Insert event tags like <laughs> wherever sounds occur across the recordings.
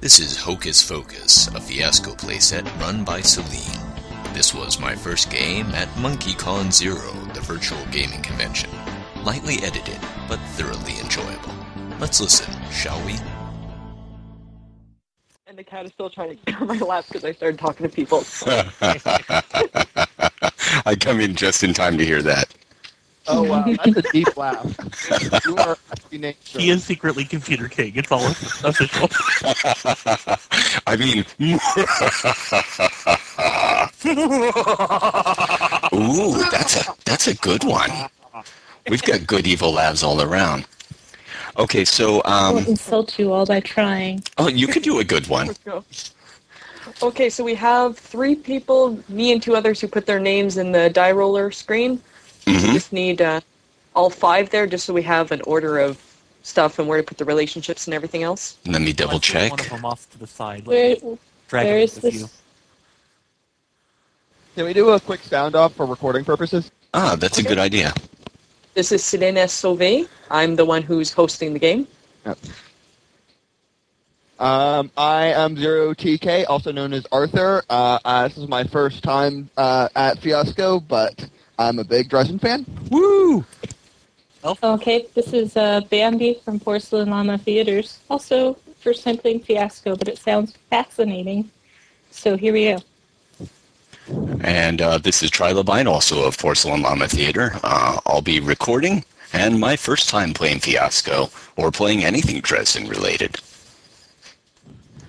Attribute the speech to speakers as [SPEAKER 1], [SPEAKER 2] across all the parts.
[SPEAKER 1] This is Hocus Focus, a fiasco playset run by Celine. This was my first game at MonkeyCon Zero, the virtual gaming convention. Lightly edited, but thoroughly enjoyable. Let's listen, shall we?
[SPEAKER 2] And the cat is still trying to get <laughs> on my lap because I started talking to people.
[SPEAKER 3] <laughs> I come in just in time to hear that.
[SPEAKER 4] Oh wow, that's a deep laugh. You are you named
[SPEAKER 5] He is secretly Computer King. It's <laughs> all official.
[SPEAKER 3] I mean, ooh, that's a that's a good one. We've got good evil labs all around. Okay, so
[SPEAKER 6] I
[SPEAKER 3] um,
[SPEAKER 6] will insult you all by trying.
[SPEAKER 3] oh, you could do a good one.
[SPEAKER 2] Let's go. Okay, so we have three people, me and two others, who put their names in the die roller screen. We
[SPEAKER 4] Mm-hmm.
[SPEAKER 3] hmm
[SPEAKER 2] just need uh, all five there, just so we have an order of stuff and where to put the relationships and everything else.
[SPEAKER 3] Let me double
[SPEAKER 5] Like, take One of
[SPEAKER 3] check.
[SPEAKER 5] them off to the side.
[SPEAKER 6] Where,
[SPEAKER 5] Like, drag
[SPEAKER 6] where
[SPEAKER 5] him
[SPEAKER 6] is
[SPEAKER 5] with
[SPEAKER 6] this?
[SPEAKER 5] you.
[SPEAKER 4] Can we do a quick sound off for recording purposes?
[SPEAKER 3] Ah, that's a good idea.
[SPEAKER 2] This is Selena Sauvé. I'm the one who's hosting the game.
[SPEAKER 4] Um, I am Zero TK, also known as Arthur. Uh, uh, this is my first time uh, at Fiasco, but I'm a big Dresden fan.
[SPEAKER 5] Woo!
[SPEAKER 6] Okay, this is uh, Bambi from Porcelain Llama Theaters. Also, first time playing Fiasco, but it sounds fascinating. So here we go.
[SPEAKER 3] And uh, this is Trilobite, also of Porcelain Llama Theater. Uh, I'll be recording, and my first time playing Fiasco or playing anything Dresden related.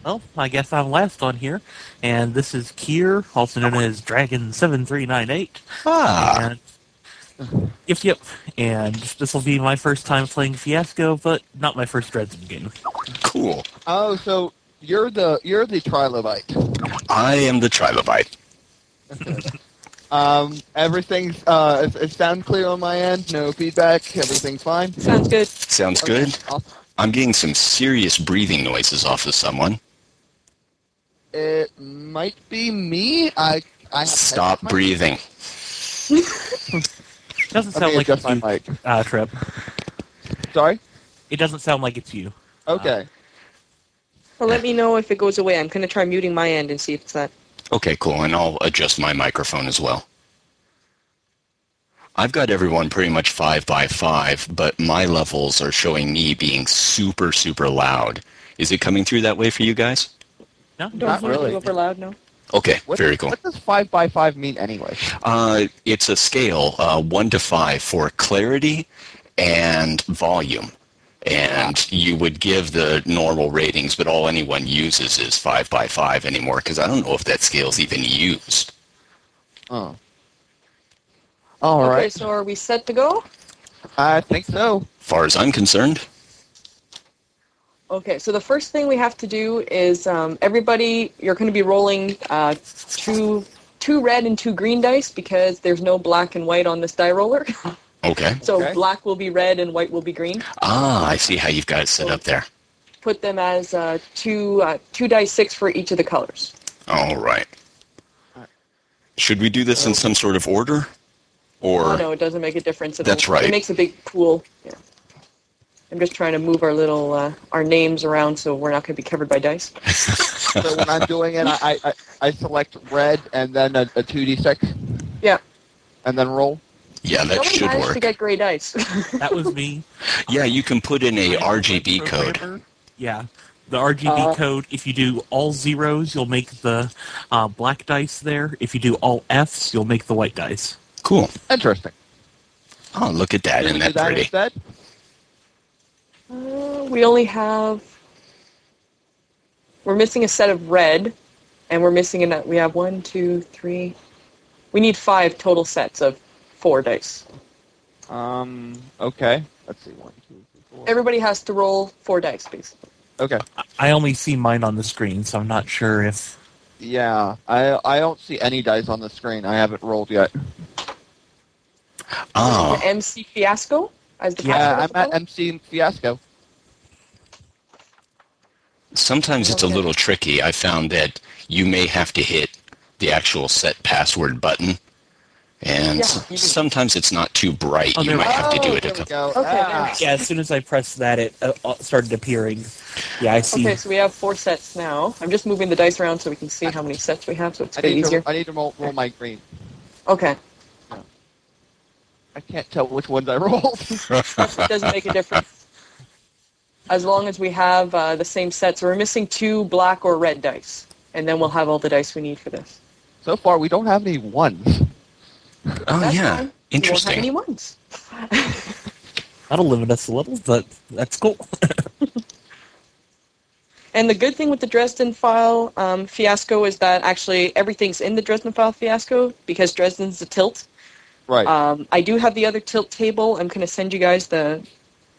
[SPEAKER 5] Well, I guess I'm last on here, and this is Kier, also known as Dragon Seven Three Nine Eight.
[SPEAKER 3] Ah,
[SPEAKER 5] And yep, yep. And this will be my first time playing Fiasco, but not my first Dresden game.
[SPEAKER 3] cool.
[SPEAKER 4] Oh, so you're the you're the trilobite.
[SPEAKER 3] I am the Trilobite.
[SPEAKER 4] Um, everything's uh, is, is sound clear on my end. No feedback. Everything's fine.
[SPEAKER 2] Sounds good.
[SPEAKER 3] Sounds
[SPEAKER 4] Okay,
[SPEAKER 3] good.
[SPEAKER 4] I'll-
[SPEAKER 3] I'm getting some serious breathing noises off of someone.
[SPEAKER 4] It might be me. I I have
[SPEAKER 3] Stop
[SPEAKER 4] my-
[SPEAKER 3] breathing.
[SPEAKER 5] It doesn't
[SPEAKER 4] Let
[SPEAKER 5] sound
[SPEAKER 4] me
[SPEAKER 5] like it's
[SPEAKER 4] adjust my
[SPEAKER 5] you,
[SPEAKER 4] mic.
[SPEAKER 5] uh, Trip.
[SPEAKER 4] Sorry.
[SPEAKER 5] It doesn't sound like it's you.
[SPEAKER 3] Uh,
[SPEAKER 4] Okay.
[SPEAKER 2] Well, let me know if it goes away. I'm going to try muting my end and see if it's not.
[SPEAKER 3] Okay, cool. And I'll adjust my microphone as well. I've got everyone pretty much five by five, but my levels are showing me being super, super loud. Is it coming through that way for you guys?
[SPEAKER 5] No,
[SPEAKER 4] Not
[SPEAKER 2] Don't
[SPEAKER 4] really.
[SPEAKER 2] go over loud, no.
[SPEAKER 3] Okay,
[SPEAKER 4] What
[SPEAKER 3] very
[SPEAKER 4] does,
[SPEAKER 3] cool.
[SPEAKER 4] What does five by five mean anyway?
[SPEAKER 3] Uh, it's a scale uh, one to five for clarity and volume. And you would give the normal ratings, but all anyone uses is five by five anymore because I don't know if that scale's even used.
[SPEAKER 4] Oh. All
[SPEAKER 2] okay,
[SPEAKER 4] right.
[SPEAKER 2] so are we set to go?
[SPEAKER 4] I think so.
[SPEAKER 3] Far as I'm concerned,
[SPEAKER 2] Okay, so the first thing we have to do is um, everybody, you're going to be rolling uh, two two red and two green dice because there's no black and white on this die roller. <laughs>
[SPEAKER 3] okay.
[SPEAKER 2] So
[SPEAKER 4] Okay.
[SPEAKER 2] black will be red and white will be green.
[SPEAKER 3] Ah, I see how you've got it set up there.
[SPEAKER 2] Put them as uh, two uh, two dice six for each of the colors.
[SPEAKER 3] All right. Should we do this in some sort of order?
[SPEAKER 2] Oh,
[SPEAKER 3] Or
[SPEAKER 2] no, it doesn't make a difference at
[SPEAKER 3] That's
[SPEAKER 2] all.
[SPEAKER 3] right.
[SPEAKER 2] It makes a big pool. Yeah. I'm just trying to move our little uh, our names around so we're not going to be covered by dice.
[SPEAKER 4] So when I'm doing it, I, I, I select red and then a, a 2d6
[SPEAKER 2] Yeah.
[SPEAKER 4] and then roll.
[SPEAKER 3] yeah, that
[SPEAKER 2] Nobody
[SPEAKER 3] should
[SPEAKER 2] managed
[SPEAKER 3] work.
[SPEAKER 2] to get gray dice.
[SPEAKER 5] that was me.
[SPEAKER 3] Yeah, you can put in a
[SPEAKER 5] I'm a
[SPEAKER 3] RGB code.
[SPEAKER 5] programmer. Yeah, the RGB
[SPEAKER 2] Uh,
[SPEAKER 5] code. If you do all zeros, you'll make the uh, black dice there. If you do all Fs, you'll make the white dice.
[SPEAKER 3] Cool.
[SPEAKER 4] Interesting.
[SPEAKER 3] Oh, look at that.
[SPEAKER 4] Should we
[SPEAKER 3] Isn't
[SPEAKER 4] do
[SPEAKER 3] that pretty?
[SPEAKER 4] instead?
[SPEAKER 2] Uh, we only have. We're missing a set of red, and we're missing an. We have one, two, three. We need five total sets of four dice.
[SPEAKER 4] Um, okay. Let's see. One, two, three, four.
[SPEAKER 2] Everybody has to roll four dice, please.
[SPEAKER 4] okay.
[SPEAKER 5] I- I only see mine on the screen, so I'm not sure if.
[SPEAKER 4] Yeah. I, I don't see any dice on the screen. I haven't rolled yet.
[SPEAKER 3] Oh,
[SPEAKER 2] MC Fiasco as the
[SPEAKER 5] Yeah,
[SPEAKER 4] Uh,
[SPEAKER 2] password.
[SPEAKER 4] I'm at MC Fiasco.
[SPEAKER 3] sometimes it's a
[SPEAKER 2] Okay.
[SPEAKER 3] little tricky. I found that you may have to hit the actual set password button And
[SPEAKER 2] Yeah,
[SPEAKER 3] s-
[SPEAKER 4] you do.
[SPEAKER 3] sometimes it's not too bright.
[SPEAKER 5] Oh,
[SPEAKER 3] you
[SPEAKER 5] there
[SPEAKER 3] might
[SPEAKER 5] we
[SPEAKER 3] have to
[SPEAKER 4] Oh,
[SPEAKER 3] do it
[SPEAKER 4] there
[SPEAKER 3] a
[SPEAKER 4] we
[SPEAKER 3] couple.
[SPEAKER 4] go.
[SPEAKER 2] Okay, there
[SPEAKER 4] Ah.
[SPEAKER 7] Yeah, as soon as I pressed that, it uh, uh, started appearing. Yeah, I see.
[SPEAKER 2] Okay, so we have four sets now. I'm just moving the dice around so we can see how many sets we have, so it's a
[SPEAKER 4] I
[SPEAKER 2] bit
[SPEAKER 4] need
[SPEAKER 2] easier.
[SPEAKER 4] to, I need to roll, roll my green.
[SPEAKER 2] Okay,
[SPEAKER 4] I can't tell which ones I <laughs> rolled.
[SPEAKER 3] <laughs>
[SPEAKER 2] it doesn't make a difference. As long as we have uh, the same sets, we're missing two black or red dice, and then we'll have all the dice we need for this.
[SPEAKER 4] so far, we don't have any ones.
[SPEAKER 3] oh
[SPEAKER 2] That's
[SPEAKER 3] yeah,
[SPEAKER 2] fine.
[SPEAKER 3] interesting.
[SPEAKER 2] We won't have any ones.
[SPEAKER 7] That'll limit us a little, but that's cool.
[SPEAKER 2] And the good thing with the Dresden File um, fiasco is that actually everything's in the Dresden File fiasco because Dresden's the tilt.
[SPEAKER 4] Right.
[SPEAKER 2] Um, I do have the other tilt table. I'm going to send you guys the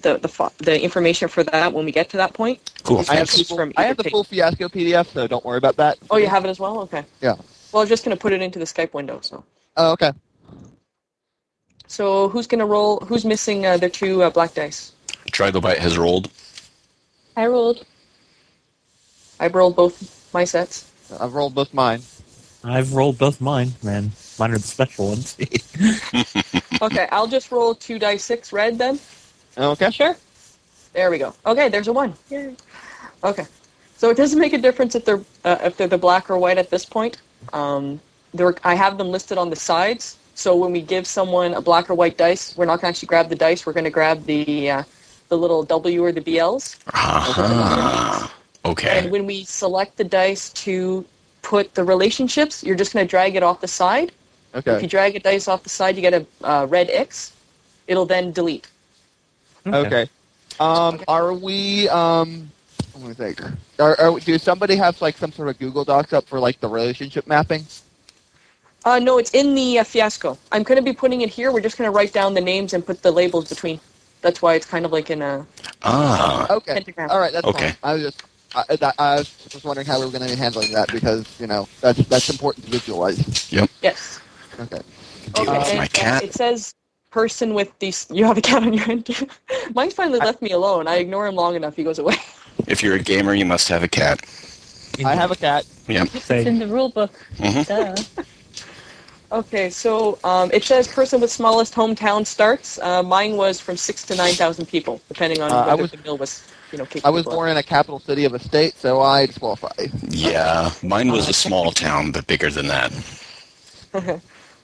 [SPEAKER 2] the the, fi- the information for that when we get to that point.
[SPEAKER 3] cool.
[SPEAKER 4] I have,
[SPEAKER 2] it's
[SPEAKER 4] the-
[SPEAKER 2] from
[SPEAKER 4] I have
[SPEAKER 2] either
[SPEAKER 4] the full fiasco PDF, so don't worry about that.
[SPEAKER 2] Oh, you have it as well. Okay.
[SPEAKER 4] Yeah.
[SPEAKER 2] Well, I'm just going to put it into the Skype window. So,
[SPEAKER 4] Oh, okay.
[SPEAKER 2] so who's going to roll? Who's missing uh, their two uh, black dice?
[SPEAKER 3] Trilobite has rolled.
[SPEAKER 6] I rolled.
[SPEAKER 2] I rolled both my sets.
[SPEAKER 4] I've rolled both mine.
[SPEAKER 5] <laughs> I've rolled both mine, man. Mine are the special ones. <laughs>
[SPEAKER 2] Okay, I'll just roll two dice six red then.
[SPEAKER 4] Okay.
[SPEAKER 6] Sure.
[SPEAKER 2] There we go. Okay, there's a one. Okay, so it doesn't make a difference if they're uh, if they're the black or white at this point. Um, they're, I have them listed on the sides. So when we give someone a black or white dice, we're not going to actually grab the dice. We're going to grab the uh, the little W or the BLs.
[SPEAKER 3] Uh-huh.
[SPEAKER 2] And
[SPEAKER 3] Okay.
[SPEAKER 2] when we select the dice to put the relationships, you're just going to drag it off the side. If you
[SPEAKER 4] Okay.
[SPEAKER 2] drag a dice off the side, you get a uh, red X. It'll then delete.
[SPEAKER 4] <laughs> Okay. Um, are we? Um, let me think. Are, are, do somebody have like some sort of Google Docs up for like the relationship mapping?
[SPEAKER 2] Uh, no, it's in the uh, fiasco. I'm going to be putting it here. We're just going to write down the names and put the labels between. That's why it's kind of like in a
[SPEAKER 3] Ah.
[SPEAKER 4] Okay.
[SPEAKER 2] pentagram.
[SPEAKER 4] All right. That's
[SPEAKER 3] Okay.
[SPEAKER 4] fine. I was just. I, that- I was just wondering how we were going to be handling that because you know that's that's important to visualize.
[SPEAKER 2] Yes.
[SPEAKER 4] Okay.
[SPEAKER 3] Deal
[SPEAKER 2] Okay,
[SPEAKER 3] with
[SPEAKER 2] and
[SPEAKER 3] my
[SPEAKER 2] it-
[SPEAKER 3] cat.
[SPEAKER 2] It says person with these. <laughs> You have a cat on your <laughs> end. too. Mike's finally left me alone. I ignore him long enough. He goes away. <laughs>
[SPEAKER 3] If you're a gamer, you must have a cat.
[SPEAKER 4] I have a cat.
[SPEAKER 6] It's
[SPEAKER 5] Say,
[SPEAKER 6] in the rule book.
[SPEAKER 3] Mhm.
[SPEAKER 6] Duh.
[SPEAKER 2] Okay, so um, it says person with smallest hometown starts. Uh, mine was from six to nine thousand people, depending on
[SPEAKER 4] Uh, I
[SPEAKER 2] whether
[SPEAKER 4] was-
[SPEAKER 2] the mill was, you know,
[SPEAKER 4] I was
[SPEAKER 2] capable.
[SPEAKER 4] born in a capital city of a state, so I disqualify.
[SPEAKER 3] Mm-hmm. Yeah, mine was a small town, but bigger than that.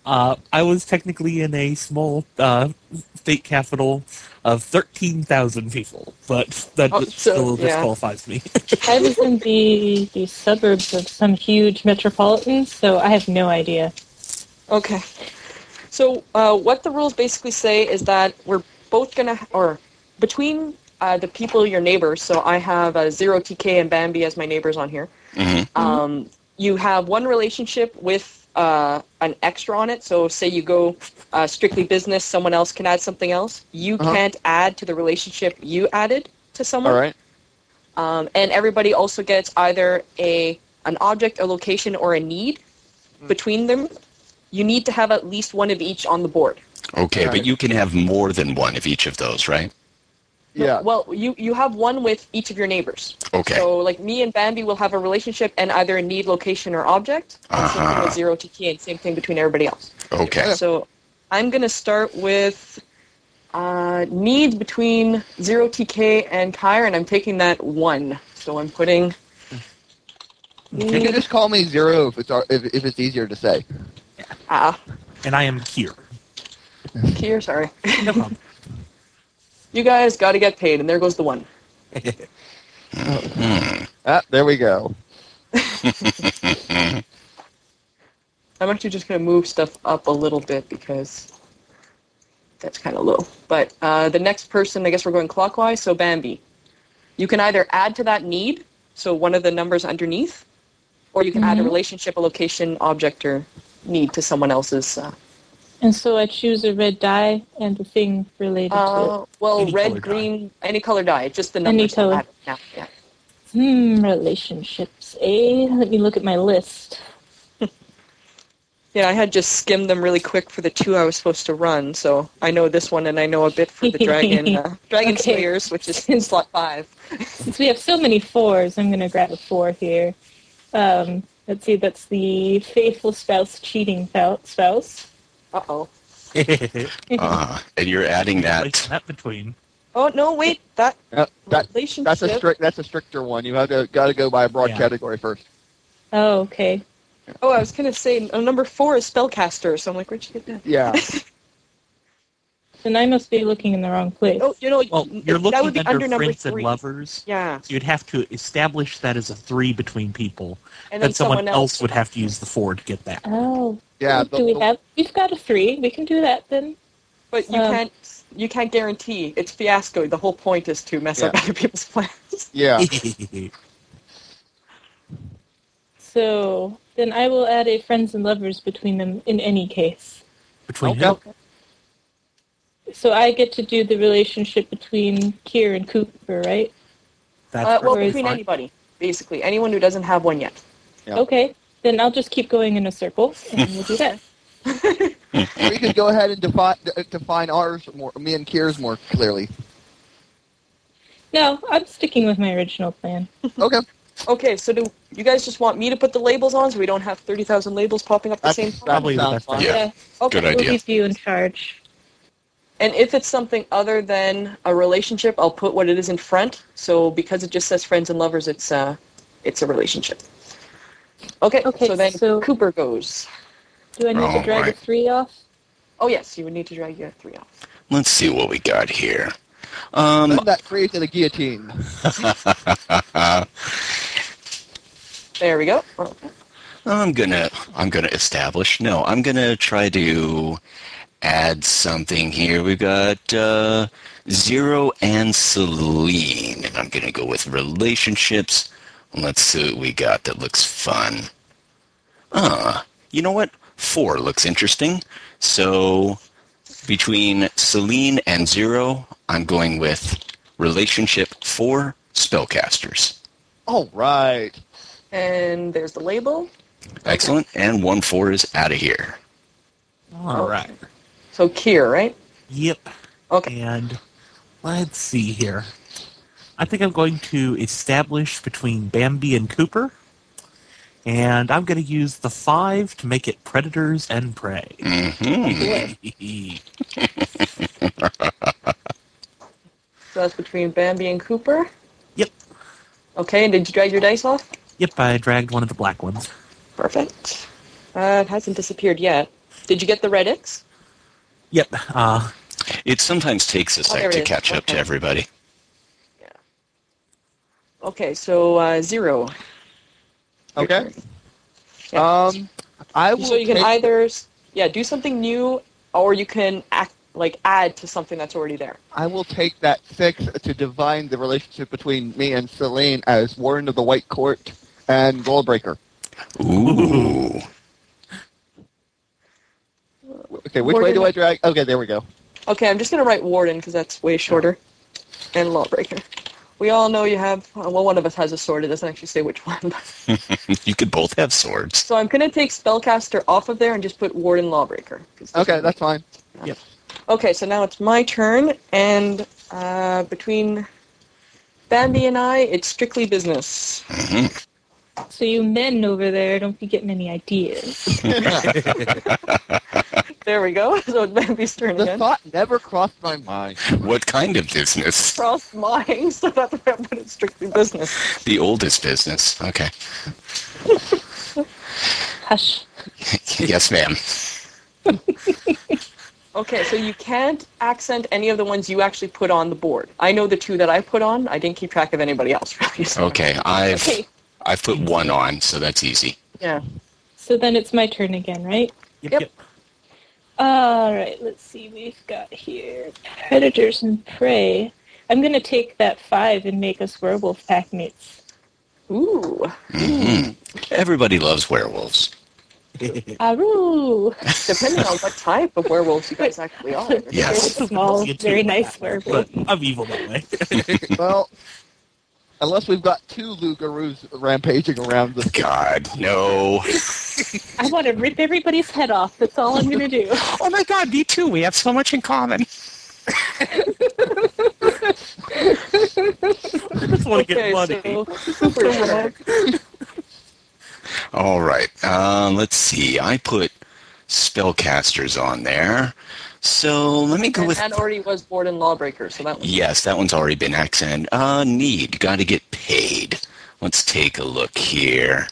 [SPEAKER 5] uh, I was technically in a small uh, state capital of 13,000 people, but that
[SPEAKER 2] Oh, so,
[SPEAKER 5] still
[SPEAKER 2] yeah.
[SPEAKER 5] disqualifies me. <laughs>
[SPEAKER 6] I was in the, the suburbs of some huge metropolitan, so I have no idea.
[SPEAKER 2] Okay. So uh, what the rules basically say is that we're both gonna, or between uh, the people, your neighbors. So I have uh, Zero TK and Bambi as my neighbors on here.
[SPEAKER 3] hmm
[SPEAKER 4] Mm-hmm.
[SPEAKER 2] Um, you have one relationship with uh, an extra on it. So say you go uh, strictly business, someone else can add something else. You
[SPEAKER 4] Uh-huh.
[SPEAKER 2] can't add to the relationship you added to someone.
[SPEAKER 4] All right.
[SPEAKER 2] Um, and everybody also gets either a an object, a location, or a need between them. You need to have at least one of each on the board.
[SPEAKER 3] Okay,
[SPEAKER 4] Right.
[SPEAKER 3] but you can have more than one of each of those, right?
[SPEAKER 4] Yeah.
[SPEAKER 2] Well, you you have one with each of your neighbors.
[SPEAKER 3] Okay.
[SPEAKER 2] So like me and Bambi will have a relationship and either a need, location, or object. And same thing
[SPEAKER 3] Uh-huh.
[SPEAKER 2] with zero to key, and same thing between everybody else.
[SPEAKER 3] Okay.
[SPEAKER 2] So I'm going to start with uh, needs between 0TK and Kyre, and I'm taking that one. So I'm putting.
[SPEAKER 4] You can just call me zero if it's ar- if, if it's easier to say.
[SPEAKER 2] Ah,
[SPEAKER 5] and I am here.
[SPEAKER 2] Kier, sorry.
[SPEAKER 5] No problem. <laughs>
[SPEAKER 2] You guys got to get paid, and there goes the one.
[SPEAKER 4] Ah, there we go.
[SPEAKER 2] I'm actually just going to move stuff up a little bit because that's kind of low. But uh, the next person, I guess we're going clockwise, so Bambi. You can either add to that need, so one of the numbers underneath, or you can add a
[SPEAKER 5] Mm-hmm.
[SPEAKER 6] Mhm.
[SPEAKER 2] relationship, a location, object, or need to someone else's. Uh,
[SPEAKER 6] And so I choose a red die and the thing related
[SPEAKER 2] uh, well,
[SPEAKER 5] Any
[SPEAKER 2] red,
[SPEAKER 5] color dye.
[SPEAKER 2] green, any color dye, just the
[SPEAKER 6] Any
[SPEAKER 2] numbers.
[SPEAKER 6] color.
[SPEAKER 2] Add- Yeah, yeah.
[SPEAKER 6] to it. Hmm, relationships, eh? Let me look at my list.
[SPEAKER 2] Yeah, I had just skimmed them really quick for the two I was supposed to run, so I know this one and I know a bit for the dragon, uh, dragon
[SPEAKER 6] Okay.
[SPEAKER 2] slayers, which is in slot five.
[SPEAKER 6] Since we have so many fours, I'm going to grab a four here. Um, let's see, that's the faithful spouse cheating fou- spouse.
[SPEAKER 2] Uh oh.
[SPEAKER 3] Uh, and you're adding
[SPEAKER 5] Place
[SPEAKER 3] that.
[SPEAKER 5] that between.
[SPEAKER 2] Oh no! Wait, that
[SPEAKER 4] Uh, that-
[SPEAKER 2] relationship.
[SPEAKER 4] That's a strict. That's a stricter one. You have to got to go by a broad
[SPEAKER 7] Yeah.
[SPEAKER 4] category first.
[SPEAKER 6] Oh, okay.
[SPEAKER 2] Oh, I was gonna say uh, number four is spellcaster. So I'm like, where'd you get that?
[SPEAKER 4] Yeah.
[SPEAKER 6] Then I must be looking in the wrong place.
[SPEAKER 2] Oh, you know,
[SPEAKER 5] Well, you're
[SPEAKER 2] that would
[SPEAKER 5] looking
[SPEAKER 2] be
[SPEAKER 5] under,
[SPEAKER 2] under number
[SPEAKER 5] friends
[SPEAKER 2] three.
[SPEAKER 5] and lovers.
[SPEAKER 2] Yeah,
[SPEAKER 5] So you'd have to establish that as a three between people.
[SPEAKER 2] and
[SPEAKER 5] then
[SPEAKER 2] then
[SPEAKER 5] someone, else. would have to use the four to get that.
[SPEAKER 6] Oh,
[SPEAKER 2] <laughs>
[SPEAKER 4] Yeah.
[SPEAKER 6] do we have? We've got a three. We can do that then.
[SPEAKER 2] But you
[SPEAKER 6] Um,
[SPEAKER 2] can't you can't guarantee it's fiasco. The whole point is to mess up
[SPEAKER 4] Yeah.
[SPEAKER 2] <laughs> other people's plans. Uh, <laughs>
[SPEAKER 4] yeah.
[SPEAKER 6] So then I will add a friends and lovers between them in any case.
[SPEAKER 5] <laughs> between
[SPEAKER 4] Okay.
[SPEAKER 5] who?
[SPEAKER 6] So I get to do the relationship between Kier and Cooper, right?
[SPEAKER 7] That's
[SPEAKER 2] Uh, well,
[SPEAKER 6] perfectly
[SPEAKER 2] between
[SPEAKER 7] fine.
[SPEAKER 2] anybody, basically, anyone who doesn't have one yet.
[SPEAKER 4] Yeah.
[SPEAKER 6] Okay. Then I'll just keep going in a circle, and we'll do that.
[SPEAKER 4] we could go ahead and define uh, define ours more, me and Kier's more clearly.
[SPEAKER 6] No, I'm sticking with my original plan.
[SPEAKER 2] <laughs>
[SPEAKER 4] Okay.
[SPEAKER 2] Okay, so do you guys just want me to put the labels on so we don't have thirty thousand labels popping up at the
[SPEAKER 4] That's,
[SPEAKER 2] same time?
[SPEAKER 5] Probably the
[SPEAKER 4] sounds
[SPEAKER 5] best
[SPEAKER 4] fine.
[SPEAKER 3] Yeah.
[SPEAKER 2] Okay.
[SPEAKER 3] Good idea.
[SPEAKER 6] We'll leave you in charge.
[SPEAKER 2] And if it's something other than a relationship, I'll put what it is in front. So because it just says friends and lovers, it's uh, it's a relationship. Okay.
[SPEAKER 6] Okay,
[SPEAKER 2] So then
[SPEAKER 6] so-
[SPEAKER 2] Cooper goes.
[SPEAKER 6] Do I need
[SPEAKER 3] All
[SPEAKER 6] to drag
[SPEAKER 3] right.
[SPEAKER 6] a three off?
[SPEAKER 2] Oh yes, you would need to drag your three off.
[SPEAKER 3] Let's see what we got here. Um,
[SPEAKER 4] Send that three to the guillotine.
[SPEAKER 2] There we go. Oh,
[SPEAKER 3] I'm gonna I'm gonna establish. No, I'm gonna try to add something here. We've got uh, Zero and Celine, and I'm gonna go with relationships. Let's see what we got that looks fun. Ah, you know what? Four looks interesting. So between Celine and Zero, I'm going with relationship four spellcasters.
[SPEAKER 4] All right.
[SPEAKER 2] And there's the label.
[SPEAKER 3] Excellent. And one four is out of here.
[SPEAKER 5] All right.
[SPEAKER 2] So Kier, right?
[SPEAKER 5] Yep.
[SPEAKER 2] Okay.
[SPEAKER 5] And let's see here. I think I'm going to establish between Bambi and Cooper. And I'm going to use the five to make it predators and prey. <laughs>
[SPEAKER 4] Mm-hmm.
[SPEAKER 3] hmm
[SPEAKER 2] So that's between Bambi and Cooper.
[SPEAKER 5] Yep.
[SPEAKER 2] Okay. And did you drag your dice off?
[SPEAKER 5] Yep, I dragged one of the black ones.
[SPEAKER 2] Perfect. Uh, it hasn't disappeared yet. Did you get the red X?
[SPEAKER 5] Yep. Uh,
[SPEAKER 3] It sometimes takes a
[SPEAKER 2] Oh, there it
[SPEAKER 3] sec to
[SPEAKER 2] is.
[SPEAKER 3] catch up to
[SPEAKER 2] Okay.
[SPEAKER 3] everybody.
[SPEAKER 2] Okay. So uh, zero.
[SPEAKER 4] Okay.
[SPEAKER 2] Yeah.
[SPEAKER 4] Um, I will.
[SPEAKER 2] so you can
[SPEAKER 4] take-
[SPEAKER 2] either s- yeah do something new or you can act like add to something that's already there
[SPEAKER 4] I will take that six to divine the relationship between me and Celine as Warden of the White Court and Goalbreaker.
[SPEAKER 3] Ooh.
[SPEAKER 4] Okay, which way do I drag? Okay, there we go.
[SPEAKER 2] okay i'm just going to write warden because that's way shorter and lawbreaker we all know you have uh, well one of us has a sword it doesn't actually say which <laughs> one
[SPEAKER 3] you could both have swords.
[SPEAKER 2] so i'm going to take spellcaster off of there and just put warden lawbreaker 'cause that's-
[SPEAKER 4] Okay, that's fine. <laughs>
[SPEAKER 2] okay so now it's my turn and uh, between bambi and i it's strictly business
[SPEAKER 3] Mhm.
[SPEAKER 6] So you men over there, don't be getting any ideas.
[SPEAKER 2] there we go <laughs> so it's bambi's turn
[SPEAKER 4] The
[SPEAKER 2] again
[SPEAKER 4] thought never crossed my mind.
[SPEAKER 3] What kind of business?
[SPEAKER 2] cross mine <laughs> so that's why i put it strictly business
[SPEAKER 3] The oldest business. Okay.
[SPEAKER 6] Hush.
[SPEAKER 3] yes, ma'am.
[SPEAKER 2] Okay, so you can't accent any of the ones you actually put on the board. I know the two that I put on. I didn't keep track of anybody else, <laughs> really. so-
[SPEAKER 3] Okay, I've
[SPEAKER 6] Okay,
[SPEAKER 3] I've put one on, so that's easy.
[SPEAKER 2] Yeah.
[SPEAKER 6] so then it's my turn again, right?
[SPEAKER 5] yep,
[SPEAKER 2] Yep.
[SPEAKER 5] yep.
[SPEAKER 6] All right, let's see. We've got here predators and prey. I'm gonna take that five and make us werewolf pack mates.
[SPEAKER 2] Ooh.
[SPEAKER 3] Mhm. Everybody loves werewolves.
[SPEAKER 6] Aroo!
[SPEAKER 2] Depending on what type of werewolves you
[SPEAKER 5] <laughs>
[SPEAKER 2] guys actually are.
[SPEAKER 3] Yes.
[SPEAKER 6] <laughs> Very small, very nice werewolf.
[SPEAKER 5] <laughs> But I'm evil that way. <laughs>
[SPEAKER 4] well, unless we've got two Lugaroos rampaging around the
[SPEAKER 3] God, no.
[SPEAKER 6] I want to rip everybody's head off. That's all I'm gonna do.
[SPEAKER 3] Oh my God, me too. We have so much in common.
[SPEAKER 5] I just want to
[SPEAKER 2] Okay,
[SPEAKER 5] get money.
[SPEAKER 2] so
[SPEAKER 3] <laughs>
[SPEAKER 2] Cooper's turn.
[SPEAKER 3] All right. Uh, let's see. um, I put Spellcasters on there. So let me go
[SPEAKER 2] And,
[SPEAKER 3] with.
[SPEAKER 2] and already was bored in Lawbreaker, so that one.
[SPEAKER 3] Yes, that one's already been accented. Uh, need. Got to get paid. Let's take a look here.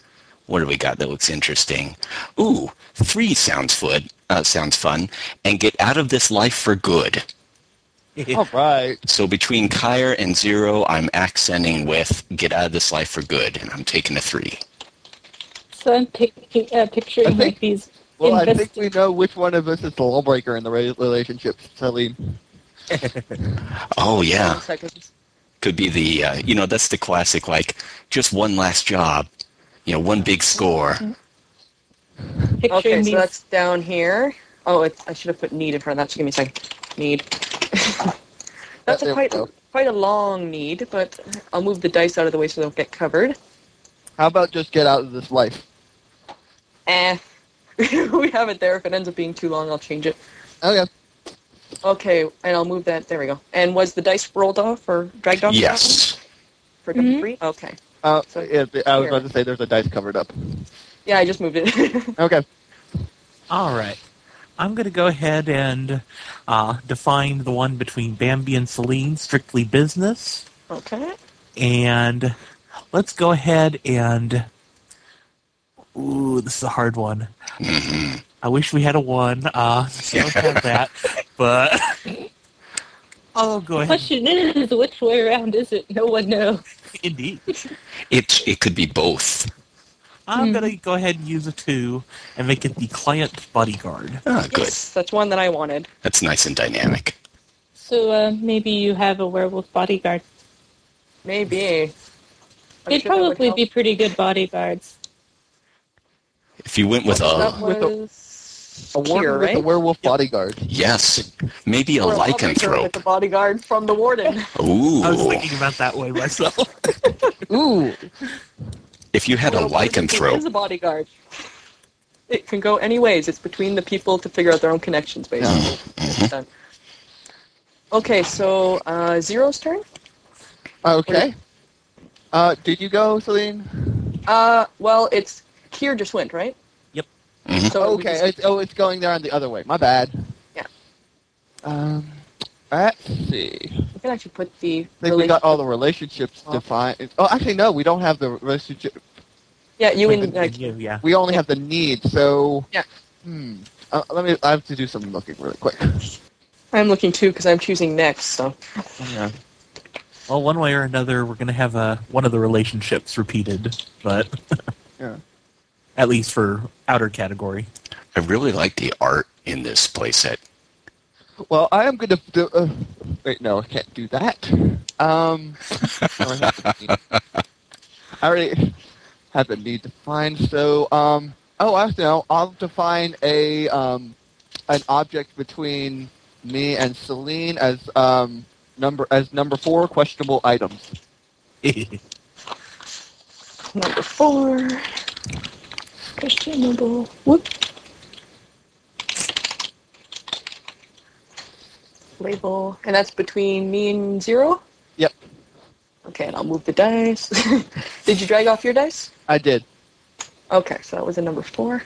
[SPEAKER 3] What do we got that looks interesting? Ooh, three sounds fun. Uh, sounds fun. And get out of this life for good.
[SPEAKER 4] All right.
[SPEAKER 3] So between Kyre and Zero, I'm accenting with get out of this life for good, and I'm taking a three.
[SPEAKER 6] So I'm pic- uh,
[SPEAKER 4] I
[SPEAKER 6] picturing
[SPEAKER 4] think-
[SPEAKER 6] like these.
[SPEAKER 4] Well, I
[SPEAKER 6] invest-
[SPEAKER 4] think we know which one of us is the lawbreaker in the re- relationship, Celine.
[SPEAKER 3] Oh yeah,
[SPEAKER 2] One second.
[SPEAKER 3] could be the uh, you know that's the classic like just one last job, you know one big score.
[SPEAKER 6] picturing
[SPEAKER 2] Okay, so
[SPEAKER 6] these.
[SPEAKER 2] that's down here. Oh, it's, I should have put need in front of that. So give me a second. Need. <laughs> that's
[SPEAKER 4] There
[SPEAKER 2] a
[SPEAKER 4] we
[SPEAKER 2] quite
[SPEAKER 4] go.
[SPEAKER 2] quite a long need, but I'll move the dice out of the way so they don't get covered.
[SPEAKER 4] How about just get out of this life?
[SPEAKER 2] Eh. <laughs> we have it there. If it ends up being too long, I'll change it.
[SPEAKER 4] Okay.
[SPEAKER 2] Okay, and I'll move that. There we go. And was the dice rolled off or dragged off?
[SPEAKER 3] Yes.
[SPEAKER 2] For
[SPEAKER 6] Mhm.
[SPEAKER 2] three? Okay.
[SPEAKER 4] Uh,
[SPEAKER 2] So-
[SPEAKER 4] yeah, I was
[SPEAKER 2] here.
[SPEAKER 4] about to say there's a dice covered up.
[SPEAKER 2] Yeah, I just moved it. <laughs>
[SPEAKER 4] Okay.
[SPEAKER 5] All right. I'm going to go ahead and uh, define the one between Bambi and Celine, strictly business.
[SPEAKER 2] okay.
[SPEAKER 5] And let's go ahead and. Ooh, this is a hard one.
[SPEAKER 3] Mhm.
[SPEAKER 5] I wish we had a one. Uh, so don't have that.
[SPEAKER 2] <laughs>
[SPEAKER 5] But I'll go ahead.
[SPEAKER 6] Question is, which way around is it? No one knows.
[SPEAKER 5] Indeed.
[SPEAKER 3] It it could be both.
[SPEAKER 5] I'm
[SPEAKER 6] Hmm.
[SPEAKER 5] going
[SPEAKER 2] Mm-hmm.
[SPEAKER 5] to go ahead and use a two and make it the client bodyguard.
[SPEAKER 3] Ah, good.
[SPEAKER 2] Yes, that's one that I wanted.
[SPEAKER 3] That's nice and dynamic.
[SPEAKER 6] So uh, maybe you have a werewolf bodyguard.
[SPEAKER 2] Maybe. I'm
[SPEAKER 6] They'd
[SPEAKER 2] sure that would
[SPEAKER 6] probably
[SPEAKER 2] help.
[SPEAKER 6] be pretty good bodyguards.
[SPEAKER 3] If you went with
[SPEAKER 2] That
[SPEAKER 3] a
[SPEAKER 4] with a-
[SPEAKER 2] was
[SPEAKER 4] A warden
[SPEAKER 2] here,
[SPEAKER 4] with
[SPEAKER 2] right?
[SPEAKER 4] a werewolf bodyguard.
[SPEAKER 3] yes, maybe a
[SPEAKER 2] Or lawbreaker With
[SPEAKER 3] lycanthrope.
[SPEAKER 2] the bodyguard from the warden.
[SPEAKER 5] I was
[SPEAKER 3] Ooh,
[SPEAKER 5] thinking about that way myself.
[SPEAKER 4] Ooh.
[SPEAKER 3] if you had a
[SPEAKER 2] Well, It is
[SPEAKER 3] lycanthrope.
[SPEAKER 2] a bodyguard. It can go any ways. It's between the people to figure out their own connections, basically. It's done. Okay, so uh, Zero's turn.
[SPEAKER 4] Okay. Uh, did you go, Celine?
[SPEAKER 2] Uh, well, it's Kier just went right.
[SPEAKER 5] Yep.
[SPEAKER 3] Mhm.
[SPEAKER 2] So it would
[SPEAKER 4] okay.
[SPEAKER 2] be-
[SPEAKER 4] It's, oh, it's going there on the other way. My bad.
[SPEAKER 2] Yeah.
[SPEAKER 4] Um, let's see.
[SPEAKER 2] we can actually put the.
[SPEAKER 4] I think we got all the relationships
[SPEAKER 2] Oh.
[SPEAKER 4] defined. Oh, actually, no, we don't have the relationship.
[SPEAKER 2] yeah, <laughs> you and uh,
[SPEAKER 5] you, yeah.
[SPEAKER 4] We only have the need. So.
[SPEAKER 2] Yeah.
[SPEAKER 4] Hmm. Uh, let me. I have to do some looking really quick.
[SPEAKER 2] I'm looking too because I'm choosing next. So
[SPEAKER 4] Yeah.
[SPEAKER 5] Well, one way or another, we're going to have uh one of the relationships repeated, but
[SPEAKER 4] Yeah.
[SPEAKER 5] <laughs> at least for outer category.
[SPEAKER 3] I really like the art in this playset.
[SPEAKER 4] Well, I am going to. Do, uh, wait, no, I can't do that. Um, I already have the need defined. So, um, oh, I don't know. I'll define a um, an object between me and Celine as um, number as number four questionable items.
[SPEAKER 2] number four.
[SPEAKER 6] Questionable.
[SPEAKER 2] Whoop. Label, and that's between me and zero.
[SPEAKER 4] Yep.
[SPEAKER 2] Okay, and I'll move the dice. <laughs> Did you drag off your dice?
[SPEAKER 4] I did.
[SPEAKER 2] Okay, so that was a number four.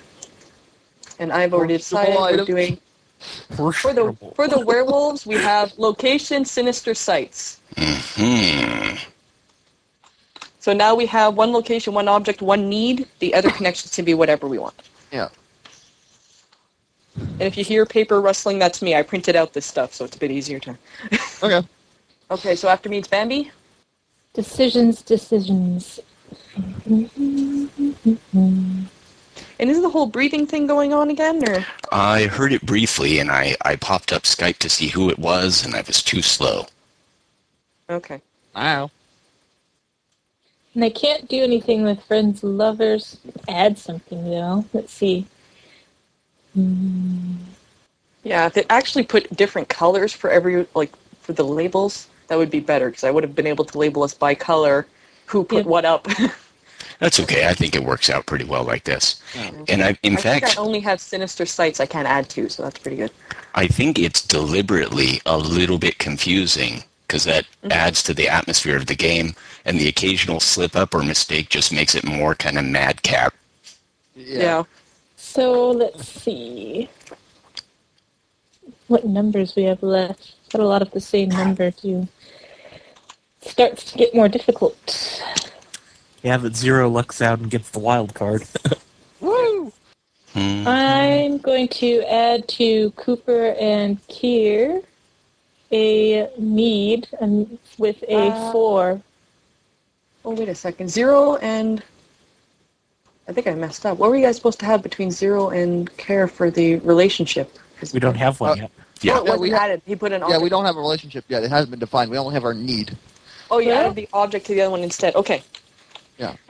[SPEAKER 2] And I've already
[SPEAKER 4] Questionable
[SPEAKER 2] decided we're
[SPEAKER 4] items.
[SPEAKER 2] doing for the for the werewolves. We have location, sinister sites.
[SPEAKER 3] Hmm.
[SPEAKER 2] So now we have one location, one object, one need. The other connections can be whatever we want.
[SPEAKER 4] Yeah.
[SPEAKER 2] And if you hear paper rustling, that's me. I printed out this stuff, so it's a bit easier to. <laughs>
[SPEAKER 4] Okay.
[SPEAKER 2] Okay, so after me, it's Bambi.
[SPEAKER 6] Decisions, decisions.
[SPEAKER 2] And is the whole breathing thing going on again, or?
[SPEAKER 3] I heard it briefly, and I, I popped up Skype to see who it was, and I was too slow.
[SPEAKER 2] Okay.
[SPEAKER 4] Wow.
[SPEAKER 6] And I can't do anything with friends, lovers. Add something though. Let's see. Mm,
[SPEAKER 2] Yeah, if it actually put different colors for every like for the labels, that would be better because I would have been able to label us by color, who put
[SPEAKER 6] Yeah.
[SPEAKER 2] what up.
[SPEAKER 3] That's okay. I think it works out pretty well like this.
[SPEAKER 4] Yeah.
[SPEAKER 3] And I, in
[SPEAKER 2] <laughs> I
[SPEAKER 3] fact,
[SPEAKER 2] think I only have sinister sites I can't add to, so that's pretty good.
[SPEAKER 3] I think it's deliberately a little bit confusing because that adds to the atmosphere of the game, and the occasional slip up or mistake just makes it more kind of madcap.
[SPEAKER 2] Yeah.
[SPEAKER 6] So let's see. What numbers we have left? Got a lot of the same number too. Starts to get more difficult.
[SPEAKER 5] Yeah, but Zero lucks out and gets the wild card. <laughs>
[SPEAKER 2] Woo!
[SPEAKER 3] Hmm.
[SPEAKER 6] I'm going to add to Cooper and Kier a need and with a
[SPEAKER 2] Uh,
[SPEAKER 6] four.
[SPEAKER 2] Oh, wait a second. Zero and. I think I messed up. What were you guys supposed to have between zero and care for the relationship? 'Cause-
[SPEAKER 5] we don't have one
[SPEAKER 4] Uh,
[SPEAKER 5] yet.
[SPEAKER 3] Yeah.
[SPEAKER 2] Oh, it wasn't
[SPEAKER 4] Yeah, we-
[SPEAKER 2] added. He put an
[SPEAKER 4] Yeah,
[SPEAKER 2] object.
[SPEAKER 4] we don't have a relationship yet. It hasn't been defined. We only have our need.
[SPEAKER 2] Oh, you
[SPEAKER 6] Yeah.
[SPEAKER 2] added the object to the other one instead. Okay.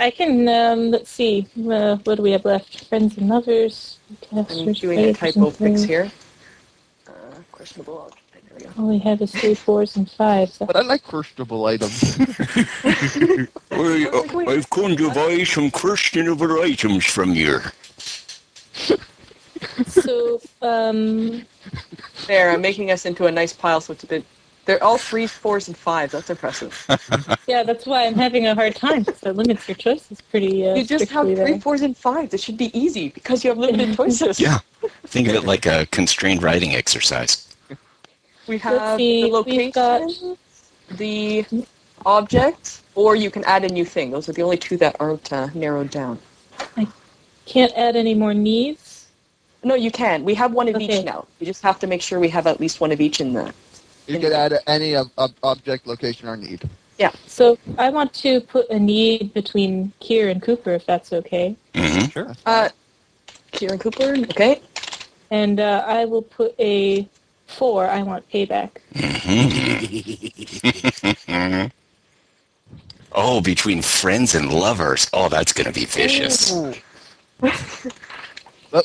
[SPEAKER 6] I can um, let's see. Uh, what do we have left? Friends and lovers.
[SPEAKER 2] I'm doing a typo fix here. Uh, questionable object. There we go.
[SPEAKER 6] All we have is three fours
[SPEAKER 2] <laughs>
[SPEAKER 6] and fives.
[SPEAKER 4] But I like questionable items.
[SPEAKER 3] We,
[SPEAKER 2] I was like, wait.
[SPEAKER 3] I've come to buy some questionable items from you.
[SPEAKER 6] so um,
[SPEAKER 2] There, I'm making us into a nice pile, so it's a bit. They're all threes, fours, and fives. That's impressive.
[SPEAKER 6] yeah, that's why I'm having a hard time. 'cause That limits your choices pretty. Uh,
[SPEAKER 2] You just have
[SPEAKER 6] strictly
[SPEAKER 2] three,
[SPEAKER 6] there.
[SPEAKER 2] fours, and fives. It should be easy because you have
[SPEAKER 6] <laughs>
[SPEAKER 2] limited choices.
[SPEAKER 3] Yeah. Think of it like a constrained writing exercise.
[SPEAKER 2] We
[SPEAKER 6] Let's
[SPEAKER 2] have
[SPEAKER 6] see,
[SPEAKER 2] the
[SPEAKER 6] we've got
[SPEAKER 2] location, the object, or you can add a new thing. Those are the only two that aren't uh, narrowed down.
[SPEAKER 6] can't add any more needs.
[SPEAKER 2] No, you can. We have one of
[SPEAKER 6] Okay.
[SPEAKER 2] each now. You just have to make sure we have at least one of each in the.
[SPEAKER 4] You could add any ob- ob- object, location, or need.
[SPEAKER 6] So I want to put a need between Kier and Cooper, if that's okay.
[SPEAKER 3] hmm
[SPEAKER 5] Sure.
[SPEAKER 2] Uh, Kieran Cooper. Okay.
[SPEAKER 6] And uh, I will put a four. I want payback.
[SPEAKER 3] Mm-hmm. <laughs> Oh, between friends and lovers. Oh, that's going to be vicious.
[SPEAKER 4] But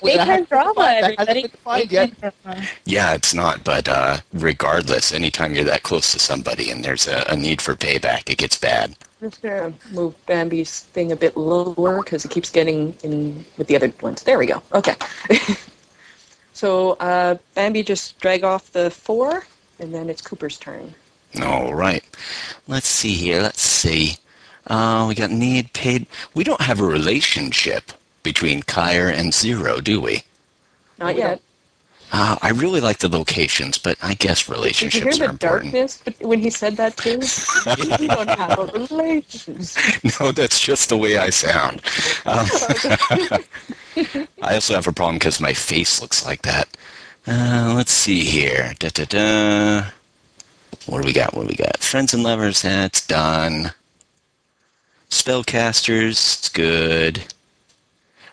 [SPEAKER 4] we- that
[SPEAKER 6] Daytime
[SPEAKER 4] hasn't been
[SPEAKER 6] drama,
[SPEAKER 4] defined. That
[SPEAKER 6] everybody.
[SPEAKER 4] hasn't been defined yet.
[SPEAKER 3] Yeah, it's not. But uh, regardless, anytime you're that close to somebody and there's a, a need for payback, it gets bad.
[SPEAKER 2] Just gonna move Bambi's thing a bit lower because it keeps getting in with the other ones. There we go. Okay. <laughs> so uh, Bambi just drag off the four, and then it's Cooper's turn.
[SPEAKER 3] All right. Let's see here. Let's see. Uh, we got need paid. We don't have a relationship between Kyre and Zero, do we?
[SPEAKER 2] Not yet.
[SPEAKER 3] Uh, I really like the locations, but I guess
[SPEAKER 2] Did you hear
[SPEAKER 3] relationships are
[SPEAKER 2] the
[SPEAKER 3] important.
[SPEAKER 2] darkness bet- when he said that too? we don't have a relationship.
[SPEAKER 3] <laughs> No, that's just the way I sound. Um, <laughs> I also have a problem because my face looks like that. Uh, let's see here. Da, da, da. What do we got? What do we got? Friends and lovers. That's done. Spellcasters. It's good.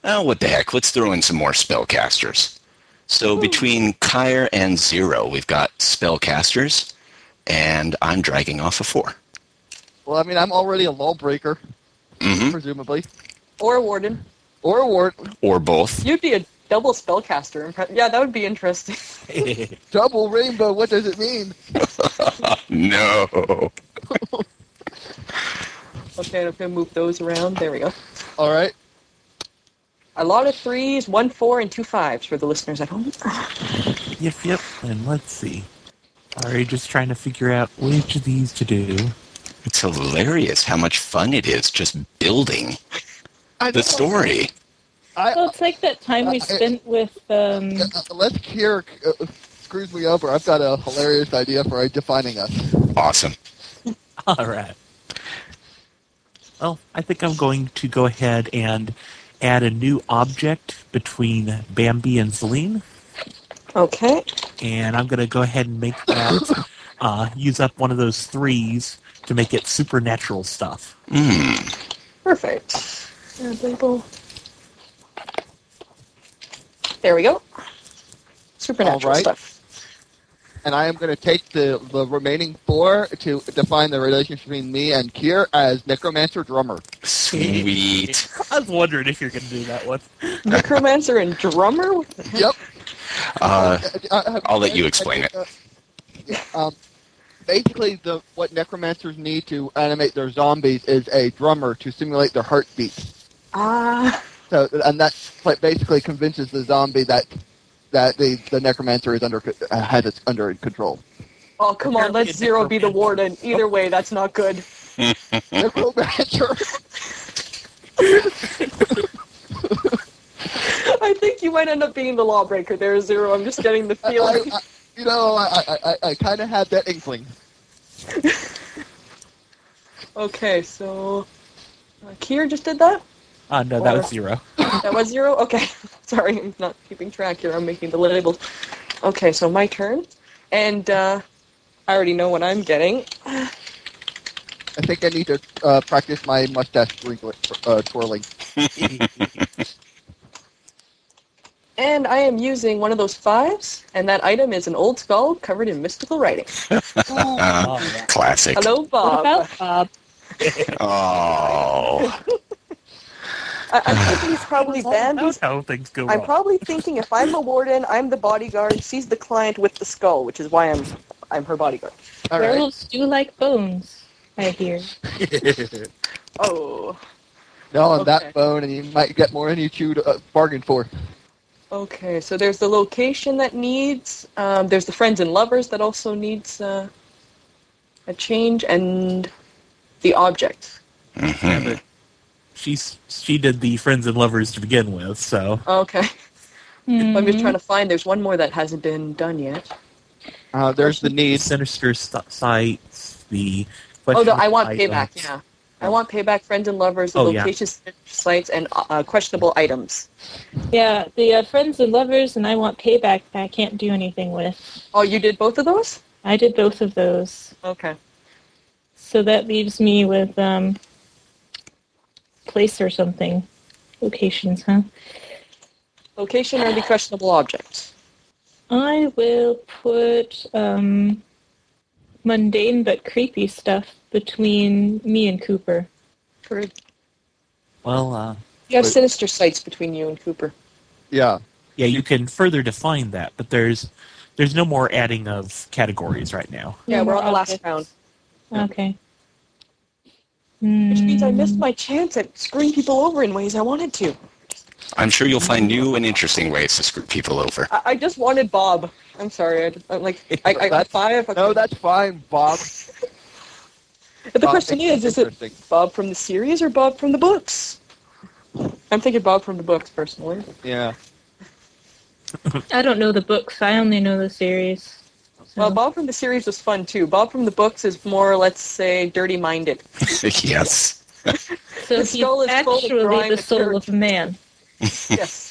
[SPEAKER 3] Oh, what the heck? Let's throw in some more spellcasters. So between Kyre and Zero, we've got spellcasters, and I'm dragging off a four.
[SPEAKER 4] Well, I mean, I'm already a lawbreaker,
[SPEAKER 3] hmm
[SPEAKER 4] presumably,
[SPEAKER 2] Or Warden.
[SPEAKER 4] or a ward.
[SPEAKER 3] Or both.
[SPEAKER 2] You'd be a double spellcaster. Impre- yeah, that would be interesting. <laughs>
[SPEAKER 4] Double rainbow. What does it mean?
[SPEAKER 3] No.
[SPEAKER 2] okay, I'm gonna move those around. There we go.
[SPEAKER 4] All right.
[SPEAKER 2] A lot of threes, one four, and two fives for the listeners at home.
[SPEAKER 5] Yep, yep. And let's see. Alright, just trying to figure out which of these to do. <laughs>
[SPEAKER 3] It's hilarious how much fun it is just building
[SPEAKER 4] I
[SPEAKER 3] the
[SPEAKER 4] know.
[SPEAKER 3] story.
[SPEAKER 4] I,
[SPEAKER 6] Well, it's like that time we
[SPEAKER 4] Uh, I-
[SPEAKER 6] spent with. Um,
[SPEAKER 4] uh, unless Kier uh, screws me over, I've got a hilarious idea for defining us.
[SPEAKER 3] Awesome.
[SPEAKER 5] Alright. Well, I think I'm going to go ahead and add a new object between Bambi and Celine.
[SPEAKER 2] Okay.
[SPEAKER 5] and I'm going to go ahead and make <laughs> that uh, use up one of those threes to make it supernatural stuff. <laughs>
[SPEAKER 3] Mm.
[SPEAKER 2] Perfect. Uh, label. There we go. Supernatural
[SPEAKER 4] All right.
[SPEAKER 2] stuff.
[SPEAKER 4] And I am going to take the, the remaining four to define the relationship between me and Kier as necromancer drummer.
[SPEAKER 3] Sweet.
[SPEAKER 5] I was wondering if you're going to do that one.
[SPEAKER 2] Necromancer and drummer. What the heck?
[SPEAKER 4] Yep.
[SPEAKER 3] Uh,
[SPEAKER 4] Uh, uh,
[SPEAKER 3] I'll let you explain it.
[SPEAKER 4] uh, yeah, um, basically, the what necromancers need to animate their zombies is a drummer to simulate their heartbeat.
[SPEAKER 2] Ah,
[SPEAKER 4] So, and that pla- basically convinces the zombie that that the, the necromancer is under co- uh, has it
[SPEAKER 2] <laughs>
[SPEAKER 4] under control.
[SPEAKER 2] oh come on,
[SPEAKER 5] Apparently
[SPEAKER 2] let
[SPEAKER 5] a
[SPEAKER 2] zero be the
[SPEAKER 5] necromancer.
[SPEAKER 2] warden. Either way, that's not good. <laughs>
[SPEAKER 4] necromancer.
[SPEAKER 2] I think you might end up being the lawbreaker there, Zero. I'm just getting the
[SPEAKER 4] I- I-
[SPEAKER 2] feeling.
[SPEAKER 4] I- you know, I, I- I, I kind of had that inkling.
[SPEAKER 2] Okay, so. Uh, Kier just did that?
[SPEAKER 7] Uh, no, that was zero.
[SPEAKER 2] That was zero? Okay. <laughs> Sorry, I'm not keeping track here. I'm making the labels. Okay, so my turn. And uh, I already know what I'm getting.
[SPEAKER 4] I think I need to uh, practice my mustache twinkle- uh, twirling.
[SPEAKER 2] And I am using one of those fives, and that item is an old skull covered in mystical writing.
[SPEAKER 3] Uh,
[SPEAKER 7] Oh, yeah.
[SPEAKER 3] classic.
[SPEAKER 2] Hello,
[SPEAKER 6] What
[SPEAKER 2] Bob.
[SPEAKER 6] about Bob?
[SPEAKER 3] Oh,
[SPEAKER 2] I- I'm thinking it's probably Bambi's
[SPEAKER 5] That's how things go
[SPEAKER 2] I'm
[SPEAKER 5] wrong.
[SPEAKER 2] probably thinking if I'm the warden, I'm the bodyguard. She's the client with the skull, which is why I'm I'm her bodyguard.
[SPEAKER 4] All right.
[SPEAKER 6] Werewolves do like bones, I hear.
[SPEAKER 2] Oh,
[SPEAKER 4] Now on
[SPEAKER 2] Okay.
[SPEAKER 4] that bone, and you might get more than you chewed uh, bargained for.
[SPEAKER 2] okay. So there's the location that needs. Um, there's the friends and lovers that also needs uh, a change, and the object.
[SPEAKER 3] Mhm.
[SPEAKER 5] She's she did the friends and lovers to begin with, so
[SPEAKER 2] Okay, <laughs> I'm just
[SPEAKER 5] Mm-hmm.
[SPEAKER 6] Mhm.
[SPEAKER 2] trying to find. There's one more that hasn't been done yet.
[SPEAKER 4] Uh, there's the
[SPEAKER 5] the
[SPEAKER 4] need.
[SPEAKER 5] sinister st- sites,
[SPEAKER 2] Oh,
[SPEAKER 5] the
[SPEAKER 2] no,
[SPEAKER 5] questionable
[SPEAKER 2] I want payback.
[SPEAKER 5] items.
[SPEAKER 2] Yeah, I want payback. Friends and lovers, the
[SPEAKER 5] Oh, yeah.
[SPEAKER 2] locations, sites, and uh, questionable items.
[SPEAKER 6] Yeah, the uh, friends and lovers, and I want payback. that I can't do anything with.
[SPEAKER 2] Oh, you did both of those?
[SPEAKER 6] I did both of those,
[SPEAKER 2] Okay.
[SPEAKER 6] so that leaves me with um, place or something, locations, huh?
[SPEAKER 2] Location or the questionable object.
[SPEAKER 6] I will put um, mundane but creepy stuff between me and Cooper.
[SPEAKER 2] You
[SPEAKER 5] Well, uh,
[SPEAKER 2] have
[SPEAKER 4] Wait.
[SPEAKER 2] sinister sights between you and Cooper.
[SPEAKER 4] Yeah.
[SPEAKER 5] yeah, you can further define that, but there's there's no more adding of categories right now.
[SPEAKER 2] Yeah, we're on the
[SPEAKER 5] Mm-hmm.
[SPEAKER 2] last
[SPEAKER 6] Objects.
[SPEAKER 2] round.
[SPEAKER 6] Okay.
[SPEAKER 2] Which means I missed
[SPEAKER 6] Hmm.
[SPEAKER 2] my chance at screwing people over in ways I wanted to.
[SPEAKER 3] I'm sure you'll find new and interesting ways to screw people over. <laughs>
[SPEAKER 2] I, I just wanted Bob. I'm sorry. I, just- I'm like, I, I got
[SPEAKER 4] That's-
[SPEAKER 2] five. I
[SPEAKER 4] No, that's fine, Bob.
[SPEAKER 2] but the question is, is it Bob from the series or Bob from the books? I'm thinking Bob from the books, personally.
[SPEAKER 4] Yeah.
[SPEAKER 6] I don't know the books. I only know the series.
[SPEAKER 2] Well,
[SPEAKER 6] Oh.
[SPEAKER 2] Bob from the series was fun, too. Bob from the books is more, let's say, dirty-minded.
[SPEAKER 3] yes.
[SPEAKER 2] The
[SPEAKER 6] So
[SPEAKER 2] skull is
[SPEAKER 6] he's
[SPEAKER 2] full of
[SPEAKER 6] actually
[SPEAKER 2] grime
[SPEAKER 6] the
[SPEAKER 2] and
[SPEAKER 6] soul
[SPEAKER 2] dirt.
[SPEAKER 6] of man.
[SPEAKER 2] yes. <laughs>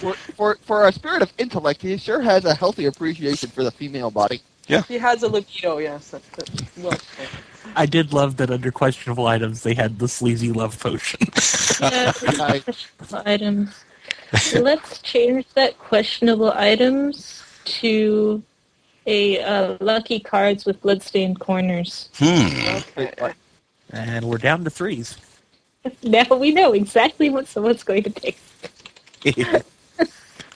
[SPEAKER 4] For, for for our spirit of intellect, he sure has a healthy appreciation for the female body.
[SPEAKER 2] He has a libido, yes. That's it. Well, okay.
[SPEAKER 5] I did love that under questionable items they had the sleazy love potion. <laughs>
[SPEAKER 6] Yeah,
[SPEAKER 4] I,
[SPEAKER 6] items. Let's change that questionable items to a uh, lucky cards with bloodstained corners.
[SPEAKER 3] Hmm.
[SPEAKER 2] okay.
[SPEAKER 4] wait, what?
[SPEAKER 5] and we're down to threes.
[SPEAKER 2] <laughs>
[SPEAKER 6] Now we know exactly what someone's going to pick.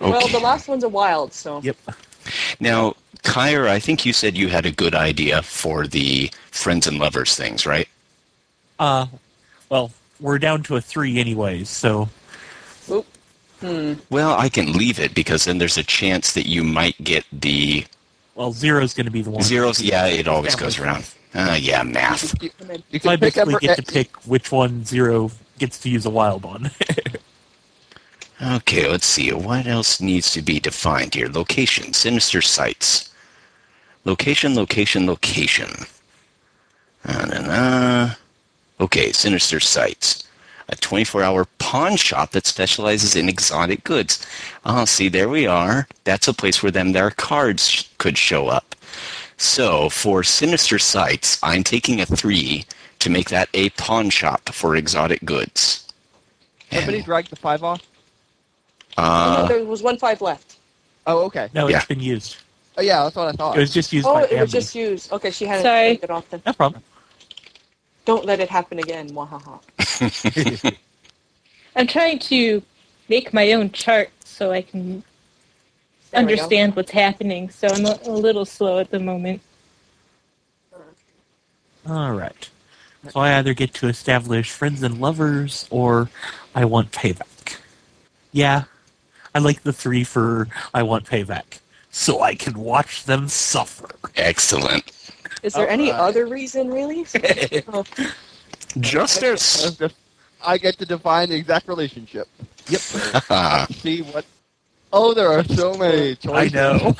[SPEAKER 2] Well,
[SPEAKER 3] Okay.
[SPEAKER 2] the last one's a wild, so.
[SPEAKER 5] yep.
[SPEAKER 3] Now, Kyra, I think you said you had a good idea for the friends and lovers things, right?
[SPEAKER 5] Uh, well, we're down to a three anyways, so
[SPEAKER 2] Hmm.
[SPEAKER 3] Well, I can leave it because then there's a chance that you might get the
[SPEAKER 5] well, zero's going to be the one.
[SPEAKER 3] zeros. Yeah, it always
[SPEAKER 5] Family
[SPEAKER 3] goes around.
[SPEAKER 5] friends.
[SPEAKER 3] Uh, yeah, math.
[SPEAKER 4] You,
[SPEAKER 2] And then
[SPEAKER 4] you
[SPEAKER 5] So I
[SPEAKER 4] can pick up.
[SPEAKER 5] basically get to
[SPEAKER 4] uh,
[SPEAKER 2] eh,
[SPEAKER 5] pick which one zero gets to use a wild on.
[SPEAKER 3] Okay, let's see. What else needs to be defined here? Location, sinister sites. Location, location, location. Na, na, na. Okay, sinister sites. A 24 hour pawn shop that specializes in exotic goods. Oh, see, there we are. That's a place where them their cards sh- could show up. So for sinister sites, I'm taking a three to make that a pawn shop for exotic goods.
[SPEAKER 4] Somebody
[SPEAKER 3] And,
[SPEAKER 4] dragged the five off.
[SPEAKER 2] Oh, no,
[SPEAKER 3] uh,
[SPEAKER 2] there was one five left.
[SPEAKER 4] Oh, okay.
[SPEAKER 5] <laughs> no, it's
[SPEAKER 3] Yeah.
[SPEAKER 5] been used.
[SPEAKER 4] Oh, yeah, that's what I thought.
[SPEAKER 5] It was just used
[SPEAKER 2] Oh,
[SPEAKER 5] by
[SPEAKER 2] it was
[SPEAKER 5] Bambi.
[SPEAKER 2] just used. Okay, she hadn't
[SPEAKER 6] Sorry.
[SPEAKER 2] taken it off then.
[SPEAKER 5] No problem.
[SPEAKER 2] Don't let it happen again. Wahaha.
[SPEAKER 6] I'm trying to make my own chart so I can
[SPEAKER 2] There we go.
[SPEAKER 6] understand what's happening. So I'm a, a little slow at the moment.
[SPEAKER 5] All right. So I either get to establish friends and lovers, or I want payback. Yeah, I like the three for I want payback, so I can watch them suffer.
[SPEAKER 3] excellent.
[SPEAKER 2] Is there any
[SPEAKER 4] Alright.
[SPEAKER 2] other reason,
[SPEAKER 4] <laughs>
[SPEAKER 2] really? Oh,
[SPEAKER 4] I
[SPEAKER 3] Justice.
[SPEAKER 4] was just- I get to define the exact relationship.
[SPEAKER 5] Yep.
[SPEAKER 3] Ah,
[SPEAKER 4] <laughs> See what Oh, there are so many
[SPEAKER 2] Oh,
[SPEAKER 5] I
[SPEAKER 4] choices.
[SPEAKER 5] know.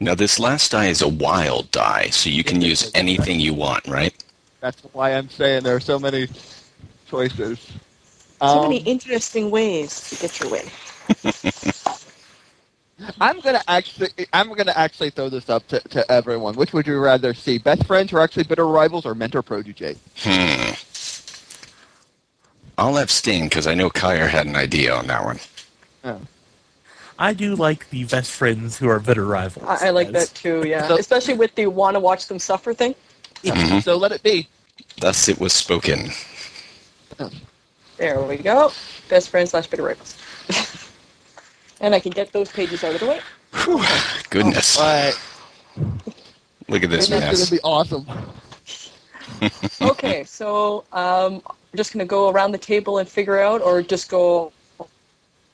[SPEAKER 3] Now, this last die is a wild die, so you can use anything you want, right?
[SPEAKER 4] <laughs> That's why I'm saying there are so many choices.
[SPEAKER 2] So
[SPEAKER 4] Um,
[SPEAKER 2] many interesting ways to get your way.
[SPEAKER 4] I'm gonna actually, I'm gonna actually throw this up to, to everyone. Which would you rather see? Best friends who are actually bitter rivals, or mentor protege?
[SPEAKER 3] Hmm. I'll abstain because I know Kyer had an idea on that one.
[SPEAKER 5] I do like the best friends who are bitter rivals.
[SPEAKER 2] I, I like that too. Yeah,
[SPEAKER 4] So-
[SPEAKER 2] especially with the want to watch them suffer thing.
[SPEAKER 5] Mm-hmm.
[SPEAKER 3] Mhm.
[SPEAKER 4] So let it be.
[SPEAKER 3] Thus it was spoken.
[SPEAKER 2] There we go. Best friend slash bitter rivals. <laughs> and I can get those pages out of the way.
[SPEAKER 3] Whew, goodness.
[SPEAKER 4] But
[SPEAKER 3] Look at this
[SPEAKER 4] that's gonna
[SPEAKER 3] mess.
[SPEAKER 4] be awesome.
[SPEAKER 2] Okay, so um, I'm just gonna go around the table and figure out, or just go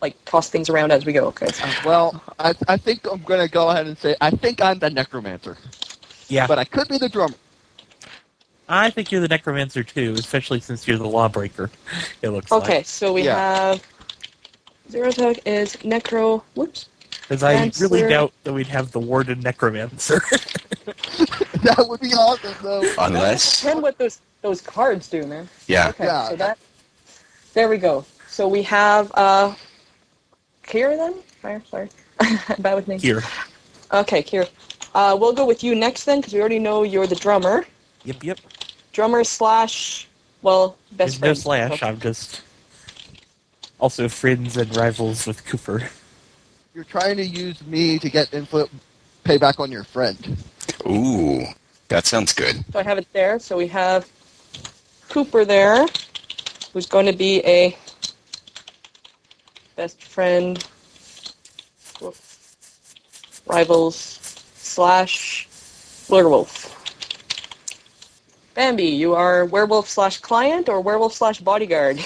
[SPEAKER 2] like toss things around as we go. Okay.
[SPEAKER 4] Uh, well, I, I think I'm gonna go ahead and say I think I'm the necromancer,
[SPEAKER 5] Yeah,
[SPEAKER 4] but I could be the drummer. <laughs>
[SPEAKER 5] I think you're the necromancer too, especially since you're the lawbreaker. It looks
[SPEAKER 2] Okay, so we
[SPEAKER 4] Yeah.
[SPEAKER 2] have zero attack is necro. Whoops.
[SPEAKER 5] because I
[SPEAKER 2] That's
[SPEAKER 5] really
[SPEAKER 2] where-
[SPEAKER 5] doubt that we'd have the warden necromancer.
[SPEAKER 4] that would be awesome, though.
[SPEAKER 3] Uh, Unless,
[SPEAKER 2] Then what those those cards do, man?
[SPEAKER 3] yeah,
[SPEAKER 2] Okay,
[SPEAKER 4] Yeah.
[SPEAKER 2] so that there we go. So we have uh, Kira then. Fire, sorry, <laughs> bad with names.
[SPEAKER 5] Here,
[SPEAKER 2] Okay, Kira. Uh, we'll go with you next then, because we already know you're the drummer.
[SPEAKER 5] yep, yep.
[SPEAKER 2] Drummer slash, well, best
[SPEAKER 5] There's no
[SPEAKER 2] friend.
[SPEAKER 5] slash. I'm just also friends and rivals with Cooper.
[SPEAKER 4] You're trying to use me to get influ- payback on your friend.
[SPEAKER 3] ooh, that sounds good.
[SPEAKER 2] So I have it there. So we have Cooper there, who's going to be a best friend, whoop, rivals slash werewolf. Bambi, you are werewolf slash client or werewolf slash bodyguard?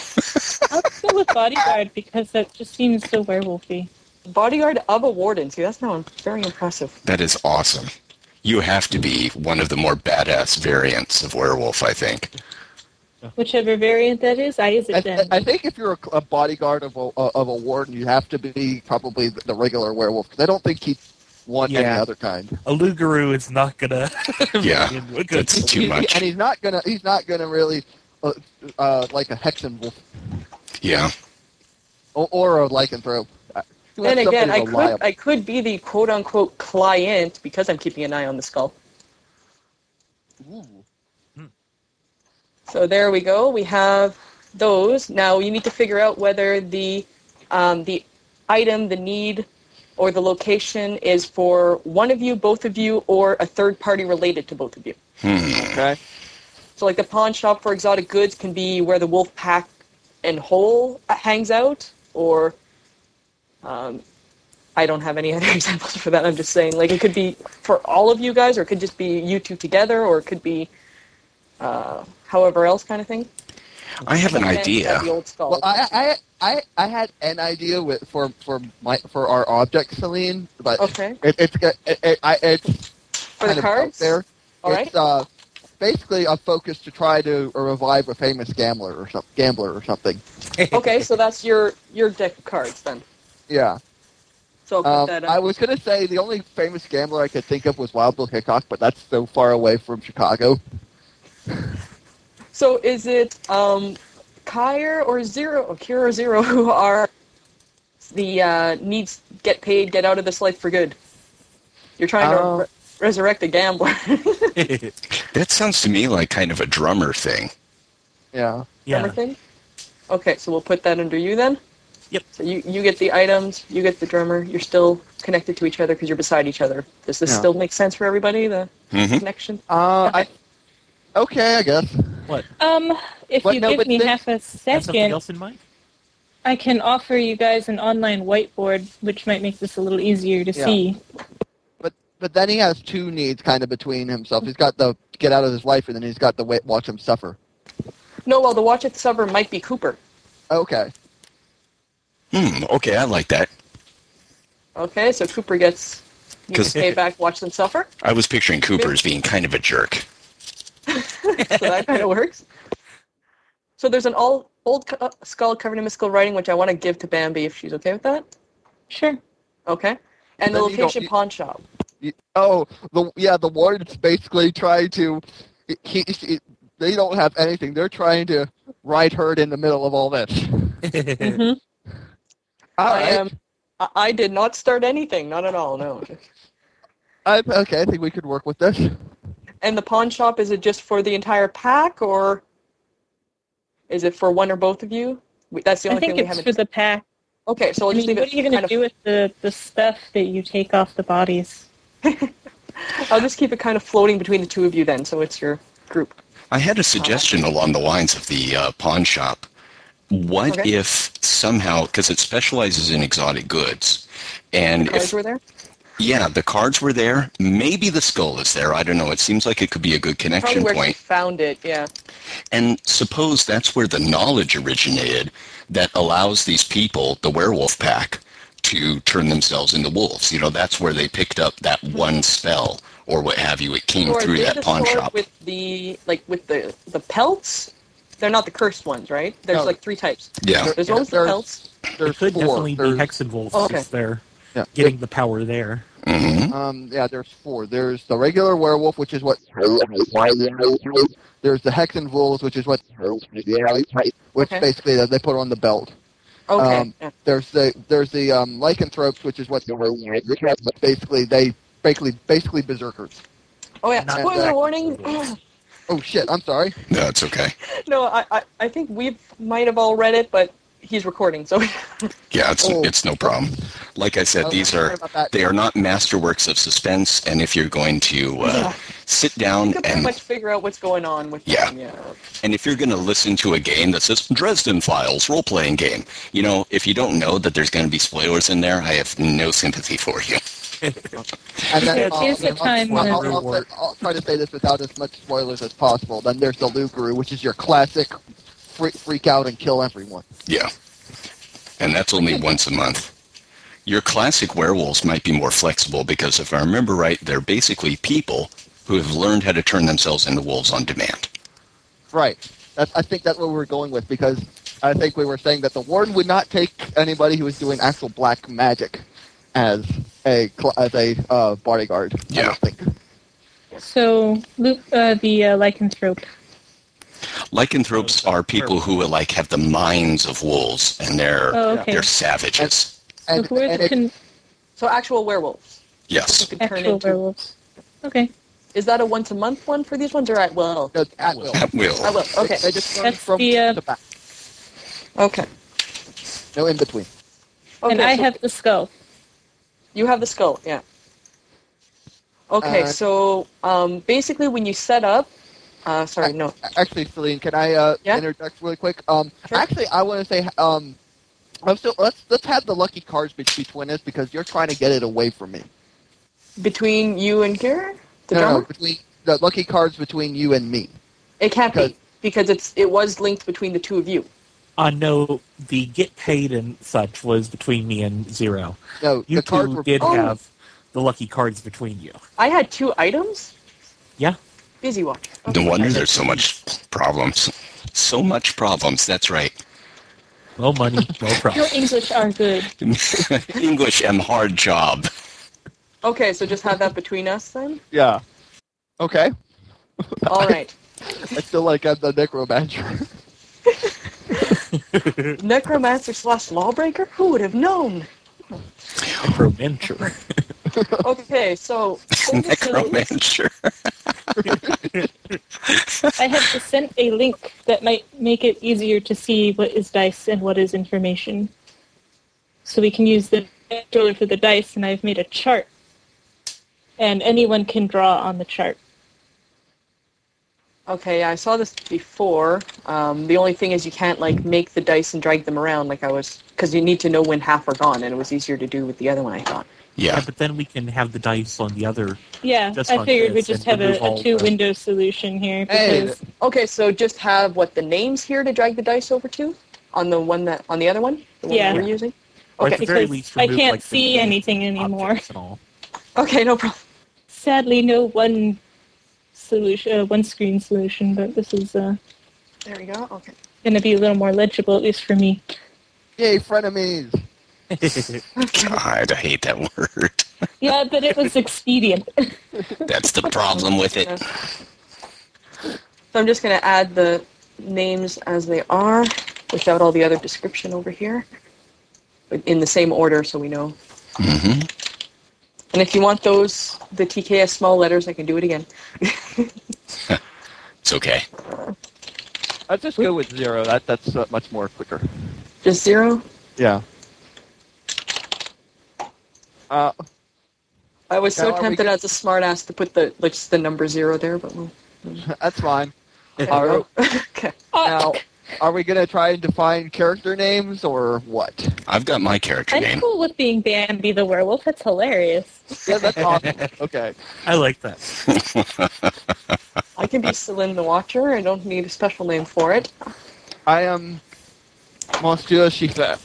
[SPEAKER 6] I'll go with bodyguard because that just seems so werewolfy.
[SPEAKER 2] Bodyguard of a warden. See, that's now very impressive.
[SPEAKER 3] That is awesome. You have to be one of the more badass variants of werewolf, I think.
[SPEAKER 6] Whichever variant that is, I is
[SPEAKER 4] I,
[SPEAKER 6] it
[SPEAKER 4] I,
[SPEAKER 6] then.
[SPEAKER 4] I think if you're a, a bodyguard of a, of a warden, you have to be probably the, the regular werewolf. 'cause I don't think he'd want any
[SPEAKER 5] Yeah.
[SPEAKER 4] other kind.
[SPEAKER 5] Aluguru is not gonna. <laughs>
[SPEAKER 3] Yeah,
[SPEAKER 5] be in- good.
[SPEAKER 3] That's
[SPEAKER 4] He-
[SPEAKER 3] too
[SPEAKER 4] <laughs> he-
[SPEAKER 3] much.
[SPEAKER 4] and he's not gonna. He's not gonna really uh, uh, like a hexen wolf
[SPEAKER 3] Yeah.
[SPEAKER 4] or, or a lycanthrope. Uh, you want
[SPEAKER 2] Then again,
[SPEAKER 4] somebody
[SPEAKER 2] I could,
[SPEAKER 4] reliable.
[SPEAKER 2] I could be the quote unquote client because I'm keeping an eye on the skull.
[SPEAKER 4] Ooh.
[SPEAKER 2] So there we go. We have those. Now you need to figure out whether the um, the item, the need, or the location is for one of you, both of you, or a third party related to both of you.
[SPEAKER 3] Hmm.
[SPEAKER 4] Okay.
[SPEAKER 2] So like the pawn shop for exotic goods can be where the wolf pack and hole hangs out, or um, I don't have any <laughs> other examples for that. I'm just saying like it could be for all of you guys, or it could just be you two together, or it could be uh, however else kind of thing.
[SPEAKER 3] I have an
[SPEAKER 2] Okay,
[SPEAKER 3] idea.
[SPEAKER 2] the old skull.
[SPEAKER 4] Well, I, I I I had an idea with for for my for our object, Celine, but
[SPEAKER 2] okay,
[SPEAKER 4] it, it's it, it, I, it's
[SPEAKER 2] for the
[SPEAKER 4] kind of out
[SPEAKER 2] cards.
[SPEAKER 4] there.
[SPEAKER 2] All right.
[SPEAKER 4] it's uh, basically a focus to try to revive a famous gambler or some gambler or something.
[SPEAKER 2] Okay, so that's your your deck of cards then.
[SPEAKER 4] Yeah.
[SPEAKER 2] So I'll put
[SPEAKER 4] Um,
[SPEAKER 2] that up.
[SPEAKER 4] I was gonna say the only famous gambler I could think of was Wild Bill Hickok, but that's so far away from Chicago.
[SPEAKER 2] so is it um, Kyr or Zero, or Kira or Zero, <laughs> who are the uh, needs get paid, get out of this life for good? You're trying
[SPEAKER 4] Um,
[SPEAKER 2] to re- resurrect a gambler. <laughs>
[SPEAKER 3] That sounds to me like kind of a drummer thing.
[SPEAKER 4] Yeah.
[SPEAKER 5] <laughs> yeah,
[SPEAKER 2] Everything. Okay, so we'll put that under you then.
[SPEAKER 5] Yep.
[SPEAKER 2] So you, you get the items, you get the drummer. You're still connected to each other because you're beside each other. Does this
[SPEAKER 4] Yeah.
[SPEAKER 2] still make sense for everybody? The
[SPEAKER 3] hmm
[SPEAKER 2] connection.
[SPEAKER 4] Uh, I, okay, I guess.
[SPEAKER 5] what?
[SPEAKER 6] Um, if
[SPEAKER 4] But
[SPEAKER 6] you
[SPEAKER 4] no,
[SPEAKER 6] give
[SPEAKER 4] but
[SPEAKER 6] me
[SPEAKER 4] then-
[SPEAKER 6] half a
[SPEAKER 5] Have something
[SPEAKER 6] second,
[SPEAKER 5] else in mind? <laughs>
[SPEAKER 6] I can offer you guys an online whiteboard, which might make this a little easier to
[SPEAKER 4] Yeah.
[SPEAKER 6] see.
[SPEAKER 4] But but then he has two needs kind of between himself. He's got the get out of his life, and then he's got the wait, watch him suffer.
[SPEAKER 2] No, well, the watch at the supper might be Cooper.
[SPEAKER 4] Okay.
[SPEAKER 3] Hmm. Okay, I like that.
[SPEAKER 2] Okay, so Cooper gets you
[SPEAKER 3] 'Cause-
[SPEAKER 2] stay back, watch them suffer. <laughs>
[SPEAKER 3] I was picturing Cooper as being kind of a jerk.
[SPEAKER 2] So that kind of works. So there's an all Old cu- uh, skull covered in mystical writing, which I want to give to Bambi if she's okay with that.
[SPEAKER 6] Sure.
[SPEAKER 2] Okay. And the
[SPEAKER 4] Then you don't-
[SPEAKER 2] location
[SPEAKER 4] you-
[SPEAKER 2] pawn shop.
[SPEAKER 4] Y- Oh, the yeah, the warden's basically trying to. He, he- they don't have anything. They're trying to ride herd in the middle of all this.
[SPEAKER 6] hmm
[SPEAKER 4] All
[SPEAKER 2] I
[SPEAKER 4] right.
[SPEAKER 2] am. Um, I, I did not start anything. Not at all. No.
[SPEAKER 4] I, okay, I think we could work with this.
[SPEAKER 2] and the pawn shop is it just for the entire pack or is it for one or both of you? We, that's the
[SPEAKER 6] I
[SPEAKER 2] only
[SPEAKER 6] think
[SPEAKER 2] thing we
[SPEAKER 6] it's
[SPEAKER 2] haven't.
[SPEAKER 6] for the pack.
[SPEAKER 2] okay, so
[SPEAKER 6] I
[SPEAKER 2] we'll just
[SPEAKER 6] mean,
[SPEAKER 2] leave
[SPEAKER 6] what
[SPEAKER 2] it.
[SPEAKER 6] are you going
[SPEAKER 2] kind
[SPEAKER 6] to
[SPEAKER 2] of-
[SPEAKER 6] do with the, the stuff that you take off the bodies?
[SPEAKER 2] I'll just keep it kind of floating between the two of you then, so it's your group.
[SPEAKER 3] I had a suggestion along the lines of the uh, pawn shop. What
[SPEAKER 2] Okay.
[SPEAKER 3] if somehow, because it specializes in exotic goods, and
[SPEAKER 2] Cards
[SPEAKER 3] if
[SPEAKER 2] were there.
[SPEAKER 3] yeah, the cards were there, maybe the skull is there. I don't know. It seems like it could be a good
[SPEAKER 2] Probably
[SPEAKER 3] connection
[SPEAKER 2] where she
[SPEAKER 3] point.
[SPEAKER 2] found it. Yeah.
[SPEAKER 3] And suppose that's where the knowledge originated that allows these people, the werewolf pack, to turn themselves into wolves. You know, that's where they picked up that one spell or what have you. It came
[SPEAKER 2] Or
[SPEAKER 3] through
[SPEAKER 2] they
[SPEAKER 3] that
[SPEAKER 2] the
[SPEAKER 3] pawn
[SPEAKER 2] sword
[SPEAKER 3] shop.
[SPEAKER 2] with the like with the the pelts. They're not the cursed ones, right? There's
[SPEAKER 4] No.
[SPEAKER 2] like three types.
[SPEAKER 3] Oh, yeah.
[SPEAKER 2] There's ones with the
[SPEAKER 4] There's-
[SPEAKER 2] pelts.
[SPEAKER 5] There
[SPEAKER 4] There's
[SPEAKER 5] could
[SPEAKER 4] four.
[SPEAKER 5] definitely be
[SPEAKER 4] There's-
[SPEAKER 5] Hexenwolf
[SPEAKER 2] Okay.
[SPEAKER 5] since they're
[SPEAKER 4] Yeah.
[SPEAKER 5] getting the power there.
[SPEAKER 3] hmm
[SPEAKER 4] Um, yeah, there's four. There's the regular werewolf, which is what. There's the hexen wolves, which is what. Which
[SPEAKER 2] Okay.
[SPEAKER 4] basically they they put on the belt.
[SPEAKER 2] Okay.
[SPEAKER 4] um,
[SPEAKER 2] yeah.
[SPEAKER 4] There's the there's the um, lycanthropes, which is what. Basically, they basically basically berserkers.
[SPEAKER 2] Oh yeah.
[SPEAKER 5] not
[SPEAKER 2] Spoiler
[SPEAKER 4] exactly
[SPEAKER 2] warning. <laughs>
[SPEAKER 4] Oh shit! I'm sorry.
[SPEAKER 3] That's okay.
[SPEAKER 2] no, I, I I think we might have all read it, but he's recording, so <laughs>
[SPEAKER 3] Yeah, it's,
[SPEAKER 4] Oh.
[SPEAKER 3] it's no problem. Like I said,
[SPEAKER 4] Oh,
[SPEAKER 3] these
[SPEAKER 4] sorry
[SPEAKER 3] are
[SPEAKER 4] about that.
[SPEAKER 3] they are not masterworks of suspense. And if you're going to uh,
[SPEAKER 2] Yeah.
[SPEAKER 3] sit
[SPEAKER 2] you
[SPEAKER 3] down
[SPEAKER 2] can pretty
[SPEAKER 3] and
[SPEAKER 2] much figure out what's going on with
[SPEAKER 3] Yeah.
[SPEAKER 2] him. Yeah.
[SPEAKER 3] And if you're going to listen to a game that says Dresden Files role playing game, you know, if you don't know that there's going to be spoilers in there, I have no sympathy for you. <laughs>
[SPEAKER 4] And then,
[SPEAKER 5] Yeah,
[SPEAKER 4] uh,
[SPEAKER 6] here's the
[SPEAKER 4] I'll-
[SPEAKER 6] time
[SPEAKER 4] I'll,
[SPEAKER 6] when-
[SPEAKER 4] I'll- I'll say- I'll try to say this without as much spoilers as possible. Then there's the Lugru, which is your classic freak, freak out and kill everyone.
[SPEAKER 3] Yeah. And that's only once a month. Your classic werewolves might be more flexible because if I remember right, they're basically people who have learned how to turn themselves into wolves on demand.
[SPEAKER 4] Right. That's, I think that's what we were going with because I think we were saying that the warden would not take anybody who was doing actual black magic as a cl- as a uh, bodyguard. I
[SPEAKER 3] Yeah.
[SPEAKER 4] don't think.
[SPEAKER 6] So, Luke, uh, the uh, lycanthrope.
[SPEAKER 3] Lycanthropes are people who like have the minds of wolves and they're
[SPEAKER 6] Oh, okay.
[SPEAKER 3] they're savages.
[SPEAKER 4] And,
[SPEAKER 6] so who are
[SPEAKER 4] and
[SPEAKER 6] the
[SPEAKER 4] it-
[SPEAKER 6] con-
[SPEAKER 2] So actual werewolves
[SPEAKER 3] Yes.
[SPEAKER 2] you could turn
[SPEAKER 6] actual
[SPEAKER 2] into.
[SPEAKER 6] werewolves? Okay.
[SPEAKER 2] Is that a once a month one for these ones or at will?
[SPEAKER 4] no, at will.
[SPEAKER 3] At will.
[SPEAKER 2] I will. Okay.
[SPEAKER 4] They just run
[SPEAKER 6] That's
[SPEAKER 4] from
[SPEAKER 6] the, uh,
[SPEAKER 4] to back.
[SPEAKER 2] Okay.
[SPEAKER 4] No in between.
[SPEAKER 2] Okay.
[SPEAKER 6] and I
[SPEAKER 2] so
[SPEAKER 6] have the skull.
[SPEAKER 2] You have the skull, yeah. Okay,
[SPEAKER 4] Uh,
[SPEAKER 2] so um, basically when you set up, uh, sorry, no,
[SPEAKER 4] Actually, Celine, can I uh,
[SPEAKER 2] Yeah?
[SPEAKER 4] interject really quick? Um,
[SPEAKER 2] Sure.
[SPEAKER 4] Actually, I want to say um, I'm still, let's let's have the lucky cards be- between us because you're trying to get it away from me.
[SPEAKER 2] between you and Kira, the
[SPEAKER 4] no, no,
[SPEAKER 2] drummer,
[SPEAKER 4] between the lucky cards between you and me.
[SPEAKER 2] it can't
[SPEAKER 4] because-
[SPEAKER 2] be because it's it was linked between the two of you.
[SPEAKER 5] I know the get paid and such was between me and Zero.
[SPEAKER 4] No,
[SPEAKER 5] You
[SPEAKER 4] the cards
[SPEAKER 5] two
[SPEAKER 4] were
[SPEAKER 5] did
[SPEAKER 2] Oh.
[SPEAKER 5] have the lucky cards between you.
[SPEAKER 2] I had two items.
[SPEAKER 5] Yeah.
[SPEAKER 2] Busy watch.
[SPEAKER 3] No wonder there's so much problems. So much problems. That's right. <laughs>
[SPEAKER 5] No money, no
[SPEAKER 6] Your
[SPEAKER 5] problem.
[SPEAKER 6] English are good.
[SPEAKER 3] English am hard job.
[SPEAKER 2] Okay, so just have that between us then.
[SPEAKER 4] yeah. Okay,
[SPEAKER 2] All right.
[SPEAKER 4] I still like I'm the necromancer.
[SPEAKER 2] Necromancer slash lawbreaker. Who would have
[SPEAKER 4] <laughs>
[SPEAKER 2] known?
[SPEAKER 5] Necromancer.
[SPEAKER 2] Okay, so
[SPEAKER 3] Necromancer.
[SPEAKER 6] I have to send a link that might make it easier to see what is dice and what is information. So we can use the controller for the dice, and I've made a chart. And anyone can draw on the chart.
[SPEAKER 2] okay, I saw this before. Um, the only thing is you can't like make the dice and drag them around like I was because you need to know when half are gone, and it was easier to do with the other one. I thought.
[SPEAKER 5] Yeah,
[SPEAKER 3] Yeah.
[SPEAKER 5] but then we can have the dice on the other.
[SPEAKER 6] Yeah,
[SPEAKER 5] Just
[SPEAKER 6] I
[SPEAKER 5] like
[SPEAKER 6] figured we
[SPEAKER 5] this,
[SPEAKER 6] just
[SPEAKER 5] and
[SPEAKER 6] have a,
[SPEAKER 5] remove all
[SPEAKER 6] a
[SPEAKER 5] the-
[SPEAKER 6] two-window solution here
[SPEAKER 4] Hey,
[SPEAKER 6] because
[SPEAKER 2] Okay, so just have what the names here to drag the dice over to on the one that on the other one, the one
[SPEAKER 6] Yeah.
[SPEAKER 2] that we're using.
[SPEAKER 5] Or at
[SPEAKER 2] Okay.
[SPEAKER 5] the very
[SPEAKER 6] because
[SPEAKER 5] least,
[SPEAKER 6] I
[SPEAKER 5] remove,
[SPEAKER 6] can't
[SPEAKER 5] like, the
[SPEAKER 6] see
[SPEAKER 5] main
[SPEAKER 6] anything anymore.
[SPEAKER 5] objects and all.
[SPEAKER 2] Okay, no problem.
[SPEAKER 6] Sadly, no one solution, uh, one screen solution, but this is uh,
[SPEAKER 2] There we go. Okay.
[SPEAKER 6] going to be a little more legible, at least for me.
[SPEAKER 4] <laughs> Yay, frenemies!
[SPEAKER 3] God, I hate that word.
[SPEAKER 6] Yeah, but it was <laughs> expedient.
[SPEAKER 3] That's the problem with it.
[SPEAKER 2] So I'm just going to add the names as they are without all the other description over here but in the same order so we know.
[SPEAKER 3] hmm
[SPEAKER 2] And if you want those, the TKS small letters, I can do it again.
[SPEAKER 3] It's okay.
[SPEAKER 4] Let's just go with zero. That that's uh, much more quicker.
[SPEAKER 2] Just zero.
[SPEAKER 4] Yeah. Uh, <laughs>
[SPEAKER 2] I was so
[SPEAKER 4] Now are we
[SPEAKER 2] tempted
[SPEAKER 4] good?
[SPEAKER 2] as a smartass to put the like just the number zero there, but we'll,
[SPEAKER 4] that's fine.
[SPEAKER 5] <laughs>
[SPEAKER 2] all right. <laughs> okay.
[SPEAKER 6] Uh,
[SPEAKER 4] Now, are we gonna try and define character names or what?
[SPEAKER 3] I've got my character
[SPEAKER 6] I'm
[SPEAKER 3] name.
[SPEAKER 6] cool with being Bambi the werewolf. That's hilarious.
[SPEAKER 4] Yeah,
[SPEAKER 5] <laughs>
[SPEAKER 4] that's awesome. Okay.
[SPEAKER 5] I like that.
[SPEAKER 2] I can be
[SPEAKER 4] Uh,
[SPEAKER 2] Celine the Watcher. I don't need a special name for it.
[SPEAKER 4] I am Monsieur Chifet.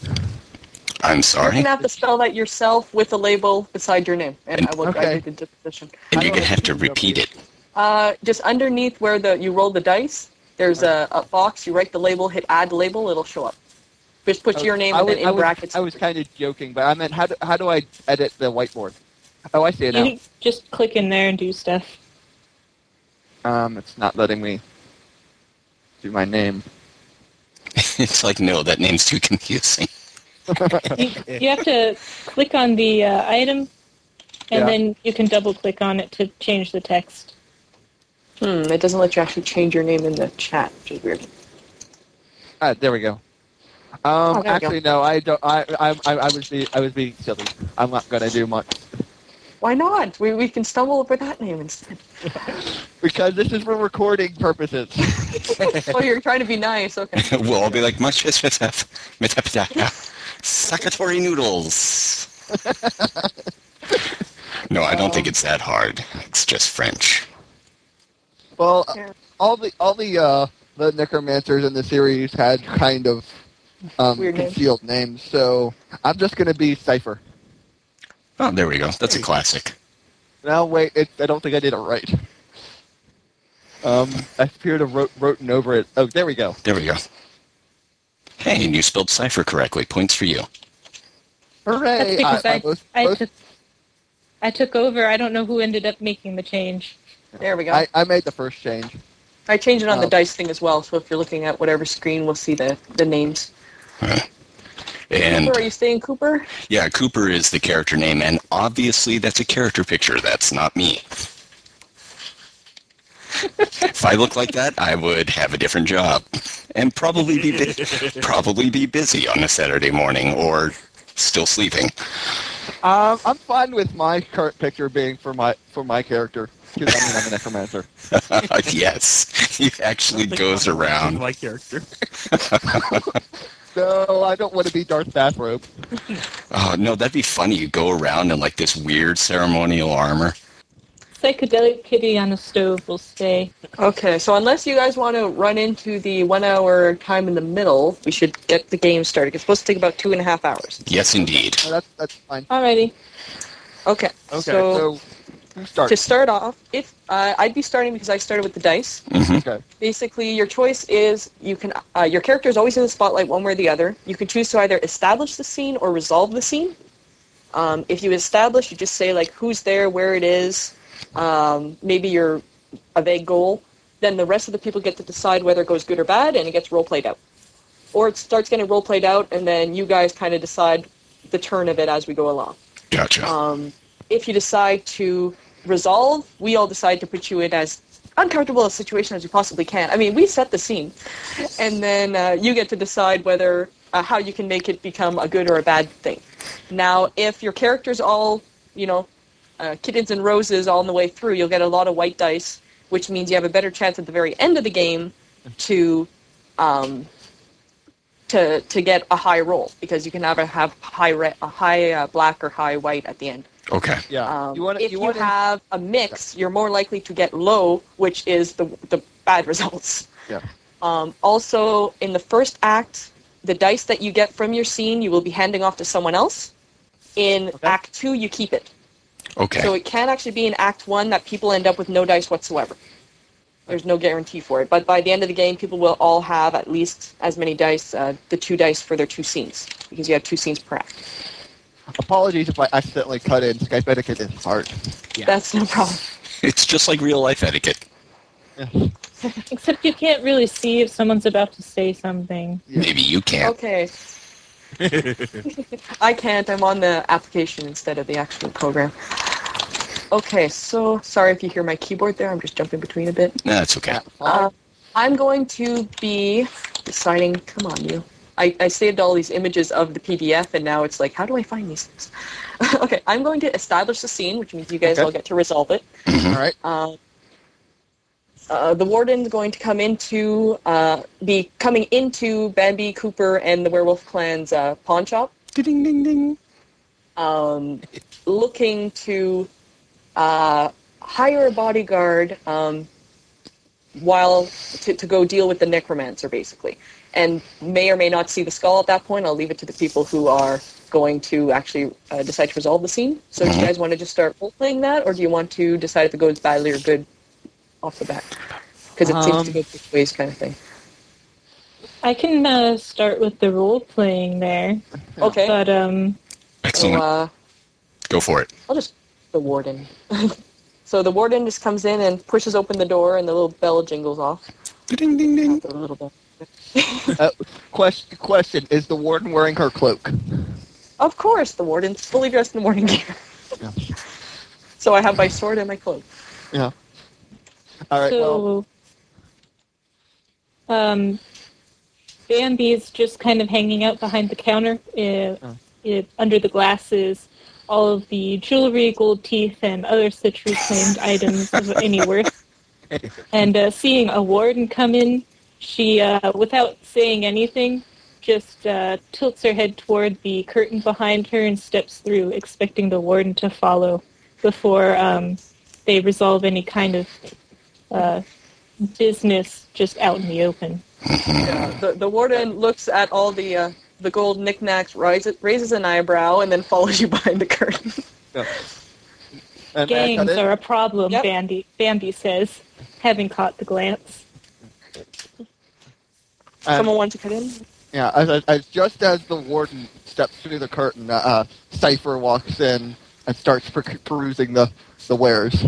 [SPEAKER 3] I'm
[SPEAKER 2] You're
[SPEAKER 3] sorry.
[SPEAKER 2] gonna have to spell that yourself with a label beside your name, and I will
[SPEAKER 4] Okay.
[SPEAKER 2] guide you to the position.
[SPEAKER 3] And you're going to have to repeat it. <laughs>
[SPEAKER 2] Uh, just underneath where the you roll the dice, there's a, a box. You write the label, hit add label, it'll show up. Just put your name
[SPEAKER 4] I
[SPEAKER 2] and
[SPEAKER 4] was,
[SPEAKER 2] then in
[SPEAKER 4] I was,
[SPEAKER 2] brackets.
[SPEAKER 4] I was kind of joking, but I meant how do, how do I edit the whiteboard? Oh, I see it now.
[SPEAKER 6] You just click in there and do stuff.
[SPEAKER 4] Um, it's not letting me do my
[SPEAKER 2] <laughs>
[SPEAKER 4] name. <laughs>
[SPEAKER 3] It's like, no, that name's too confusing. <laughs>
[SPEAKER 6] You, you have to click on the uh, item, and
[SPEAKER 4] Yeah.
[SPEAKER 6] then you can double click on it to change the text.
[SPEAKER 2] hmm, it doesn't let you actually change your name in the chat, which is weird.
[SPEAKER 4] Ah, there we go. Um,
[SPEAKER 2] Oh, there we go.
[SPEAKER 4] actually, no, I don't. I, I, I, I was being, I was being silly. I'm not gonna do much
[SPEAKER 2] Why not? We, we can stumble over that name instead. <laughs>
[SPEAKER 4] because this is for recording purposes. <laughs>
[SPEAKER 2] oh, you're trying to be nice. Okay.
[SPEAKER 3] we'll all be like, much Sakatory noodles. <laughs> no, I don't think it's that hard. It's just French.
[SPEAKER 4] Well,
[SPEAKER 2] Yeah.
[SPEAKER 4] all the all the uh, the necromancers in the series had kind of um,
[SPEAKER 2] Weird names.
[SPEAKER 4] concealed names, so I'm just gonna be Cipher.
[SPEAKER 3] Oh, there we go. That's a classic.
[SPEAKER 4] No, wait, it, I don't think I did it right. Um, I appear to wrote wrote over it. Oh, there we go.
[SPEAKER 3] There we go. Hey, and you spelled cipher correctly. Points for you.
[SPEAKER 6] That's
[SPEAKER 4] Hooray!
[SPEAKER 6] because I, I,
[SPEAKER 4] most- most-
[SPEAKER 6] took, I took over. I don't know who ended up making the change.
[SPEAKER 2] There we go.
[SPEAKER 4] I,
[SPEAKER 2] I,
[SPEAKER 4] I made the first change.
[SPEAKER 2] changed it on the
[SPEAKER 4] Oh.
[SPEAKER 2] dice thing as well, so if you're looking at whatever screen, we'll see the, the names.
[SPEAKER 3] And
[SPEAKER 2] Cooper, are you staying Cooper?
[SPEAKER 3] yeah, Cooper is the character name, and obviously that's a character picture. That's not me. if I look like that, I would have a different job, and probably be bu- probably be busy on a Saturday morning or still sleeping. <laughs>
[SPEAKER 4] Um, I'm fine with my current picture being for my for my character because I mean I'm a necromancer.
[SPEAKER 3] yes, he actually goes around.
[SPEAKER 5] My character.
[SPEAKER 4] So I don't want to be Darth Bathrobe.
[SPEAKER 3] Oh no, that'd be funny. You go around in like this weird ceremonial armor.
[SPEAKER 6] Psychedelic kitty on a stove will stay.
[SPEAKER 2] Okay, so unless you guys want to run into the one hour time in the middle, we should get the game started. It's supposed to take about two and a half hours.
[SPEAKER 3] Yes, indeed.
[SPEAKER 4] No, that's that's fine.
[SPEAKER 6] Alrighty.
[SPEAKER 2] Okay. So,
[SPEAKER 4] Okay, so, who starts?
[SPEAKER 2] to start off, if uh, I'd be starting because I started with the dice.
[SPEAKER 3] hmm
[SPEAKER 4] okay.
[SPEAKER 2] Basically, your choice is you can uh, your character is always in the spotlight, one way or the other. You can choose to either establish the scene or resolve the scene. Um, if you establish, you just say like who's there, where it is, um, maybe your a vague goal. Then the rest of the people get to decide whether it goes good or bad, and it gets role played out. Or it starts getting role played out, and then you guys kind of decide the turn of it as we go along.
[SPEAKER 3] Gotcha.
[SPEAKER 2] Um, if you decide to resolve, we all decide to put you in as uncomfortable a situation as you possibly can. I mean, we set the scene, and then uh, you get to decide whether uh, how you can make it become a good or a bad thing. Now, if your characters all, you know, uh, kittens and roses all the way through, you'll get a lot of white dice, which means you have a better chance at the very end of the game to. Um, to, to get a high roll because you can either have high re- a high uh, black or high white at the end.
[SPEAKER 3] Okay.
[SPEAKER 4] Yeah.
[SPEAKER 2] Um,
[SPEAKER 4] you want
[SPEAKER 2] if you,
[SPEAKER 4] want
[SPEAKER 2] have a mix, you're more likely to get low, which is the, the bad <laughs> results.
[SPEAKER 4] Yeah.
[SPEAKER 2] Um, also, in the first act, the dice that you get from your scene, you will be handing off to someone else. In
[SPEAKER 4] Okay.
[SPEAKER 2] Act Two, you keep it.
[SPEAKER 3] Okay.
[SPEAKER 2] So it can actually be in Act One that people end up with no dice whatsoever. There's no guarantee for it, but by the end of the game, people will all have at least as many dice, uh, the two dice for their two scenes, because you have two scenes per act.
[SPEAKER 4] Apologies if I accidentally cut in. Skype etiquette is hard.
[SPEAKER 7] Yeah.
[SPEAKER 2] That's no problem.
[SPEAKER 3] It's just like real life etiquette.
[SPEAKER 4] Yeah.
[SPEAKER 6] Except you can't really see if someone's about to say something.
[SPEAKER 4] Yeah.
[SPEAKER 3] Maybe you can't.
[SPEAKER 2] Okay. <laughs> I can't. I'm on the application instead of the actual program. Okay, so sorry if you hear my keyboard there. I'm just jumping between a bit.
[SPEAKER 3] No, it's okay.
[SPEAKER 2] Uh, I'm going to be deciding. Come on, you. I, I saved all these images of the PDF, and now it's like, how do I find these things? <laughs> okay, I'm going to establish the scene, which means you guys
[SPEAKER 4] Okay.
[SPEAKER 2] all get to resolve it.
[SPEAKER 4] All right.
[SPEAKER 2] Uh, uh, the warden's going to come into uh, be coming into Bambi Cooper and the Werewolf Clan's uh, pawn shop,
[SPEAKER 3] Ding ding ding.
[SPEAKER 2] um, looking to uh, hire a bodyguard um, while to, to go deal with the necromancer, basically, and may or may not see the skull at that point. I'll leave it to the people who are going to actually uh, decide to resolve the scene. So, do you guys want to just start role playing that, or do you want to decide if it goes badly or good off the bat? Because it seems to go
[SPEAKER 4] Um,
[SPEAKER 2] both ways, kind of thing.
[SPEAKER 6] I can uh, start with the role playing there,
[SPEAKER 2] Okay,
[SPEAKER 6] but um,
[SPEAKER 2] so
[SPEAKER 3] Excellent.
[SPEAKER 2] uh,
[SPEAKER 3] Go for it.
[SPEAKER 2] I'll just the warden. <laughs> so the warden just comes in and pushes open the door, and the little bell jingles off.
[SPEAKER 3] Ding ding ding.
[SPEAKER 2] Not the little bell.
[SPEAKER 4] Question, question. Is the warden wearing her cloak?
[SPEAKER 2] Of course, the warden's fully dressed in morning gear.
[SPEAKER 4] Yeah.
[SPEAKER 2] So I have my sword and my cloak.
[SPEAKER 4] Yeah. All right. well,
[SPEAKER 6] so um, Bambi is just kind of hanging out behind the counter, uh,
[SPEAKER 4] Oh.
[SPEAKER 6] uh, under the glasses. All of the jewelry, gold teeth, and other
[SPEAKER 4] <laughs>
[SPEAKER 6] such reclaimed items of any worth. And uh, seeing a warden come in, she, uh, without saying anything, just uh, tilts her head toward the curtain behind her and steps through, expecting the warden to follow before um, they resolve any kind of uh, business just out in the open.
[SPEAKER 2] Yeah, the, the warden looks at all the uh, the gold knickknacks, raises, raises an eyebrow, and then follows you <laughs> behind the curtain.
[SPEAKER 4] and may I cut
[SPEAKER 6] Gangs
[SPEAKER 4] in?
[SPEAKER 6] are a problem,
[SPEAKER 2] Yep.
[SPEAKER 6] Bambi, Bambi says, having caught the glance.
[SPEAKER 4] Uh,
[SPEAKER 2] Someone wants to cut in?
[SPEAKER 4] Yeah, as, as, as just as the warden steps through the curtain, uh, uh, Cipher walks in and starts per- perusing the, the wares.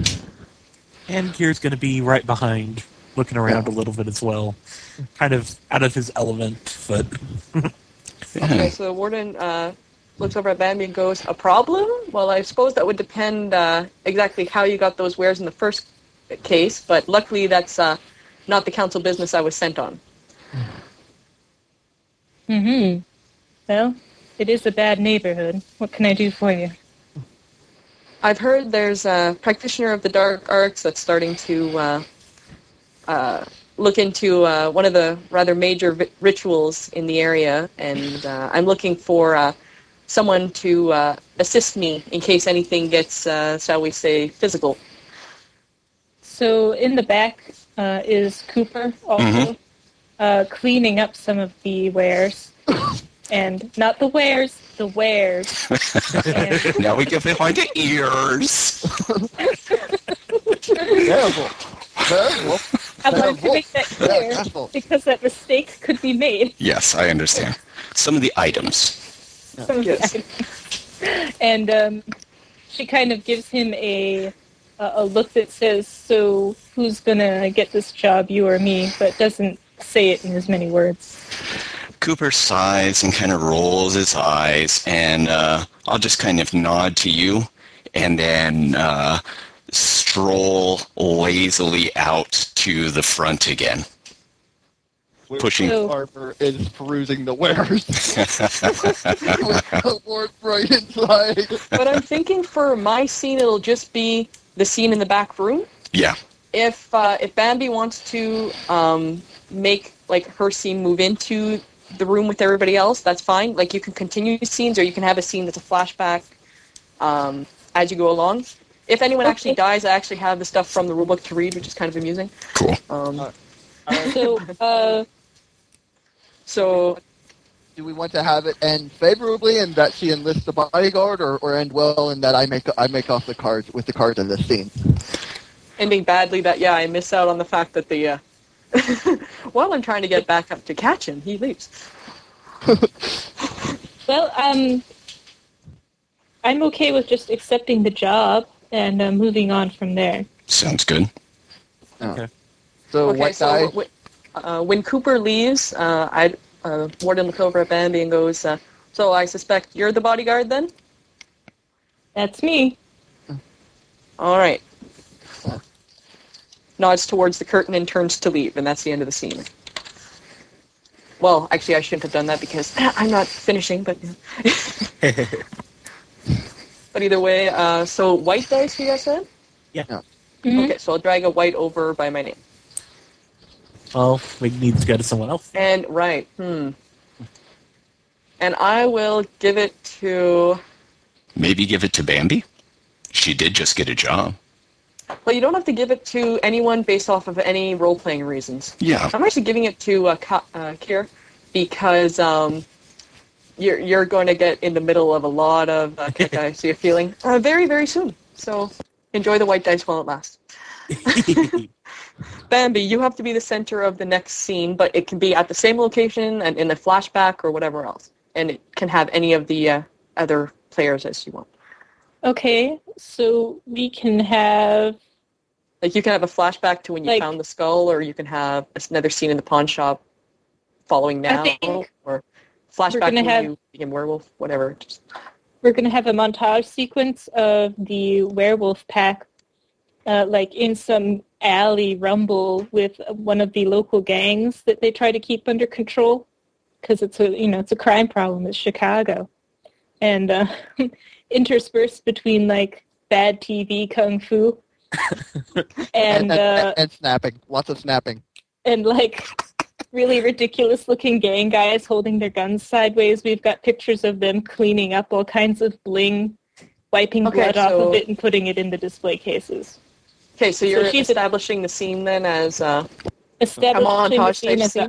[SPEAKER 5] And Gear's going to be right behind, looking around a little bit as well. Kind of out of his element, but
[SPEAKER 2] Okay, so the warden uh, looks over at Bambi and goes, "A problem? Well, I suppose that would depend uh, exactly how you got those wares in the first case, but luckily that's uh, not the council business I was sent on."
[SPEAKER 6] Mm-hmm. Well, it is a bad neighborhood. What can I do for you?
[SPEAKER 2] I've heard there's a practitioner of the dark arts that's starting to uh, uh, look into uh, one of the rather major vi- rituals in the area, and uh, I'm looking for uh, someone to uh, assist me in case anything gets, uh, shall we say, physical.
[SPEAKER 6] So in the back uh, is Cooper also uh, cleaning up some of the wares, and not the wares, the wares. And-
[SPEAKER 3] Now we get behind the ears.
[SPEAKER 4] Terrible. Terrible.
[SPEAKER 6] I wanted to make that
[SPEAKER 4] Terrible.
[SPEAKER 6] clear because that mistake could be made.
[SPEAKER 3] Yes, I understand. Some of the items.
[SPEAKER 6] Some of the
[SPEAKER 2] Yes.
[SPEAKER 6] items. <laughs> and um, she kind of gives him a a a look that says, "So who's gonna get this job, you or me?" But doesn't say it in as many words.
[SPEAKER 3] Cooper sighs and kind of rolls his eyes, and uh, I'll just kind of nod to you, and then uh, stroll lazily out to the front again. Pushing.
[SPEAKER 6] So-
[SPEAKER 4] Harper is perusing the wares. <laughs> the warden's right inside.
[SPEAKER 2] but I'm thinking for my scene, it'll just be the scene in the back room.
[SPEAKER 3] Yeah.
[SPEAKER 2] If uh, if Bambi wants to um, make like her scene move into the room with everybody else, that's fine. Like you can continue scenes, or you can have a scene that's a flashback um, as you go along. If anyone
[SPEAKER 6] Okay.
[SPEAKER 2] actually dies, I actually have the stuff from the rulebook to read, which is kind of amusing.
[SPEAKER 3] Cool.
[SPEAKER 2] Um,
[SPEAKER 6] So uh,
[SPEAKER 2] so
[SPEAKER 4] Do we want to have it end favorably in that she enlists the bodyguard, or, or end well in that I make I make off the cards with the cards in this scene?
[SPEAKER 2] ending badly that yeah, I miss out on the fact that the uh, <laughs> while I'm trying to get back up to catch him, he leaps.
[SPEAKER 6] Well, um, I'm okay with just accepting the job and uh, moving on from there.
[SPEAKER 3] Sounds good.
[SPEAKER 4] So
[SPEAKER 2] okay,
[SPEAKER 4] what
[SPEAKER 2] so
[SPEAKER 4] die?
[SPEAKER 2] w- uh, when Cooper leaves, uh, I uh, Warden looks over at Bambi and goes, uh, "So I suspect you're the bodyguard then."
[SPEAKER 6] That's me.
[SPEAKER 2] All right. Nods towards the curtain and turns to leave, and that's the end of the scene. Well, actually, I shouldn't have done that because <laughs> I'm not finishing, but.
[SPEAKER 4] <laughs>
[SPEAKER 2] but either way, uh, so white dice, you guys said?
[SPEAKER 6] Mhm.
[SPEAKER 2] Okay, so I'll drag a white over by my name.
[SPEAKER 5] Well, we need to go to someone else.
[SPEAKER 2] And, right, hmm. And I will give it to.
[SPEAKER 3] Maybe give it to Bambi. She did just get a job.
[SPEAKER 2] Well, you don't have to give it to anyone based off of any role playing reasons.
[SPEAKER 3] Yeah.
[SPEAKER 2] I'm actually giving it to uh, Ka- uh, Kier because um, you're you're going to get in the middle of a lot of uh, kick I see a feeling uh, very very soon. So enjoy the white dice while it lasts. Bambi, you have to be the center of the next scene, but it can be at the same location and in a flashback or whatever else, and it can have any of the uh, other players as you want.
[SPEAKER 6] Okay, so we can have
[SPEAKER 2] Like you can have a flashback to when you
[SPEAKER 6] Like-
[SPEAKER 2] found the skull, or you can have another scene in the pawn shop following now,
[SPEAKER 6] think
[SPEAKER 2] or flashback to
[SPEAKER 6] gonna
[SPEAKER 2] when
[SPEAKER 6] have-
[SPEAKER 2] you became werewolf, whatever. Just,
[SPEAKER 6] we're gonna have a montage sequence of the werewolf pack, uh, like in some alley rumble with one of the local gangs that they try to keep under control, because it's a you know it's a crime problem. It's Chicago, and uh, <laughs> interspersed between like bad TV kung fu,
[SPEAKER 4] <laughs>
[SPEAKER 6] and uh,
[SPEAKER 4] and snapping, lots of snapping.
[SPEAKER 6] and like really ridiculous looking gang guys holding their guns sideways. We've got pictures of them cleaning up all kinds of bling, wiping
[SPEAKER 2] Okay,
[SPEAKER 6] blood off
[SPEAKER 2] so-
[SPEAKER 6] of it and putting it in the display cases.
[SPEAKER 2] okay, so you're
[SPEAKER 6] she's-
[SPEAKER 2] establishing the scene then as uh,
[SPEAKER 6] Establishing the
[SPEAKER 2] montage
[SPEAKER 6] scene
[SPEAKER 2] type
[SPEAKER 6] as a
[SPEAKER 2] scene?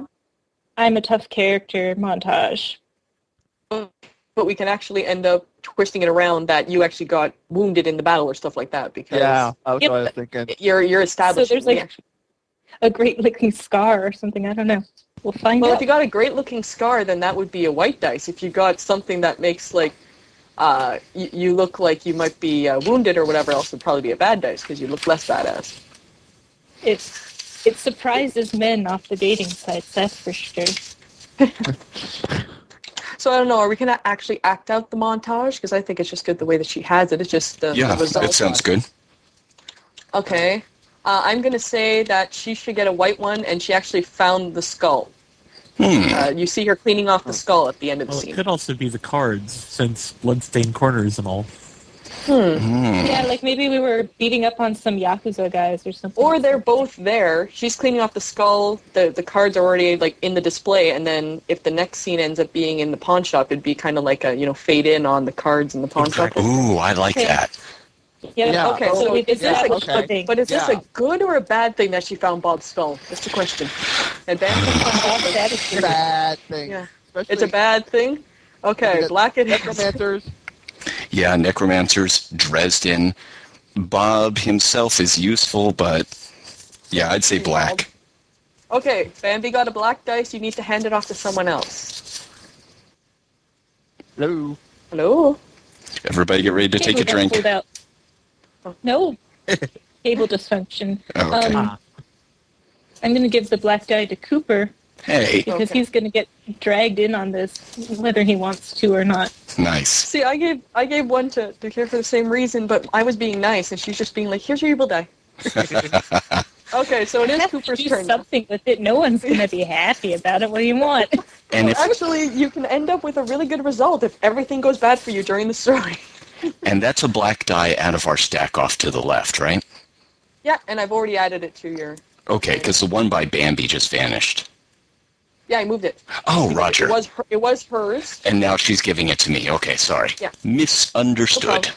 [SPEAKER 2] I'm
[SPEAKER 6] I'm a tough character montage.
[SPEAKER 2] but we can actually end up twisting it around that you actually got wounded in the battle or stuff like that because
[SPEAKER 4] Yeah, I was
[SPEAKER 6] Yep.
[SPEAKER 4] what I was thinking.
[SPEAKER 2] you're you're establishing.
[SPEAKER 6] there's, like,
[SPEAKER 2] the action.
[SPEAKER 6] A great looking scar or something. I don't know. We'll find
[SPEAKER 2] well, if
[SPEAKER 6] out.
[SPEAKER 2] you got a great looking scar, then that would be a white dice. If you got something that makes like uh, you, you look like you might be uh, wounded or whatever else, would probably be a bad dice because you look less badass.
[SPEAKER 6] It, it surprises men off the dating sites, that's for sure.
[SPEAKER 2] So I don't know. Are we gonna actually act out the montage? Because I think it's just good the way that she has it. It's just the
[SPEAKER 3] Yeah,
[SPEAKER 2] the result.
[SPEAKER 3] it sounds good.
[SPEAKER 2] Okay. Uh, I'm going to say that she should get a white one, and she actually found the skull.
[SPEAKER 3] Hmm.
[SPEAKER 2] Uh, you see her cleaning off the skull at the end of the <laughs>
[SPEAKER 5] <laughs> Well, it
[SPEAKER 2] scene.
[SPEAKER 5] could also be the cards, since bloodstained corners and all.
[SPEAKER 3] Hmm.
[SPEAKER 6] Yeah, like maybe we were beating up on some Yakuza guys or something.
[SPEAKER 2] Or they're both there. She's cleaning off the skull. The the cards are already like in the display, and then if the next scene ends up being in the pawn shop, it'd be kind of like a you know fade in on the cards in the pawn shop.
[SPEAKER 3] Ooh, I like
[SPEAKER 6] Okay.
[SPEAKER 3] that.
[SPEAKER 6] Yeah,
[SPEAKER 4] Yeah,
[SPEAKER 6] okay, so
[SPEAKER 2] oh,
[SPEAKER 6] we did
[SPEAKER 2] yeah,
[SPEAKER 6] that
[SPEAKER 4] okay.
[SPEAKER 6] whole thing.
[SPEAKER 2] But is this
[SPEAKER 4] Yeah.
[SPEAKER 2] a good or a bad thing that she found Bob's skull? That's the question. And Bam-
[SPEAKER 6] that is true.
[SPEAKER 4] Bad thing.
[SPEAKER 2] Yeah.
[SPEAKER 4] Especially
[SPEAKER 2] it's a bad thing. Okay,
[SPEAKER 4] Because
[SPEAKER 2] black it is.
[SPEAKER 4] necromancers. <laughs>
[SPEAKER 3] Yeah, necromancers, Dresden. Bob himself is useful, but yeah, I'd say black.
[SPEAKER 2] <laughs> Okay, Bambi got a black dice. You need to hand it off to someone else.
[SPEAKER 4] No.
[SPEAKER 2] Hello.
[SPEAKER 3] Everybody get ready to take a
[SPEAKER 6] Cable
[SPEAKER 3] drink.
[SPEAKER 6] got pulled
[SPEAKER 2] Oh.
[SPEAKER 6] out.
[SPEAKER 2] <laughs>
[SPEAKER 6] No. Cable dysfunction.
[SPEAKER 3] Oh, okay.
[SPEAKER 6] Um, I'm going to give the black die to Cooper
[SPEAKER 3] hey,
[SPEAKER 6] because
[SPEAKER 2] Okay.
[SPEAKER 6] he's going to get dragged in on this whether he wants to or not.
[SPEAKER 3] nice.
[SPEAKER 2] See, I gave I gave one to to care for the same reason, but I was being nice, and she's just being like, "Here's your evil
[SPEAKER 3] <laughs>
[SPEAKER 2] die." okay, so it is Cooper's
[SPEAKER 6] Do
[SPEAKER 2] turn. now.
[SPEAKER 6] something with it. No one's going to be happy about it. What do you want?
[SPEAKER 3] And if
[SPEAKER 2] Actually, you can end up with a really good result if everything goes bad for you during the story. <laughs>
[SPEAKER 3] and that's a black die out of our stack off to the left, right?
[SPEAKER 2] yeah, and I've already added it to your.
[SPEAKER 3] Okay, because the one by Bambi just vanished.
[SPEAKER 2] Yeah, I moved it.
[SPEAKER 3] Oh,
[SPEAKER 2] It
[SPEAKER 3] Roger.
[SPEAKER 2] was her, it was hers.
[SPEAKER 3] And now she's giving it to me. Okay, sorry.
[SPEAKER 2] Yeah.
[SPEAKER 3] Misunderstood.
[SPEAKER 2] No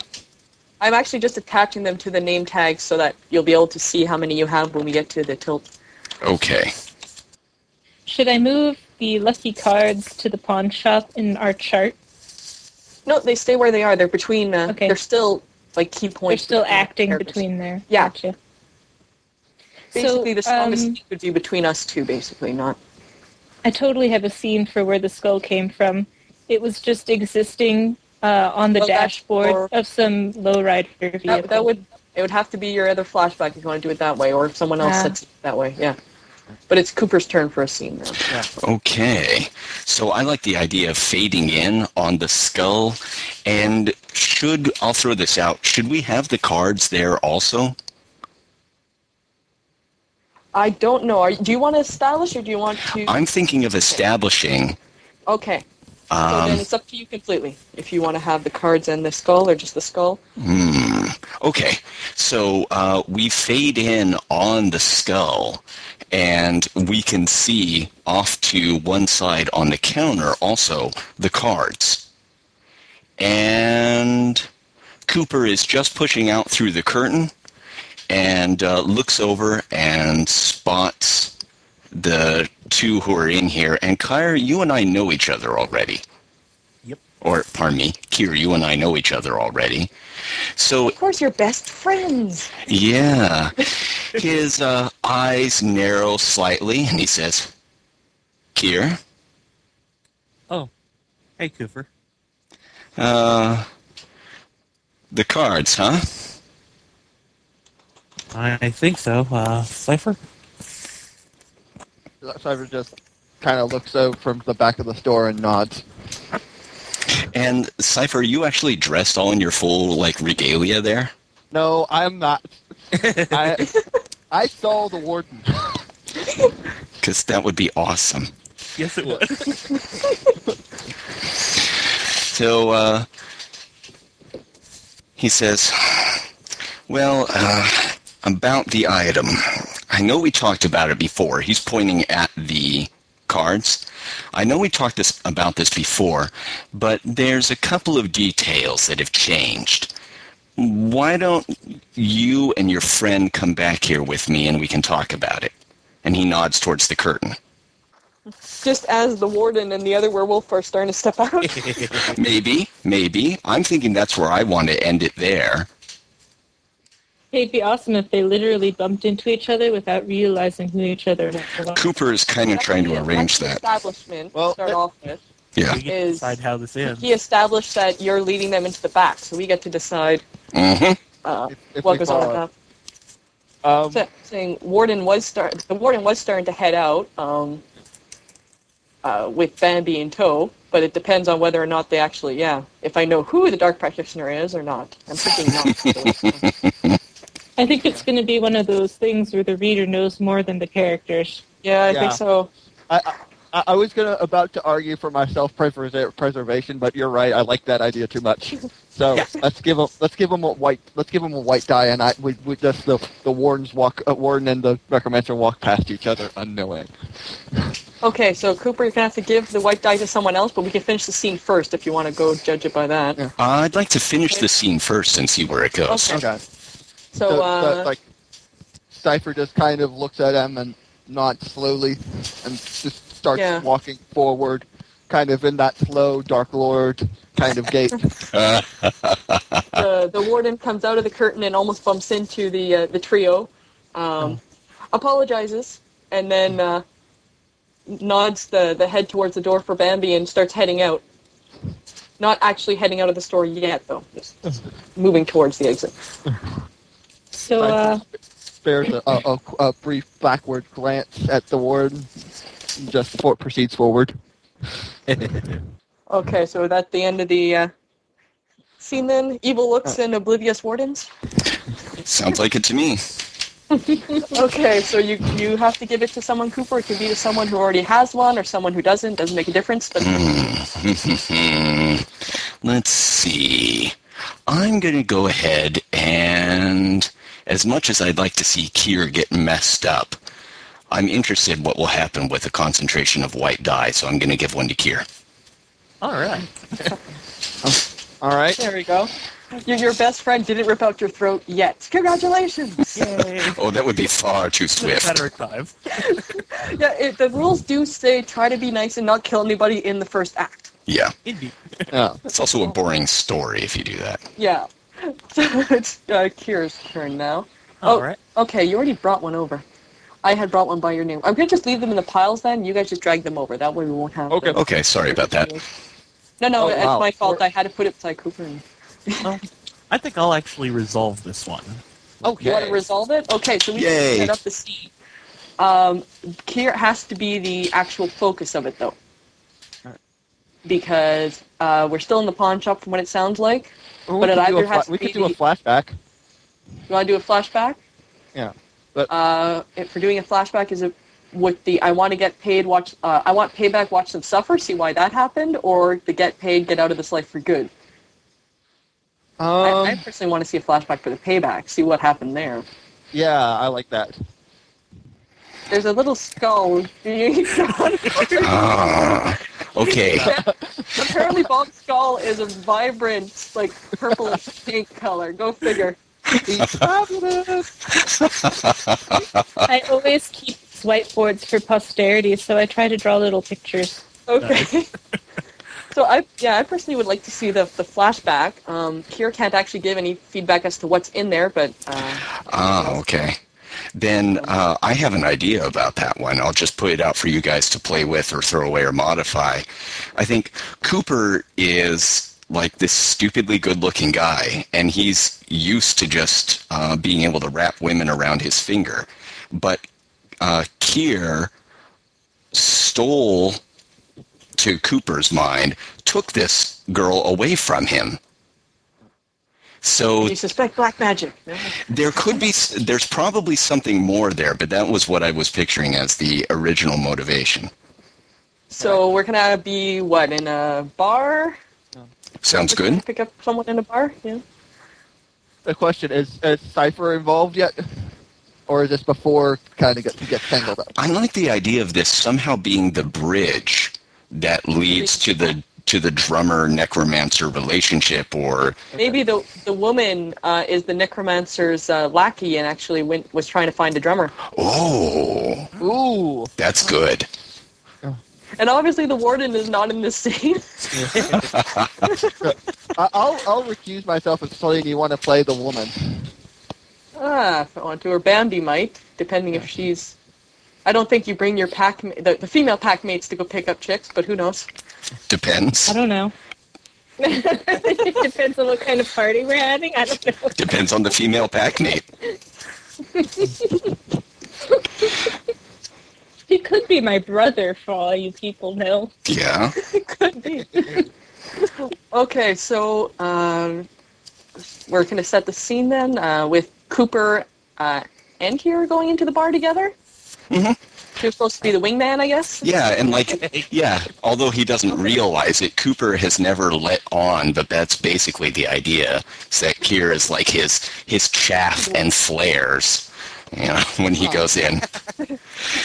[SPEAKER 2] I'm actually just attaching them to the name tags so that you'll be able to see how many you have when we get to the tilt.
[SPEAKER 3] Okay.
[SPEAKER 6] Should I move the lucky cards to the pawn shop in our chart?
[SPEAKER 2] No, they stay where they are. They're between. Uh,
[SPEAKER 6] Okay.
[SPEAKER 2] They're still like key
[SPEAKER 6] They're
[SPEAKER 2] points.
[SPEAKER 6] still
[SPEAKER 2] between
[SPEAKER 6] acting
[SPEAKER 2] characters.
[SPEAKER 6] between there.
[SPEAKER 2] Yeah.
[SPEAKER 6] Gotcha.
[SPEAKER 2] Basically, the strongest
[SPEAKER 6] um,
[SPEAKER 2] link would be between us two, basically, not.
[SPEAKER 6] I totally have a scene for where the skull came from. It was just existing uh, on the
[SPEAKER 2] Well, that's for-
[SPEAKER 6] dashboard of some lowrider vehicle.
[SPEAKER 2] That, that would it would have to be your other flashback if you want to do it that way, or if someone else
[SPEAKER 6] Yeah.
[SPEAKER 2] sets it that way. Yeah, but it's Cooper's turn for a scene. Now.
[SPEAKER 3] Okay. So I like the idea of fading in on the skull. And should, I'll throw this out, should we have the cards there also?
[SPEAKER 6] Mm-hmm.
[SPEAKER 2] I don't know. Are, do you want to establish or do you want to?
[SPEAKER 3] I'm thinking of establishing.
[SPEAKER 2] okay, so then
[SPEAKER 3] Um,
[SPEAKER 2] it's up to you completely. If you want to have the cards and the skull, or just the skull.
[SPEAKER 3] hmm. okay. So uh, we fade in on the skull, and we can see off to one side on the counter also the cards. And Cooper is just pushing out through the curtain and uh, looks over and spots the uh, two who are in here. And Kyra, you and I know each other already.
[SPEAKER 5] Yep.
[SPEAKER 3] Or, pardon me, Kira, you and I know each other already. So
[SPEAKER 2] Of course, you're best friends.
[SPEAKER 3] yeah. His uh, eyes narrow slightly, and he says, Kier,
[SPEAKER 5] Oh, hey, Cooper.
[SPEAKER 3] uh, the cards, huh?
[SPEAKER 5] I I think so. Uh, Cipher.
[SPEAKER 4] Cyber just kind of looks over from the back of the store and nods.
[SPEAKER 3] And Cypher, you actually dressed all in your full, like, regalia there?
[SPEAKER 4] No, I'm not. <laughs> I, I saw the warden.
[SPEAKER 3] Because that would be awesome.
[SPEAKER 5] <laughs> Yes, it was.
[SPEAKER 3] So uh, he says, Well, uh, about the item. I know we talked about it before. He's pointing at the cards. I know we talked this, about this before, but there's a couple of details that have changed. Why don't you and your friend come back here with me and we can talk about it? And he nods towards the curtain.
[SPEAKER 2] Just as the warden and the other werewolf are starting to step
[SPEAKER 3] <laughs>
[SPEAKER 2] out.
[SPEAKER 3] Maybe, maybe. I'm thinking that's where I want to end it there.
[SPEAKER 6] It'd be awesome if they literally bumped into each other without realizing who each other was.
[SPEAKER 3] Cooper is kind of trying to
[SPEAKER 2] That's the
[SPEAKER 3] arrange that.
[SPEAKER 2] Establishment.
[SPEAKER 4] Well,
[SPEAKER 2] to start
[SPEAKER 4] that-
[SPEAKER 2] off with.
[SPEAKER 3] Yeah.
[SPEAKER 5] We get to
[SPEAKER 2] Is-
[SPEAKER 5] decide how this ends.
[SPEAKER 2] He established that you're leading them into the back, so we get to decide
[SPEAKER 3] hmm
[SPEAKER 2] uh,
[SPEAKER 4] If, if
[SPEAKER 2] what
[SPEAKER 4] we
[SPEAKER 2] goes on.
[SPEAKER 4] follow
[SPEAKER 2] at
[SPEAKER 4] it.
[SPEAKER 2] that
[SPEAKER 4] Um,
[SPEAKER 2] sa- saying warden was start the warden was starting to head out um, uh, with Bambi in tow, but it depends on whether or not they actually yeah. If I know who the dark practitioner is or not, I'm thinking
[SPEAKER 4] <laughs>
[SPEAKER 2] not.
[SPEAKER 6] I think it's going to be one of those things where the reader knows more than the characters.
[SPEAKER 2] yeah, I
[SPEAKER 4] Yeah.
[SPEAKER 2] think so.
[SPEAKER 4] I, I, I was gonna about to argue for my self preservation, but you're right. I like that idea too much. So
[SPEAKER 5] Yeah.
[SPEAKER 4] let's give them let's give 'em a white let's give 'em a white die, and I we, we just the the wardens walk uh, warden and the necromancer walk past each other unknowing.
[SPEAKER 2] Okay, so Cooper, you're gonna have to give the white die to someone else, but we can finish the scene first if you want to go judge it by that.
[SPEAKER 4] Yeah.
[SPEAKER 3] I'd like to finish the scene first and see where it goes.
[SPEAKER 2] Okay.
[SPEAKER 4] Okay.
[SPEAKER 2] So, uh,
[SPEAKER 4] like Cipher just kind of looks at him and nods slowly, and just starts
[SPEAKER 2] Yeah.
[SPEAKER 4] walking forward, kind of in that slow Dark Lord kind of gait.
[SPEAKER 3] Uh,
[SPEAKER 2] the, the warden comes out of the curtain and almost bumps into the uh, the trio, um, apologizes, and then uh, nods the, the head towards the door for Bambi and starts heading out. Not actually heading out of the store yet, though. Just moving towards the exit.
[SPEAKER 6] So, uh,
[SPEAKER 4] spares a, a, a, a brief backward glance at the warden, and just for, proceeds forward.
[SPEAKER 2] Okay, so that's the end of the uh, scene then. Evil looks and oblivious wardens.
[SPEAKER 3] sounds like it to me. <laughs>
[SPEAKER 2] Okay, so you you have to give it to someone, Cooper. It can be to someone who already has one or someone who doesn't. Doesn't make a difference. But
[SPEAKER 3] Let's see. I'm going to go ahead and, as much as I'd like to see Kier get messed up, I'm interested what will happen with the concentration of white dye, so I'm going to give one to Kier.
[SPEAKER 5] All right.
[SPEAKER 4] All right.
[SPEAKER 2] There we go. Your, your best friend didn't rip out your throat yet. Congratulations!
[SPEAKER 5] Yay.
[SPEAKER 3] Oh, that would be far too swift.
[SPEAKER 5] Matter of time.
[SPEAKER 2] yeah, it, the rules do say try to be nice and not kill anybody in the first act.
[SPEAKER 3] Yeah.
[SPEAKER 5] Indeed.
[SPEAKER 4] Yeah.
[SPEAKER 3] It's also a boring story if you do that.
[SPEAKER 2] Yeah. <laughs> So it's uh, Kira's turn now.
[SPEAKER 5] All
[SPEAKER 2] Oh.
[SPEAKER 5] right.
[SPEAKER 2] Okay, you already brought one over. I had brought one by your name. I'm gonna just leave them in the piles then. You guys just drag them over. That way we won't have.
[SPEAKER 4] Okay.
[SPEAKER 2] the-
[SPEAKER 3] Okay, sorry about that.
[SPEAKER 2] No, no,
[SPEAKER 4] Oh,
[SPEAKER 2] it's
[SPEAKER 4] wow.
[SPEAKER 2] my fault. I had to put it beside Cooper. And
[SPEAKER 5] Well, I think I'll actually resolve this one.
[SPEAKER 4] Okay.
[SPEAKER 2] Oh, You want to resolve it? Okay, so we can
[SPEAKER 3] Yay.
[SPEAKER 2] set up the scene. Um, here has to be the actual focus of it, though, because uh, we're still in the pawn shop from what it sounds like.
[SPEAKER 4] Well,
[SPEAKER 2] but
[SPEAKER 4] we
[SPEAKER 2] it
[SPEAKER 4] could do
[SPEAKER 2] either
[SPEAKER 4] a,
[SPEAKER 2] has
[SPEAKER 4] fla-
[SPEAKER 2] to
[SPEAKER 4] we could
[SPEAKER 2] be
[SPEAKER 4] do a
[SPEAKER 2] the-
[SPEAKER 4] flashback.
[SPEAKER 2] You want to do a flashback?
[SPEAKER 4] Yeah, but-
[SPEAKER 2] uh, if we're doing a flashback, is it with the I want to get paid, watch, uh, I want payback, watch them suffer, see why that happened, or the get paid, get out of this life for good?
[SPEAKER 4] Um,
[SPEAKER 2] I, I personally want to see a flashback for the payback, see what happened there.
[SPEAKER 4] yeah, I
[SPEAKER 2] <laughs>
[SPEAKER 4] like that.
[SPEAKER 2] There's a little skull. being <laughs>
[SPEAKER 4] <laughs>
[SPEAKER 2] drawn.
[SPEAKER 3] Ah, okay.
[SPEAKER 2] Apparently, Bob's skull is a vibrant, like purplish pink color. Go figure.
[SPEAKER 4] He's fabulous.
[SPEAKER 6] I always keep whiteboards for posterity, so I try to draw little pictures.
[SPEAKER 2] Okay. <laughs> so I yeah I personally would like to see the the flashback. Um, Kier can't actually give any feedback as to what's in there, but uh,
[SPEAKER 3] Ah, okay. Then uh, I have an idea about that one. I'll just put it out for you guys to play with or throw away or modify. I think Cooper is like this stupidly good looking guy, and he's used to just uh, being able to wrap women around his finger. But uh, Kier stole, to Cooper's mind, took this girl away from him. So
[SPEAKER 2] you suspect black magic. no?
[SPEAKER 3] there could be, there's probably something more there, but that was what I was picturing as the original motivation.
[SPEAKER 2] So we're gonna be what in a bar?
[SPEAKER 3] Sounds good.
[SPEAKER 2] Pick up someone in a bar. Yeah.
[SPEAKER 4] The question is: Is Cipher involved yet, or is this before kind of get, gets tangled up?
[SPEAKER 3] I like the idea of this somehow being the bridge that leads to the to the drummer necromancer relationship, or
[SPEAKER 2] Maybe the the woman uh, is the necromancer's uh, lackey and actually went was trying to find a drummer.
[SPEAKER 3] oh,
[SPEAKER 4] Ooh,
[SPEAKER 3] that's good.
[SPEAKER 2] And obviously the warden is not in this scene.
[SPEAKER 4] I- I'll I'll recuse myself if Celine you want to play the woman.
[SPEAKER 2] Ah, if I want to, or Bambi might, depending if she's. I don't think you bring your pack, ma- the, the female pack mates to go pick up chicks, but who knows?
[SPEAKER 6] I
[SPEAKER 3] Depends.
[SPEAKER 6] don't know. <laughs> it depends on what kind of party we're having. I don't know.
[SPEAKER 3] Depends on the female packmate.
[SPEAKER 6] He could be my brother, for all you
[SPEAKER 2] <laughs>
[SPEAKER 6] people know.
[SPEAKER 3] Yeah.
[SPEAKER 2] Okay, so um, we're going to set the scene then uh, with Cooper uh, and Kier going into the bar together.
[SPEAKER 3] Mhm.
[SPEAKER 2] She was supposed to be the wingman, I guess.
[SPEAKER 3] Yeah, and like, yeah, although he doesn't realize it, Cooper has never let on, but that's basically the idea. Is that Kier is like his his chaff and flares, you know, <laughs> when he goes in.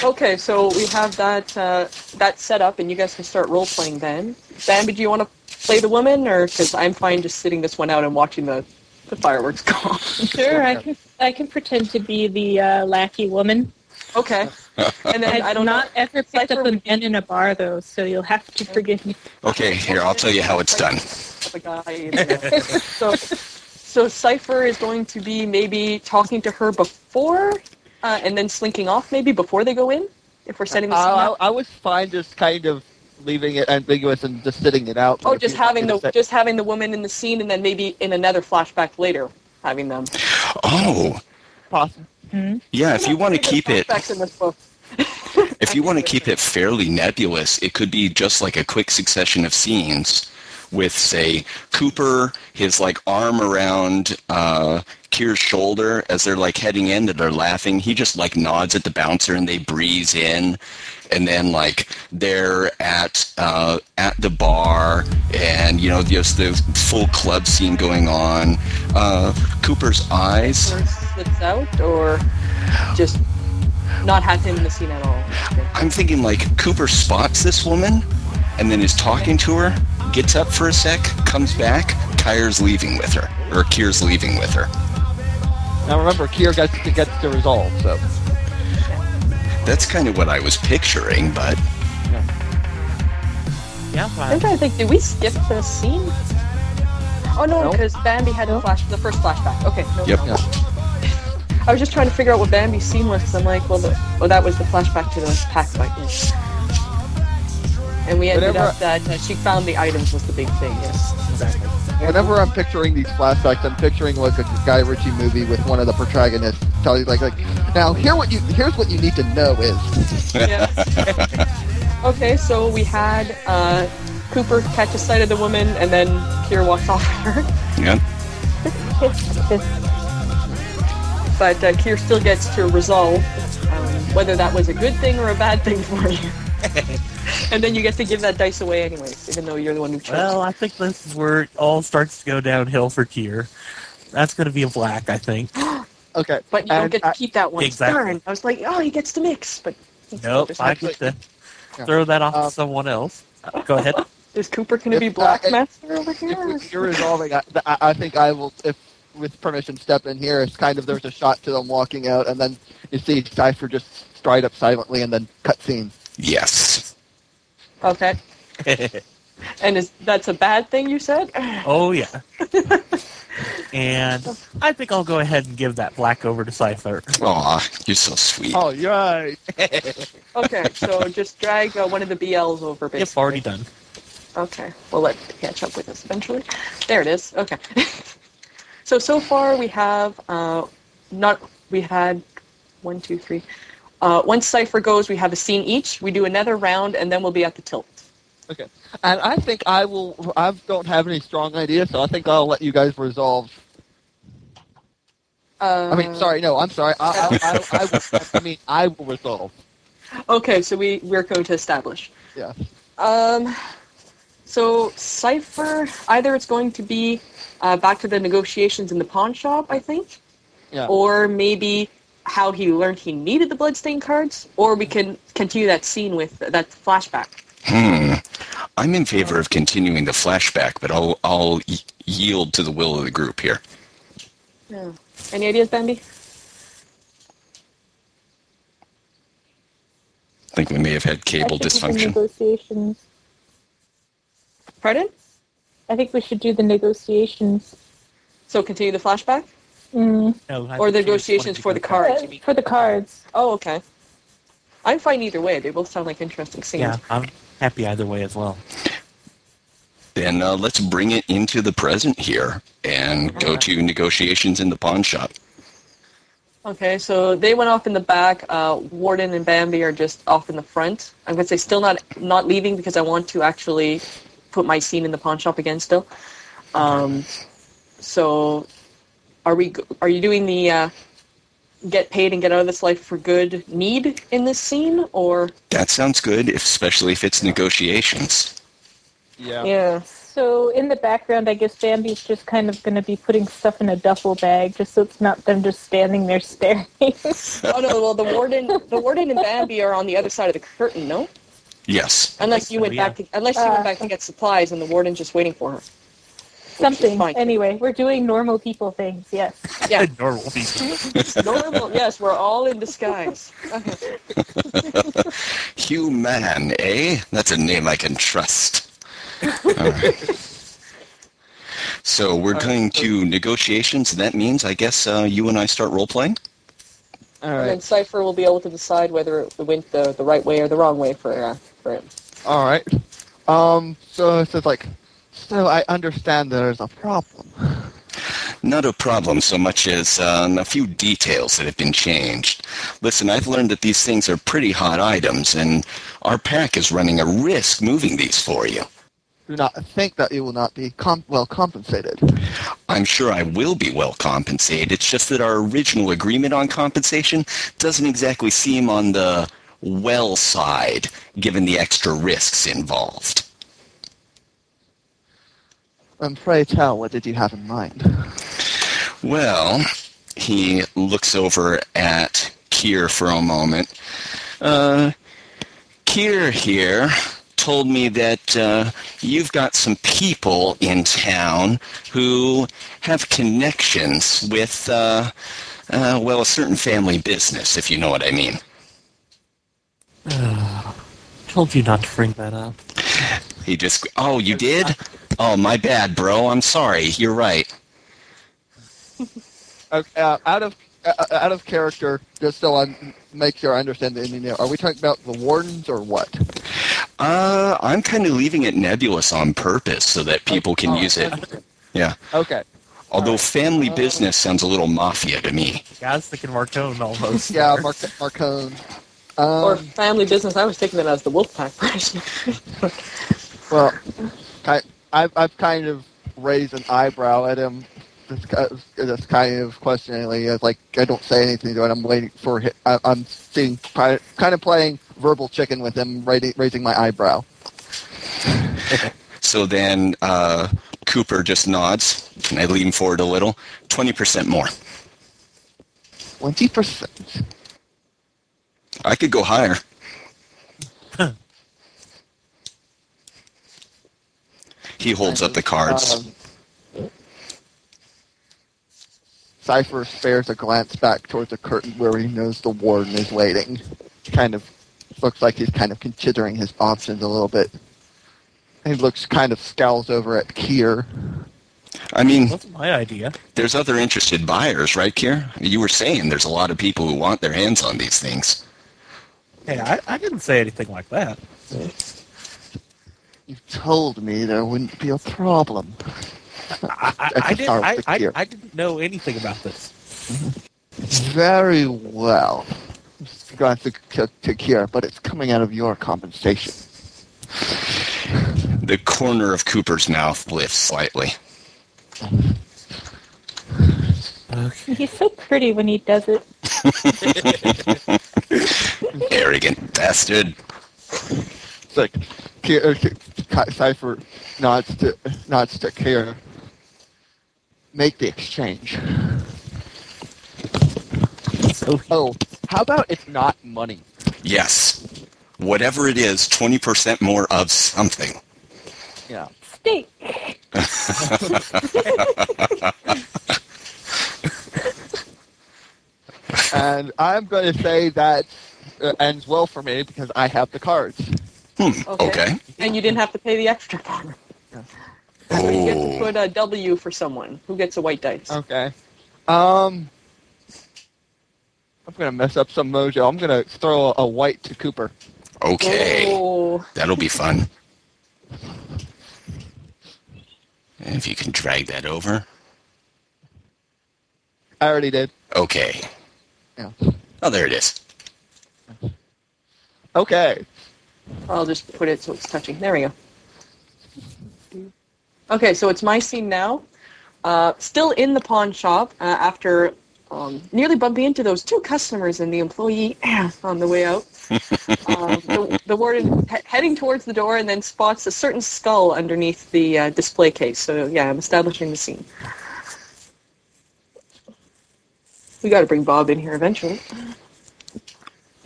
[SPEAKER 2] Okay, so we have that uh, that set up, and you guys can start role playing then. Bambi, do you want to play the woman, or because I'm fine just sitting this one out and watching the, the fireworks go off?
[SPEAKER 6] Sure, I can. I can pretend to be the uh, lackey woman.
[SPEAKER 2] Okay. And then
[SPEAKER 6] I've
[SPEAKER 2] I don't
[SPEAKER 6] not
[SPEAKER 2] know.
[SPEAKER 6] ever picked
[SPEAKER 2] Cipher
[SPEAKER 6] up a man in a bar though, so you'll have to forgive me.
[SPEAKER 3] Okay, here I'll tell you how it's
[SPEAKER 2] <laughs>
[SPEAKER 3] done.
[SPEAKER 2] The guy. so, so Cipher is going to be maybe talking to her before, uh, and then slinking off maybe before they go in. If we're setting
[SPEAKER 4] I,
[SPEAKER 2] this
[SPEAKER 4] Uh, I,
[SPEAKER 2] up.
[SPEAKER 4] I was fine just kind of leaving it ambiguous and just sitting it out.
[SPEAKER 2] Oh,
[SPEAKER 4] But if
[SPEAKER 2] just
[SPEAKER 4] you want
[SPEAKER 2] having
[SPEAKER 4] me to
[SPEAKER 2] the
[SPEAKER 4] say-
[SPEAKER 2] just having the woman in the scene, and then maybe in another flashback later having them.
[SPEAKER 3] Oh,
[SPEAKER 4] Possible.
[SPEAKER 3] yeah, if you want to keep it,
[SPEAKER 2] Flashbacks in this book.
[SPEAKER 3] if you want to keep it fairly nebulous, it could be just like a quick succession of scenes with, say, Cooper, his like arm around uh, Kier's shoulder as they're like heading in and they're laughing. He just like nods at the bouncer and they breeze in, and then like they're at uh, at the bar and you know just the full club scene going on. Uh, Cooper's eyes.
[SPEAKER 2] Or slips out, or just not have him in the scene at all.
[SPEAKER 3] I'm thinking like Cooper spots this woman and then is talking to her, gets up for a sec, comes back, Kier's leaving with her, or Kier's leaving with her.
[SPEAKER 4] Now remember, Kier gets to, gets to resolve. So
[SPEAKER 3] That's kind of what I was picturing, but
[SPEAKER 5] Yeah,
[SPEAKER 2] I'm
[SPEAKER 5] I,
[SPEAKER 2] trying to think. Did we skip the scene? Oh no,
[SPEAKER 4] No.
[SPEAKER 2] because Bambi had a flash. The first flashback. Okay. No,
[SPEAKER 3] Yep.
[SPEAKER 2] no. I was just trying to figure out what Bambi's scene was because I'm like, well, the, well, that was the flashback to the pack fight. Yes. And we ended
[SPEAKER 4] Whenever
[SPEAKER 2] up that uh, she found the items was the big thing. Yes.
[SPEAKER 7] Exactly.
[SPEAKER 4] Whenever I'm picturing these flashbacks, I'm picturing like a Guy Ritchie movie with one of the protagonists telling you like, like now here what you here's what you need to know is
[SPEAKER 2] yes. okay, so we had uh, Cooper catches sight of the woman, and then Kier walks off her.
[SPEAKER 3] Yeah.
[SPEAKER 6] Kiss, kiss.
[SPEAKER 2] But uh, Kier still gets to resolve um, whether that was a good thing or a bad thing for
[SPEAKER 4] <laughs>
[SPEAKER 2] you. and then you get to give that dice away anyways, even though you're the one who chose.
[SPEAKER 5] Well, I think this is where it all starts to go downhill for Kier. That's going to be a black, I think.
[SPEAKER 4] okay.
[SPEAKER 2] But you don't
[SPEAKER 4] and
[SPEAKER 2] get to
[SPEAKER 4] I-
[SPEAKER 2] keep that one.
[SPEAKER 5] Exactly.
[SPEAKER 2] Darn. I was like, oh, he gets to mix, but
[SPEAKER 5] Nope, I get to throw that off
[SPEAKER 4] Um,
[SPEAKER 5] to someone else. Go ahead.
[SPEAKER 2] is Cooper going to be
[SPEAKER 4] If, uh,
[SPEAKER 2] Black
[SPEAKER 4] if-
[SPEAKER 2] Master over
[SPEAKER 4] if
[SPEAKER 2] here?
[SPEAKER 4] we- if you're resolving, I, I I think I will if with permission step in here. It's kind of there's a shot to them walking out, and then you see Cipher just stride up silently, and then cut scene.
[SPEAKER 3] Yes.
[SPEAKER 4] <laughs>
[SPEAKER 2] Okay. And is that's a bad thing you said?
[SPEAKER 5] oh yeah. and I think I'll go ahead and give that black over to Cypher.
[SPEAKER 3] Aw, you're so sweet.
[SPEAKER 4] Oh yeah.
[SPEAKER 2] Okay, so just drag uh, one of the BLs over,
[SPEAKER 5] It's
[SPEAKER 2] basically.
[SPEAKER 5] already done.
[SPEAKER 2] Okay, we'll let it catch up with us eventually. There it is. Okay. <laughs> so so far we have uh, not we had one two three. Uh, once Cipher goes, we have a scene each. We do another round, and then we'll be at the tilt.
[SPEAKER 4] And I think I will. I don't have any strong ideas, so I think I'll let you guys resolve.
[SPEAKER 2] Uh,
[SPEAKER 4] I mean, sorry, no, I'm sorry. I, I, I, I, will, I mean, I will resolve.
[SPEAKER 2] Okay, so we we're going to establish.
[SPEAKER 4] Yeah.
[SPEAKER 2] Um, so Cipher, either it's going to be uh, back to the negotiations in the pawn shop, I think,
[SPEAKER 4] Yeah.
[SPEAKER 2] or maybe how he learned he needed the bloodstain cards, or we can continue that scene with that flashback.
[SPEAKER 3] Hmm. I'm in favor of continuing the flashback, but I'll I'll y- yield to the will of the group here.
[SPEAKER 2] Yeah. Any ideas, Bambi?
[SPEAKER 3] I think we may have had
[SPEAKER 6] I
[SPEAKER 3] cable
[SPEAKER 6] think we can
[SPEAKER 3] dysfunction.
[SPEAKER 6] Negotiations.
[SPEAKER 2] Pardon?
[SPEAKER 6] I think we should do the negotiations.
[SPEAKER 2] So continue the flashback
[SPEAKER 6] Mm.
[SPEAKER 5] No, I
[SPEAKER 2] or the
[SPEAKER 5] think she just wanted
[SPEAKER 2] negotiations
[SPEAKER 5] to
[SPEAKER 2] for
[SPEAKER 5] go
[SPEAKER 2] the
[SPEAKER 5] back.
[SPEAKER 2] cards. you mean?
[SPEAKER 6] For the cards.
[SPEAKER 2] Oh, okay. I'm fine either way. They both sound like interesting scenes.
[SPEAKER 5] Yeah, I'm happy either way as well.
[SPEAKER 3] Then uh, let's bring it into the present here and go to negotiations in the pawn shop.
[SPEAKER 2] Okay, so they went off in the back. Uh, Warden and Bambi are just off in the front. I'm gonna say still not not leaving because I want to actually put my scene in the pawn shop again still. Um, so are we? g- Are you doing the uh, get paid and get out of this life for good need in this scene or?
[SPEAKER 3] That sounds good, if- especially if it's negotiations.
[SPEAKER 4] Yeah.
[SPEAKER 2] Yeah.
[SPEAKER 6] So in the background, I guess Bambi's just kind of going to be putting stuff in a duffel bag, just so it's not them just standing there <laughs> staring.
[SPEAKER 2] Oh no. Well, the warden, the warden and Bambi are on the other side of the curtain. No,
[SPEAKER 3] Yes.
[SPEAKER 2] unless you
[SPEAKER 5] so,
[SPEAKER 2] went back to unless you
[SPEAKER 6] Uh,
[SPEAKER 2] went back to get supplies and the warden just waiting for her.
[SPEAKER 6] Something.
[SPEAKER 2] fine.
[SPEAKER 6] Anyway, we're doing normal people things. Yes. <laughs>
[SPEAKER 5] <laughs>
[SPEAKER 2] Yeah.
[SPEAKER 5] Normal people.
[SPEAKER 2] Normal. yes, we're all in disguise.
[SPEAKER 3] Human, eh? That's a name I can trust. All right. So we're
[SPEAKER 2] right,
[SPEAKER 3] going
[SPEAKER 2] so-
[SPEAKER 3] to negotiations. That means, I guess, uh, you and I start role playing.
[SPEAKER 4] All
[SPEAKER 2] And then
[SPEAKER 4] right.
[SPEAKER 2] Cipher will be able to decide whether it went the, the right way or the wrong way for uh, for him.
[SPEAKER 4] All right. Um. So it says like, so I understand there's a problem.
[SPEAKER 3] Not a problem so much as um, a few details that have been changed. Listen, I've learned that these things are pretty hot items, and our pack is running a risk moving these for you.
[SPEAKER 4] Do not think that you will not be com- well compensated.
[SPEAKER 3] I'm sure I will be well compensated. It's just that our original agreement on compensation doesn't exactly seem on the well side, given the extra risks involved.
[SPEAKER 4] And pray tell, what did you have in mind?
[SPEAKER 3] Well, he looks over at Kier for a moment. Uh, Kier here told me that uh, you've got some people in town who have connections with, uh, uh, well, a certain family business, if you know what I mean.
[SPEAKER 5] Told you not to bring that up.
[SPEAKER 3] He just, oh, you did? Oh, my bad, bro. I'm sorry. You're right.
[SPEAKER 4] Okay, uh, out of uh, uh, out of character, just so I make sure I understand the Indian. Are we talking about the wardens or what?
[SPEAKER 3] Uh, I'm kind of leaving it nebulous on purpose so that people can
[SPEAKER 4] Oh,
[SPEAKER 3] use it.
[SPEAKER 4] okay.
[SPEAKER 3] Yeah.
[SPEAKER 4] Okay.
[SPEAKER 3] Although family
[SPEAKER 4] Uh,
[SPEAKER 3] business sounds a little mafia to me.
[SPEAKER 5] Yeah, I was thinking Marcone almost.
[SPEAKER 4] Yeah,
[SPEAKER 5] there.
[SPEAKER 4] Mar- Marcone.
[SPEAKER 2] or
[SPEAKER 4] Um,
[SPEAKER 2] family business. I was taking that as the wolf pack version.
[SPEAKER 4] well, I, I've, I've kind of raised an eyebrow at him. This, ki- this kind of questioningly, It's like I don't say anything to it. I'm waiting for him. I, I'm seeing, kind of playing verbal chicken with him, raising, raising my eyebrow.
[SPEAKER 3] So then uh, Cooper just nods, and I lean forward a little. 20% more.
[SPEAKER 4] Twenty percent.
[SPEAKER 3] I could go higher. he holds up the cards.
[SPEAKER 4] Um, Cipher spares a glance back towards the curtain where he knows the warden is waiting. Kind of looks like he's kind of considering his options a little bit. He looks kind of scowls over at Kier.
[SPEAKER 3] I mean,
[SPEAKER 5] That's my idea.
[SPEAKER 3] there's other interested buyers, right, Kier? You were saying there's a lot of people who want their hands on these things.
[SPEAKER 5] Hey, I, I didn't say anything like that.
[SPEAKER 4] You told me there wouldn't be a problem.
[SPEAKER 5] I, I,
[SPEAKER 4] That's
[SPEAKER 5] I,
[SPEAKER 4] a
[SPEAKER 5] did,
[SPEAKER 4] power
[SPEAKER 5] I,
[SPEAKER 4] pick
[SPEAKER 5] I,
[SPEAKER 4] here.
[SPEAKER 5] I didn't know anything about this.
[SPEAKER 4] Very well. Got to, to, to Kier, but it's coming out of your compensation.
[SPEAKER 3] The corner of Cooper's mouth lifts slightly.
[SPEAKER 5] Okay.
[SPEAKER 6] He's so pretty when he does it.
[SPEAKER 3] Arrogant bastard.
[SPEAKER 4] It's like Kier, uh, Ki- Cipher nods to nods to Kier. Make the exchange.
[SPEAKER 5] So
[SPEAKER 4] Oh, how about it's not money?
[SPEAKER 3] Yes. Whatever it is, 20% more of something.
[SPEAKER 4] Yeah.
[SPEAKER 6] Steak.
[SPEAKER 4] And I'm going to say that uh, ends well for me because I have the cards.
[SPEAKER 3] Hmm.
[SPEAKER 2] Okay.
[SPEAKER 3] Okay.
[SPEAKER 2] and you didn't have to pay the extra bar. But <laughs> you get to
[SPEAKER 3] Oh.
[SPEAKER 2] put a W for someone who gets a white dice.
[SPEAKER 4] Okay. Um, I'm going to mess up some mojo. I'm going to throw a white to Cooper.
[SPEAKER 3] Okay.
[SPEAKER 2] Oh,
[SPEAKER 3] That'll be fun. And if you can drag that over.
[SPEAKER 4] I already did.
[SPEAKER 3] Okay.
[SPEAKER 4] Yeah.
[SPEAKER 3] Oh, there it is.
[SPEAKER 4] Okay.
[SPEAKER 2] I'll just put it so it's touching. There we go. Okay, so it's my scene now. Uh, still in the pawn shop uh, after um, nearly bumping into those two customers and the employee on the way out. um, the, the warden he- heading towards the door and then spots a certain skull underneath the uh, display case. So yeah, I'm establishing the scene. We got to bring Bob in here eventually.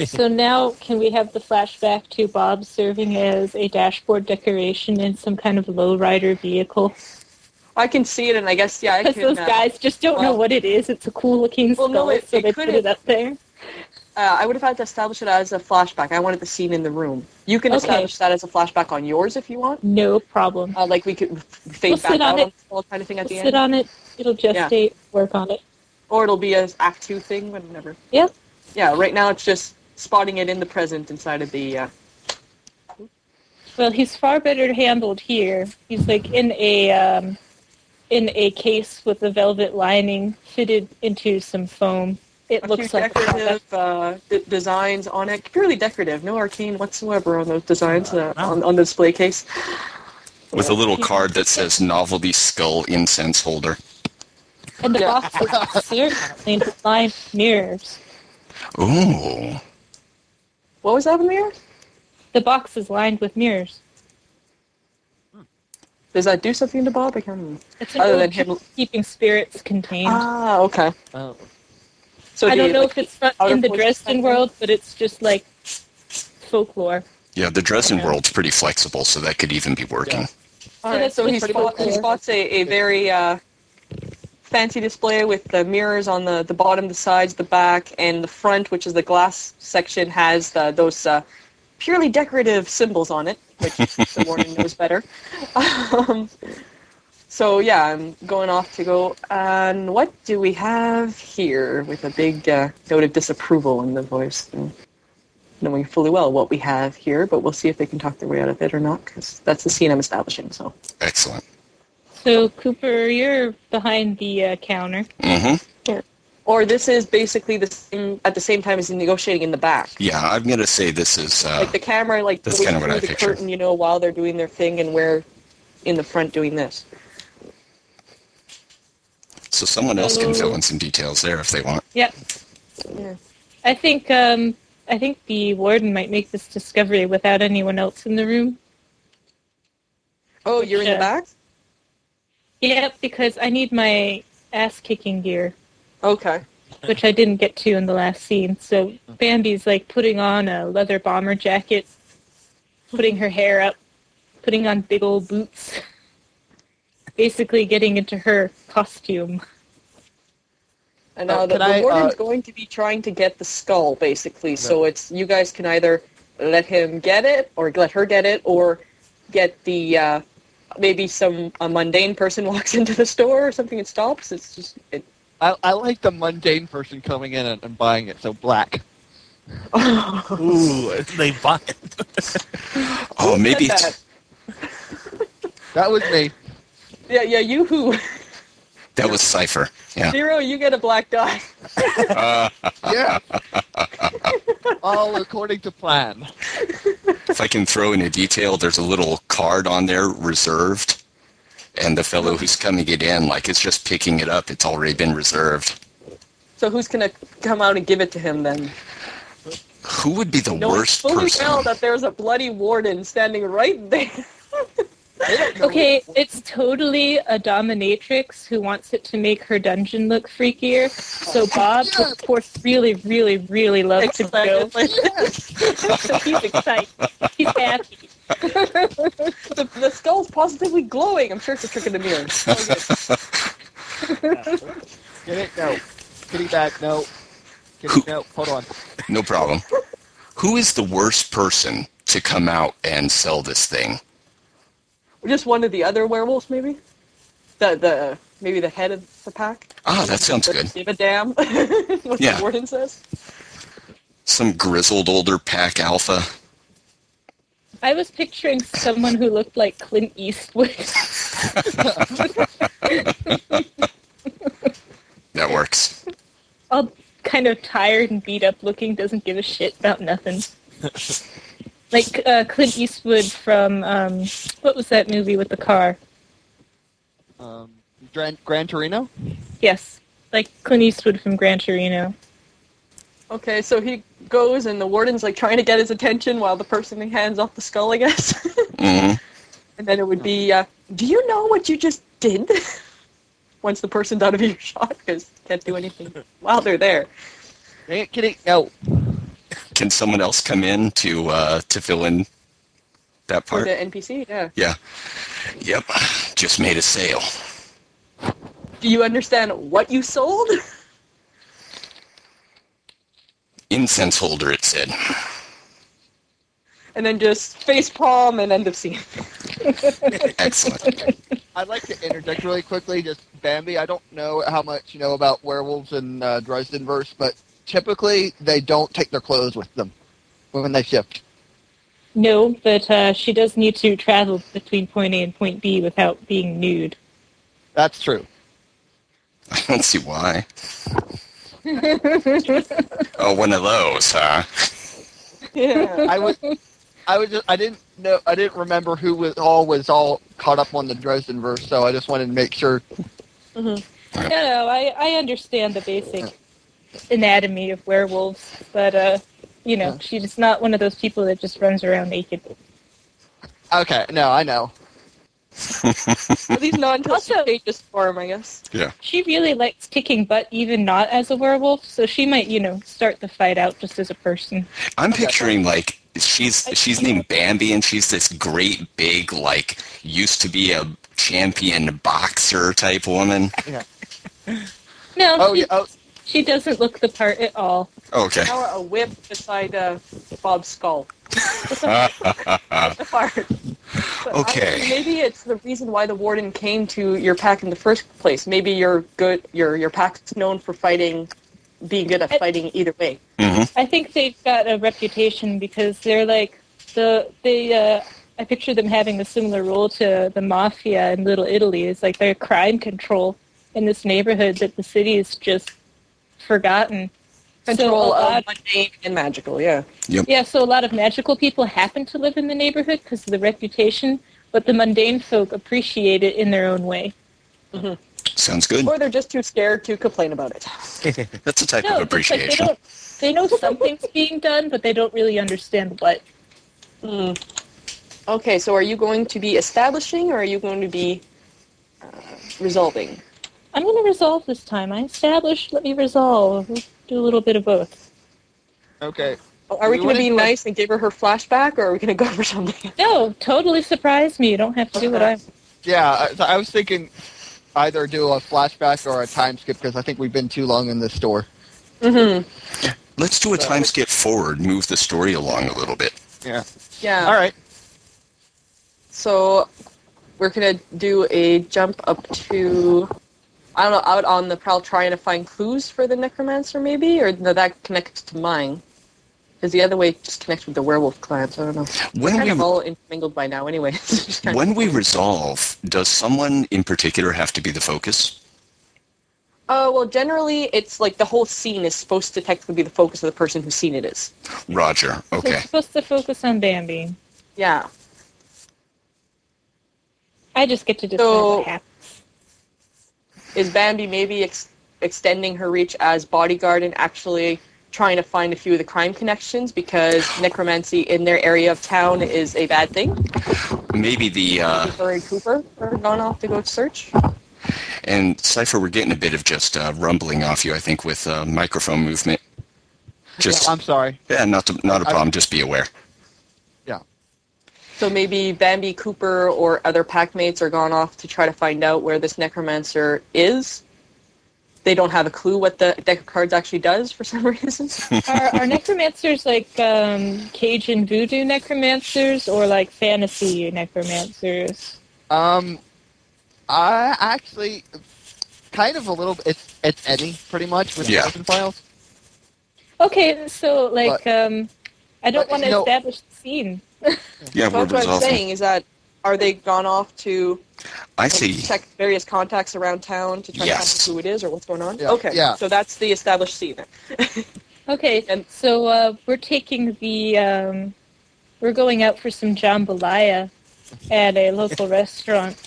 [SPEAKER 6] So now, can we have the flashback to Bob serving as a dashboard decoration in some kind of lowrider vehicle?
[SPEAKER 2] I can see it, and I guess yeah, I
[SPEAKER 6] Because
[SPEAKER 2] can.
[SPEAKER 6] those
[SPEAKER 2] uh,
[SPEAKER 6] guys just don't know
[SPEAKER 2] well-
[SPEAKER 6] what it is. It's a cool looking
[SPEAKER 2] Well,
[SPEAKER 6] skull,
[SPEAKER 2] no, it-
[SPEAKER 6] so
[SPEAKER 2] it
[SPEAKER 6] they
[SPEAKER 2] could
[SPEAKER 6] put it
[SPEAKER 2] have-
[SPEAKER 6] up there.
[SPEAKER 2] Uh, I would have had to establish it as a flashback. I wanted the scene in the room. You can
[SPEAKER 6] Okay.
[SPEAKER 2] establish that as a flashback on yours if you want.
[SPEAKER 6] No problem.
[SPEAKER 2] Uh, like we could f- fade
[SPEAKER 6] We'll
[SPEAKER 2] back
[SPEAKER 6] sit on
[SPEAKER 2] out
[SPEAKER 6] it.
[SPEAKER 2] on all kind of thing at the
[SPEAKER 6] Sit
[SPEAKER 2] end,
[SPEAKER 6] on it. It'll
[SPEAKER 2] Yeah.
[SPEAKER 6] gestate. Work on it.
[SPEAKER 2] or it'll be as Act Two thing, whenever.
[SPEAKER 6] Yep.
[SPEAKER 2] Yeah. Right now, it's just spotting it in the present inside of the. Uh,
[SPEAKER 6] Well, he's far better handled here. He's like in a um, in a case with a velvet lining fitted into some foam. It
[SPEAKER 2] a
[SPEAKER 6] looks
[SPEAKER 2] few
[SPEAKER 6] like
[SPEAKER 2] decorative uh, d- designs on it, purely decorative, no arcane whatsoever on those designs uh,
[SPEAKER 5] Wow.
[SPEAKER 2] on, on the display case.
[SPEAKER 3] With a little card that says novelty skull incense holder.
[SPEAKER 6] and the
[SPEAKER 2] Yeah. <laughs>
[SPEAKER 6] box is seriously lined with mirrors.
[SPEAKER 3] Ooh.
[SPEAKER 2] What was that in there?
[SPEAKER 6] The box is lined with mirrors.
[SPEAKER 2] Does that do something to Bob? I can't remember.
[SPEAKER 6] It's an
[SPEAKER 2] Other
[SPEAKER 6] old
[SPEAKER 2] than him-
[SPEAKER 6] keeping spirits contained.
[SPEAKER 2] Ah, okay.
[SPEAKER 4] Oh.
[SPEAKER 2] So
[SPEAKER 6] I
[SPEAKER 2] do
[SPEAKER 6] don't
[SPEAKER 2] you,
[SPEAKER 6] know
[SPEAKER 2] like,
[SPEAKER 6] if it's not
[SPEAKER 2] outer
[SPEAKER 6] in the
[SPEAKER 2] forces
[SPEAKER 6] Dresden
[SPEAKER 2] type
[SPEAKER 6] world, but it's just like folklore.
[SPEAKER 3] Yeah, the Dresden
[SPEAKER 6] Yeah.
[SPEAKER 3] world's pretty flexible, so that could even be working.
[SPEAKER 2] All
[SPEAKER 6] So
[SPEAKER 2] right,
[SPEAKER 6] that's
[SPEAKER 2] so he,
[SPEAKER 6] pretty
[SPEAKER 2] spot,
[SPEAKER 6] cool.
[SPEAKER 2] he spots a, a very uh, fancy display with the mirrors on the, the bottom, the sides, the back, and the front, which is the glass section, has the, those uh, purely
[SPEAKER 6] <laughs>
[SPEAKER 2] decorative symbols on it, which the warden knows better. Um, So yeah, I'm going off to go. And what do we have here? With a big uh, note of disapproval in the voice, and knowing fully well what we have here. But we'll see if they can talk their way out of it or not, because that's the scene I'm establishing. So
[SPEAKER 3] Excellent.
[SPEAKER 6] So Cooper, you're behind the uh, counter.
[SPEAKER 3] hmm
[SPEAKER 2] or this is basically the same at the same time as negotiating in the back.
[SPEAKER 3] Yeah, I'm gonna say this is uh,
[SPEAKER 2] Like the camera, like
[SPEAKER 3] That's
[SPEAKER 2] goes
[SPEAKER 3] kinda what
[SPEAKER 2] through
[SPEAKER 3] I
[SPEAKER 2] the
[SPEAKER 3] picture.
[SPEAKER 2] curtain, you know, while they're doing their thing, and we're in the front doing this.
[SPEAKER 3] so someone else can fill in some details there if they want.
[SPEAKER 6] Yep.
[SPEAKER 2] Yeah.
[SPEAKER 6] I think um, I think the warden might make this discovery without anyone else in the room.
[SPEAKER 2] Oh, you're in
[SPEAKER 6] Yeah.
[SPEAKER 2] the back.
[SPEAKER 6] Yep, because I need my ass kicking gear,
[SPEAKER 2] Okay.
[SPEAKER 6] which I didn't get to in the last scene. So Bambi's like putting on a leather bomber jacket, putting her hair up, putting on big old boots, <laughs> basically getting into her costume.
[SPEAKER 2] And
[SPEAKER 4] Uh,
[SPEAKER 2] now the,
[SPEAKER 4] can I,
[SPEAKER 2] the warden's
[SPEAKER 4] uh,
[SPEAKER 2] going to be trying to get the skull, basically. So it's you guys can either let him get it, or let her get it, or get the uh, maybe some a mundane person <laughs> walks into the store or something and stops. It's just it,
[SPEAKER 4] I, I like the mundane person coming in and, and buying it. So black.
[SPEAKER 5] Ooh, they bought it.
[SPEAKER 3] Oh, maybe
[SPEAKER 2] said
[SPEAKER 3] it's,
[SPEAKER 2] that?
[SPEAKER 4] That was me.
[SPEAKER 2] <laughs> yeah, yeah. You
[SPEAKER 3] <laughs>
[SPEAKER 2] who
[SPEAKER 3] that was Cipher. Yeah.
[SPEAKER 2] zero? You get a black dot.
[SPEAKER 3] Uh,
[SPEAKER 4] Yeah. All according to plan.
[SPEAKER 3] if I can throw in a detail, there's a little card on there reserved, and the fellow who's coming it in, like, is just picking it up. It's already been reserved.
[SPEAKER 2] So who's gonna come out and give it to him then?
[SPEAKER 3] Who would be the
[SPEAKER 2] Knowing
[SPEAKER 3] worst
[SPEAKER 2] fully
[SPEAKER 3] person?
[SPEAKER 2] well that there's a bloody warden standing right there.
[SPEAKER 6] Okay, it's totally a dominatrix who wants it to make her dungeon look freakier. So <laughs> Bob, of course, really, really, really
[SPEAKER 2] It's
[SPEAKER 6] loves to go.
[SPEAKER 2] like-
[SPEAKER 6] <laughs> So he's excited. He's happy.
[SPEAKER 2] <laughs> the, the skull's positively glowing. I'm sure it's a trick of the mirror.
[SPEAKER 3] <laughs>
[SPEAKER 4] Get it? No. Kitty bag? No. Kitty?
[SPEAKER 3] Who-
[SPEAKER 4] No. Hold on.
[SPEAKER 3] No problem. Who is the worst person to come out and sell this thing?
[SPEAKER 2] Just one of the other werewolves, maybe. The the maybe the head of the pack.
[SPEAKER 3] Ah, that sounds
[SPEAKER 2] Doesn't
[SPEAKER 3] good.
[SPEAKER 2] Give a damn <laughs> what
[SPEAKER 3] Yeah.
[SPEAKER 2] the warden says.
[SPEAKER 3] Some grizzled older pack alpha.
[SPEAKER 6] <laughs> I was picturing someone who looked like Clint Eastwood. <laughs>
[SPEAKER 3] That works.
[SPEAKER 6] All kind of tired and beat up looking, doesn't give a shit about nothing. Like uh, Clint Eastwood from, um, what was that movie with the car?
[SPEAKER 4] Um, Gran, Gran Torino?
[SPEAKER 6] Yes, like Clint Eastwood from Gran Torino.
[SPEAKER 2] Okay, so he goes and the warden's like trying to get his attention while the person hands off the skull, I guess. <laughs>
[SPEAKER 3] hmm
[SPEAKER 2] and then it would be, uh, do you know what you just did? <laughs> Once the person's out of <laughs> your shot, because can't do anything while they're there.
[SPEAKER 4] Dang it, Kitty. No.
[SPEAKER 3] Can someone else come in to uh, to fill in that
[SPEAKER 2] For
[SPEAKER 3] part?
[SPEAKER 2] the NPC, yeah.
[SPEAKER 3] Yeah. Yep. Just made a sale.
[SPEAKER 2] Do you understand what you sold? <laughs>
[SPEAKER 3] Incense holder, it said.
[SPEAKER 2] And then just face palm and end of scene. <laughs>
[SPEAKER 3] Excellent. <laughs>
[SPEAKER 4] I'd like to interject really quickly, just Bambi. I don't know how much you know about werewolves in uh, Dresden verse, but typically they don't take their clothes with them when they shift.
[SPEAKER 6] No, but uh, she does need to travel between point A and point B without being nude.
[SPEAKER 4] That's true.
[SPEAKER 3] I don't see why. oh, one of those, huh?
[SPEAKER 2] Yeah.
[SPEAKER 4] I was, I was, just, I didn't know, I didn't remember who was all was all caught up on the Dresden verse, so I just wanted to make sure.
[SPEAKER 6] No, no, I, I understand the basic anatomy of werewolves, but uh, you know, she's not one of those people that just runs around naked.
[SPEAKER 4] Okay, no, I know.
[SPEAKER 2] At least not until she
[SPEAKER 6] Also-
[SPEAKER 2] changes form, I guess.
[SPEAKER 6] She really likes kicking butt, even not as a werewolf, so she might, you know, start the fight out just as a person.
[SPEAKER 3] I'm picturing like she's she's named Bambi and she's this great big like used to be a champion boxer type woman.
[SPEAKER 6] No,
[SPEAKER 4] Oh
[SPEAKER 6] she,
[SPEAKER 4] yeah, oh,
[SPEAKER 6] she doesn't look the part at all.
[SPEAKER 3] Okay.
[SPEAKER 2] Now a whip beside uh, Bob's skull. That's the part. But
[SPEAKER 3] Okay.
[SPEAKER 2] I- maybe it's the reason why the warden came to your pack in the first place. Maybe your good your your pack's known for fighting, being good at
[SPEAKER 6] It-
[SPEAKER 2] fighting either way.
[SPEAKER 3] Mm-hmm.
[SPEAKER 6] I think they've got a reputation because they're like the they. Uh, I picture them having a similar role to the mafia in Little Italy. It's like their crime control in this neighborhood that the city is just forgotten. So
[SPEAKER 2] Control
[SPEAKER 6] a lot-
[SPEAKER 2] of mundane and magical. Yeah.
[SPEAKER 6] Yeah, so a lot of magical people happen to live in the neighborhood because of the reputation, but the mundane folk appreciate it in their own way.
[SPEAKER 3] Sounds good.
[SPEAKER 2] Or they're just too scared to complain about it.
[SPEAKER 3] That's a type
[SPEAKER 6] No,
[SPEAKER 3] of
[SPEAKER 6] it's like they
[SPEAKER 3] appreciation.
[SPEAKER 6] don't. They know something's being done, but they don't really understand what.
[SPEAKER 2] Hmm. Okay, so are you going to be establishing or are you going to be uh, resolving?
[SPEAKER 6] I'm going to resolve this time. I established. Let me resolve. We'll do a little bit of both.
[SPEAKER 4] Okay.
[SPEAKER 2] Are we
[SPEAKER 4] We
[SPEAKER 2] going to be
[SPEAKER 4] wouldn't-
[SPEAKER 2] nice and give her her flashback or are we going to go for something?
[SPEAKER 6] No, totally surprise me. You don't have to do what I.
[SPEAKER 4] Yeah, I, so I was thinking either do a flashback or a time skip because I think we've been too long in this store.
[SPEAKER 2] Mm-hmm.
[SPEAKER 3] Let's do a time skip forward, move the story along a little bit.
[SPEAKER 4] Yeah.
[SPEAKER 2] Yeah.
[SPEAKER 4] All right.
[SPEAKER 2] So we're going to do a jump up to, I don't know, out on the prowl trying to find clues for the necromancer maybe? Or no, that connects to mine. Because the other way just connects with the werewolf clan, so I don't know. We're
[SPEAKER 3] When
[SPEAKER 2] kind of
[SPEAKER 3] we
[SPEAKER 2] all intermingled by now anyway. <laughs> It's just kind of-
[SPEAKER 3] when we resolve, does someone in particular have to be the focus?
[SPEAKER 2] Uh, well, generally, it's like the whole scene is supposed to technically be the focus of the person whose scene it is.
[SPEAKER 3] Roger.
[SPEAKER 6] They're <laughs>
[SPEAKER 3] Okay.
[SPEAKER 6] supposed to focus on Bambi.
[SPEAKER 2] Yeah.
[SPEAKER 6] I just get to decide
[SPEAKER 2] So-
[SPEAKER 6] what happens.
[SPEAKER 2] Is Bambi maybe ex- extending her reach as bodyguard and actually trying to find a few of the crime connections because necromancy in their area of town is a bad thing?
[SPEAKER 3] Maybe the uh,
[SPEAKER 2] Her and Cooper are gone off to go search.
[SPEAKER 3] and Cipher, we're getting a bit of just uh, rumbling off you. I think with uh, microphone movement. Just
[SPEAKER 4] I'm sorry.
[SPEAKER 3] yeah, not to, not a
[SPEAKER 4] I-
[SPEAKER 3] problem. Just be aware.
[SPEAKER 2] So maybe Bambi, Cooper, or other pack mates are gone off to try to find out where this necromancer is. They don't have a clue what the deck of cards actually does for some <laughs> reason.
[SPEAKER 6] Are, are necromancers like um, Cajun voodoo necromancers or like fantasy necromancers?
[SPEAKER 4] Um, I actually kind of a little. It's it's Eddie pretty much with
[SPEAKER 3] Yeah.
[SPEAKER 4] the open files.
[SPEAKER 6] Okay, so like um, I don't
[SPEAKER 4] But,
[SPEAKER 6] want to
[SPEAKER 4] you know-
[SPEAKER 6] establish the scene.
[SPEAKER 3] Yeah, we're
[SPEAKER 2] That's what I'm
[SPEAKER 3] resolving.
[SPEAKER 2] saying is that are they gone off to
[SPEAKER 3] I
[SPEAKER 2] like,
[SPEAKER 3] see.
[SPEAKER 2] check various contacts around town to try
[SPEAKER 3] Yes.
[SPEAKER 2] to find out who it is or what's going on?
[SPEAKER 4] Yeah,
[SPEAKER 2] Okay,
[SPEAKER 4] yeah.
[SPEAKER 2] So that's the established scene. then.
[SPEAKER 6] Okay,
[SPEAKER 2] And-
[SPEAKER 6] so uh, we're taking the um, we're going out for some jambalaya at a local restaurant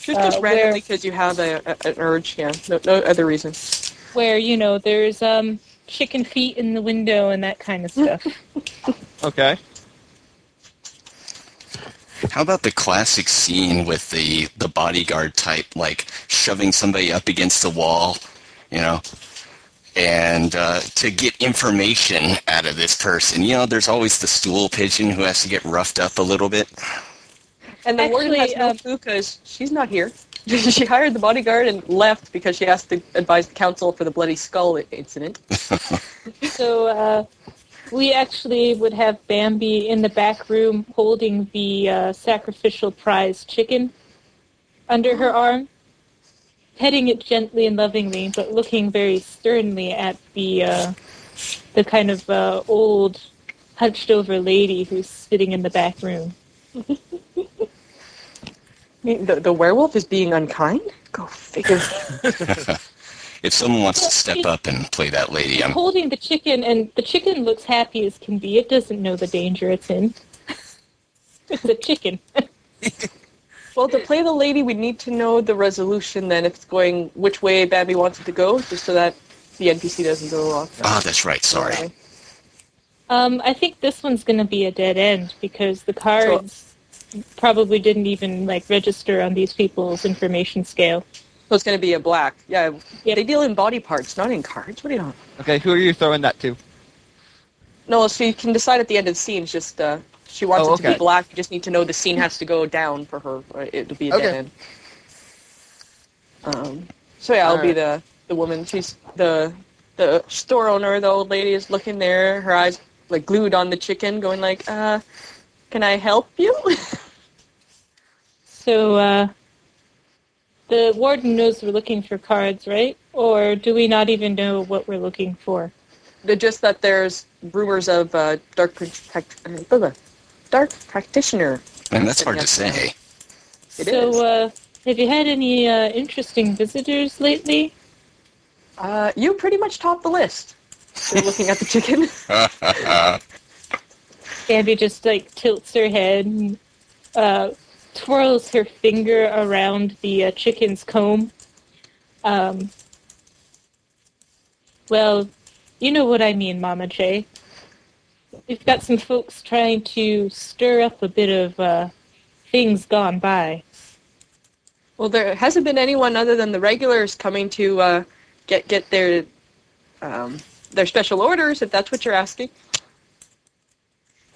[SPEAKER 2] Just,
[SPEAKER 6] Uh,
[SPEAKER 2] just
[SPEAKER 6] where-
[SPEAKER 2] randomly because you have a, a, an urge. Yeah, no, no other reason.
[SPEAKER 6] where you know there's um, chicken feet in the window and that kind of stuff.
[SPEAKER 4] Okay.
[SPEAKER 3] How about the classic scene with the the bodyguard type, like shoving somebody up against the wall, you know, and uh, to get information out of this person. You know, there's always the stool pigeon who has to get roughed up a little bit.
[SPEAKER 2] And the warden
[SPEAKER 6] Actually,
[SPEAKER 2] has no
[SPEAKER 6] um,
[SPEAKER 2] clue because she's not here. <laughs> she hired the bodyguard and left because she has to advise the council for the bloody skull i- incident.
[SPEAKER 6] so uh, we actually would have Bambi in the back room holding the uh, sacrificial prize chicken under her arm, petting it gently and lovingly, but looking very sternly at the uh, the kind of uh, old, hunched over lady who's sitting in the back room.
[SPEAKER 2] The, the werewolf is being unkind. Go figure.
[SPEAKER 3] If someone wants to step up and play that lady, I'm
[SPEAKER 6] Holding the chicken, and the chicken looks happy as can be. It doesn't know the danger it's in. <laughs> it's a chicken.
[SPEAKER 2] <laughs> Well, to play the lady, we need to know the resolution then if it's going which way Bambi wants it to go, just so that the NPC doesn't go off.
[SPEAKER 3] ah, that's right. Sorry.
[SPEAKER 6] Um, I think this one's going to be a dead end because the cards probably didn't even like register on these people's information scale.
[SPEAKER 2] So it's going to be a black. Yeah,
[SPEAKER 6] Yep.
[SPEAKER 2] they deal in body parts, not in cards. What do you know?
[SPEAKER 4] Okay. Who are you throwing that to?
[SPEAKER 2] No, she can decide at the end of the scene. it's Just uh, she wants
[SPEAKER 4] Oh,
[SPEAKER 2] it to
[SPEAKER 4] okay.
[SPEAKER 2] be black. You just need to know the scene has to go down for her. uh, It to be a dead
[SPEAKER 4] Okay.
[SPEAKER 2] end. Um, so yeah, I'll be
[SPEAKER 4] Alright.
[SPEAKER 2] the the woman. She's the the store owner. The old lady is looking there, her <laughs> eyes like glued on the chicken, going like, uh, "Can I help you?"
[SPEAKER 6] So uh, the warden knows we're looking for cards, right? Or do we not even know what we're looking for?
[SPEAKER 2] They're just that there's rumors of uh, dark prac- uh, dark practitioner.
[SPEAKER 3] And that's hard to say.
[SPEAKER 2] It
[SPEAKER 6] so
[SPEAKER 2] is.
[SPEAKER 6] Uh, have you had any uh, interesting visitors lately?
[SPEAKER 2] Uh, you pretty much top the list. You're looking at the chicken.
[SPEAKER 6] Bambi just like tilts her head and uh, twirls her finger around the uh, chicken's comb. Um, well, you know what I mean, Mama Jay. We've got some folks trying to stir up a bit of uh, things gone by.
[SPEAKER 2] Well, there hasn't been anyone other than the regulars coming to uh, get get their um, their special orders, if that's what you're asking.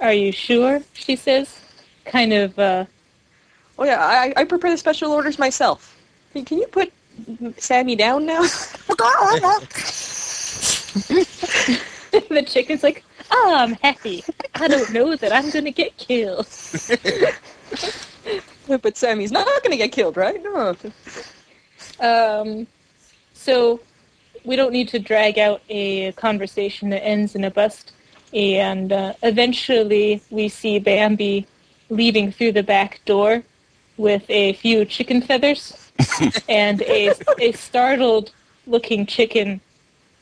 [SPEAKER 6] Are you sure? She says, kind of uh, <laughs>
[SPEAKER 2] Oh yeah, I, I prepare the special orders myself. Can can you put Sammy down now? <laughs>
[SPEAKER 6] the chicken's like, oh, I'm happy. I don't know that I'm going to get killed.
[SPEAKER 2] but Sammy's not going to get killed, right? No.
[SPEAKER 6] Um, so we don't need to drag out a conversation that ends in a bust. And uh, eventually we see Bambi leaving through the back door with a few chicken feathers and a, a startled looking chicken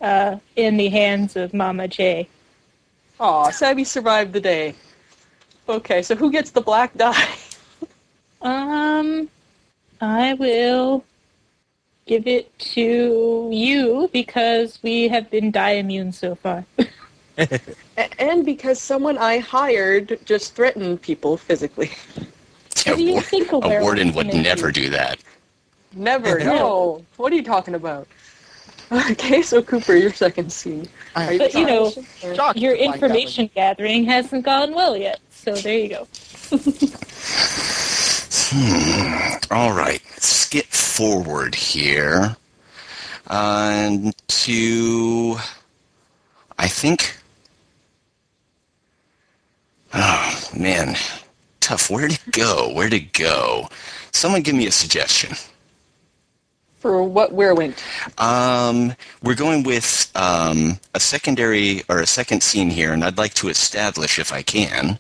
[SPEAKER 6] uh, in the hands of Mama Jay.
[SPEAKER 2] Aw, Sammy survived the day. Okay, so who gets the black die?
[SPEAKER 6] Um, I will give it to you because we have been die immune so far.
[SPEAKER 2] <laughs> A- and because someone I hired just threatened people physically.
[SPEAKER 3] A,
[SPEAKER 6] do you
[SPEAKER 3] war-
[SPEAKER 6] think a
[SPEAKER 3] a
[SPEAKER 6] werewolf
[SPEAKER 3] warden would
[SPEAKER 6] can
[SPEAKER 3] never
[SPEAKER 6] do?
[SPEAKER 3] do that.
[SPEAKER 2] Never,
[SPEAKER 6] No.
[SPEAKER 2] no. What are you talking about? Okay, so Cooper, your second scene. Are
[SPEAKER 6] But you know,
[SPEAKER 4] Shocked
[SPEAKER 6] your
[SPEAKER 4] to find out
[SPEAKER 6] information gathering hasn't gone well yet. So there you go.
[SPEAKER 3] All right, skip forward here um, to, I think, oh man, tough. Where'd it go? Where'd it go? Someone give me a suggestion.
[SPEAKER 2] for what whirlwind?
[SPEAKER 3] Um, we're going with um, a secondary or a second scene here, and I'd like to establish if I can.